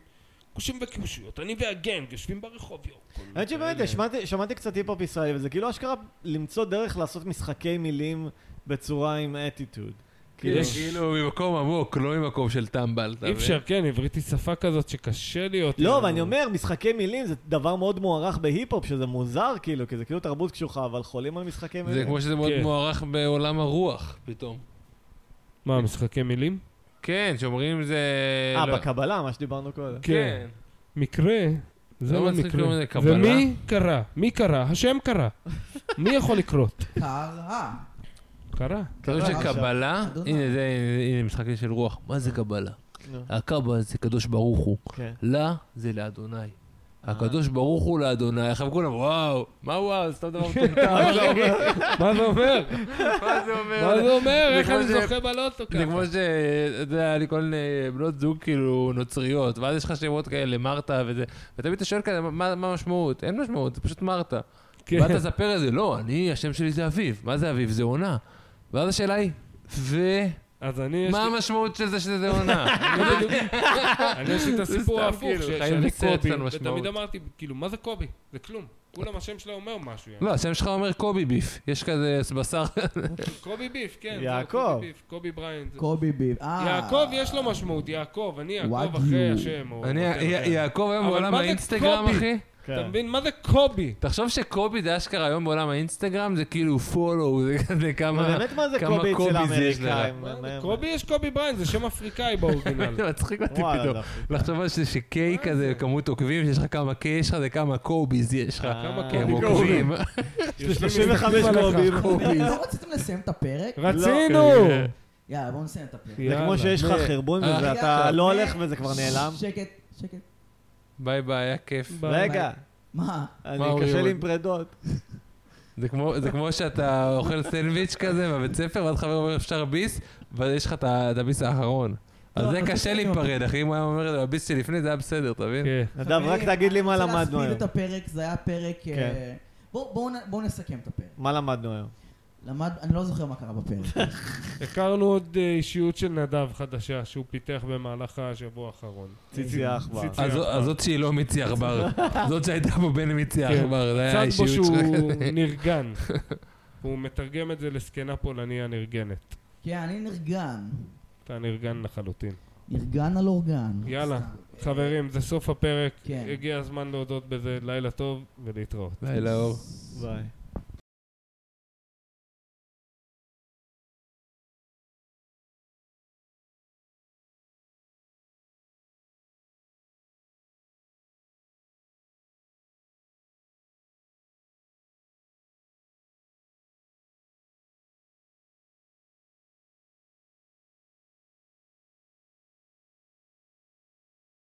[SPEAKER 2] כושים וכיבושיות, אני והגנג יושבים ברחוב, יואו. כל
[SPEAKER 3] האמת שבאמת,
[SPEAKER 2] אלה.
[SPEAKER 3] שמעתי- שמעתי קצת היפ-הופ ישראלי, וזה כאילו אשכרה למצוא דרך לעשות משחקי מילים בצורה עם אטיטוד. כאילו,
[SPEAKER 2] יש-
[SPEAKER 4] כאילו, ממקום עמוק, לא ממקום של טמבל. אתה
[SPEAKER 2] אי
[SPEAKER 4] מבין?
[SPEAKER 2] אפשר, כן, עברית היא שפה כזאת שקשה להיות.
[SPEAKER 3] לא,
[SPEAKER 2] כאילו.
[SPEAKER 3] אבל אני אומר, משחקי מילים זה דבר מאוד מוערך בהיפ-הופ, שזה מוזר כאילו, כי זה כאילו תרבות קשוחה, אבל חולים על משחקי מילים.
[SPEAKER 4] זה כמו שזה מאוד
[SPEAKER 2] כן.
[SPEAKER 4] מוערך בעולם הרוח, פתאום.
[SPEAKER 2] מה, משחקי מילים?
[SPEAKER 4] כן, שאומרים זה...
[SPEAKER 3] אה,
[SPEAKER 4] לא-
[SPEAKER 3] בקבלה, מה שדיברנו קודם.
[SPEAKER 4] כן.
[SPEAKER 2] מקרה, זה
[SPEAKER 4] לא
[SPEAKER 2] לא
[SPEAKER 4] מצחיק
[SPEAKER 2] מקרה.
[SPEAKER 4] קוראים לזה קבלה.
[SPEAKER 2] ומי קרה? מי קרה? השם קרה. מי יכול לקרות?
[SPEAKER 1] קרה.
[SPEAKER 2] קרה.
[SPEAKER 4] קוראים
[SPEAKER 3] קרה עכשיו.
[SPEAKER 4] שקבלה,
[SPEAKER 1] אדוני.
[SPEAKER 4] הנה זה, הנה- הנה משחק של רוח. מה זה קבלה?
[SPEAKER 3] נו,
[SPEAKER 4] הקב"א זה קדוש ברוך הוא.
[SPEAKER 3] כן.
[SPEAKER 4] לה זה
[SPEAKER 2] אה.
[SPEAKER 4] לאדוני. הקדוש ברוך הוא לאדוני. עכשיו כולם, וואו, מה וואו, סתם דבר מטומטם.
[SPEAKER 2] מה זה אומר?
[SPEAKER 4] מה זה אומר?
[SPEAKER 2] מה זה אומר?
[SPEAKER 4] זה
[SPEAKER 2] איך
[SPEAKER 4] כמו
[SPEAKER 2] אני
[SPEAKER 4] ש-
[SPEAKER 2] זוכה בלוטו
[SPEAKER 4] זה
[SPEAKER 2] ככה?
[SPEAKER 4] כמו ש... אתה יודע, היה לי כל מיני בנות זוג כאילו נוצריות, ואז יש לך שמות כאלה, מרתה וזה, ותמיד אתה שואל כזה, מה מה המשמעות? אין משמעות, זה פשוט מרתה.
[SPEAKER 2] כן.
[SPEAKER 4] ואז אתה תספר את זה, לא, אני, השם שלי זה אביב. מה זה אביב? זה עונה. ואז השאלה היא, ומה
[SPEAKER 2] אז אני יש לי-
[SPEAKER 4] המשמעות של זה שזה עונה?
[SPEAKER 2] אני יש לי את הסיפור
[SPEAKER 4] סתם,
[SPEAKER 2] ההפוך,
[SPEAKER 4] כאילו,
[SPEAKER 2] ש-
[SPEAKER 4] חיים
[SPEAKER 2] שאני
[SPEAKER 4] בסרט
[SPEAKER 2] קובי,
[SPEAKER 4] על משמעות.
[SPEAKER 2] ותמיד אמרתי, כאילו, מה זה קובי? זה כלום. כולם השם שלו אומר משהו. יעני.
[SPEAKER 4] לא, השם שלך אומר קובי ביף. יש כזה בשר
[SPEAKER 2] קובי ביף, כן. זה
[SPEAKER 3] יעקב.
[SPEAKER 2] קובי ביף, קובי בריינד.
[SPEAKER 1] קובי ביב. אה.
[SPEAKER 2] יעקב יש לו משמעות, יעקב, אני
[SPEAKER 1] וואג
[SPEAKER 2] יעקב אחרי
[SPEAKER 1] יו.
[SPEAKER 2] השם. או
[SPEAKER 4] אני,
[SPEAKER 2] whatever.
[SPEAKER 4] יע- יעקב היום
[SPEAKER 2] אבל
[SPEAKER 4] בעולם
[SPEAKER 2] מה זה
[SPEAKER 4] האינסטגרם,
[SPEAKER 2] קובי?
[SPEAKER 4] אחי.
[SPEAKER 3] כן.
[SPEAKER 2] אתה מבין? מה זה קובי?
[SPEAKER 4] תחשוב שקובי זה אשכרה היום בעולם האינסטגרם, זה כאילו פולו, זה כזה כמה...
[SPEAKER 3] באמת מה זה
[SPEAKER 4] כמה
[SPEAKER 3] קובי אצל
[SPEAKER 4] קובי זה יש לך?
[SPEAKER 3] האמריקאים?
[SPEAKER 2] מה זה,
[SPEAKER 3] מה-
[SPEAKER 2] קובי יש קובי בריינד, זה שם אפריקאי באורגינל.
[SPEAKER 4] זה מצחיק אותי
[SPEAKER 3] וואלה,
[SPEAKER 4] פתאום.
[SPEAKER 3] דווקא.
[SPEAKER 4] לחשוב על זה שקיי
[SPEAKER 2] מה
[SPEAKER 4] כזה,
[SPEAKER 2] זה?
[SPEAKER 4] כמות עוקבים, שיש לך כמה קיי יש לך, זה כמה קוביז יש לך.
[SPEAKER 3] אה,
[SPEAKER 2] כמה
[SPEAKER 4] כי הם
[SPEAKER 2] קובי
[SPEAKER 4] עוקבים.
[SPEAKER 2] יושבים
[SPEAKER 3] שלושים וחמש
[SPEAKER 2] מסתכלים עליך.
[SPEAKER 3] קובים.
[SPEAKER 1] לא רציתם לסיים את הפרק?
[SPEAKER 2] רצינו!
[SPEAKER 1] יאללה, בואו נסיים את הפרק.
[SPEAKER 3] זה כמו שיש לך חרבון
[SPEAKER 4] אה,
[SPEAKER 3] וזה, אתה
[SPEAKER 4] יאללה.
[SPEAKER 3] לא הולך וזה כבר נעלם.
[SPEAKER 1] שקט, שקט.
[SPEAKER 4] ביי ביי, היה כיף.
[SPEAKER 3] רגע,
[SPEAKER 1] מה?
[SPEAKER 3] אני
[SPEAKER 4] מה, אורי,
[SPEAKER 3] קשה
[SPEAKER 4] אורי?
[SPEAKER 3] לי עם פרדות.
[SPEAKER 4] זה כמו- זה כמו שאתה אוכל סנדוויץ' כזה בבית ספר, ואז חבר אומר אפשר ביס, ואז יש לך את ה- את הביס האחרון. אז
[SPEAKER 1] לא,
[SPEAKER 4] זה
[SPEAKER 1] אבל זה
[SPEAKER 4] קשה
[SPEAKER 1] כן.
[SPEAKER 4] להיפרד, אחי, אם הוא היה אומר את זה בביס שלפני, זה היה בסדר, אתה מבין?
[SPEAKER 2] כן.
[SPEAKER 3] נדב, רק
[SPEAKER 1] חברים,
[SPEAKER 3] תגיד לי מה
[SPEAKER 1] אני רוצה
[SPEAKER 3] למדנו
[SPEAKER 1] להספיד
[SPEAKER 3] היום.
[SPEAKER 1] את הפרק, זה היה פרק... אה,
[SPEAKER 3] כן.
[SPEAKER 1] בואו- בואו נ- בואו נסכם את הפרק.
[SPEAKER 3] מה למדנו היום?
[SPEAKER 1] למד, אני לא זוכר מה קרה בפרק.
[SPEAKER 2] כן, הכרנו עוד אה, אישיות של נדב חדשה שהוא פיתח במהלך השבוע האחרון.
[SPEAKER 3] ציצי העכבר.
[SPEAKER 2] ציצי.
[SPEAKER 4] אז זו- אז זאת שהיא לא מיצי עכבר, זאת שהייתה פה בין מיצי
[SPEAKER 2] כן.
[SPEAKER 4] עכבר, זה היה
[SPEAKER 2] צד בו
[SPEAKER 4] האישיות
[SPEAKER 2] שהוא
[SPEAKER 4] שלך.
[SPEAKER 2] נרגן. הוא מתרגם את זה לזקנה פולניה נרגנת.
[SPEAKER 1] כן, אני נרגן.
[SPEAKER 2] אתה נרגן לחלוטין.
[SPEAKER 1] ארגן על אורגן.
[SPEAKER 2] יאללה, חברים, זה סוף הפרק.
[SPEAKER 1] כן.
[SPEAKER 2] הגיע הזמן להודות בזה. לילה טוב ולהתראות.
[SPEAKER 4] לילה אור.
[SPEAKER 3] ביי.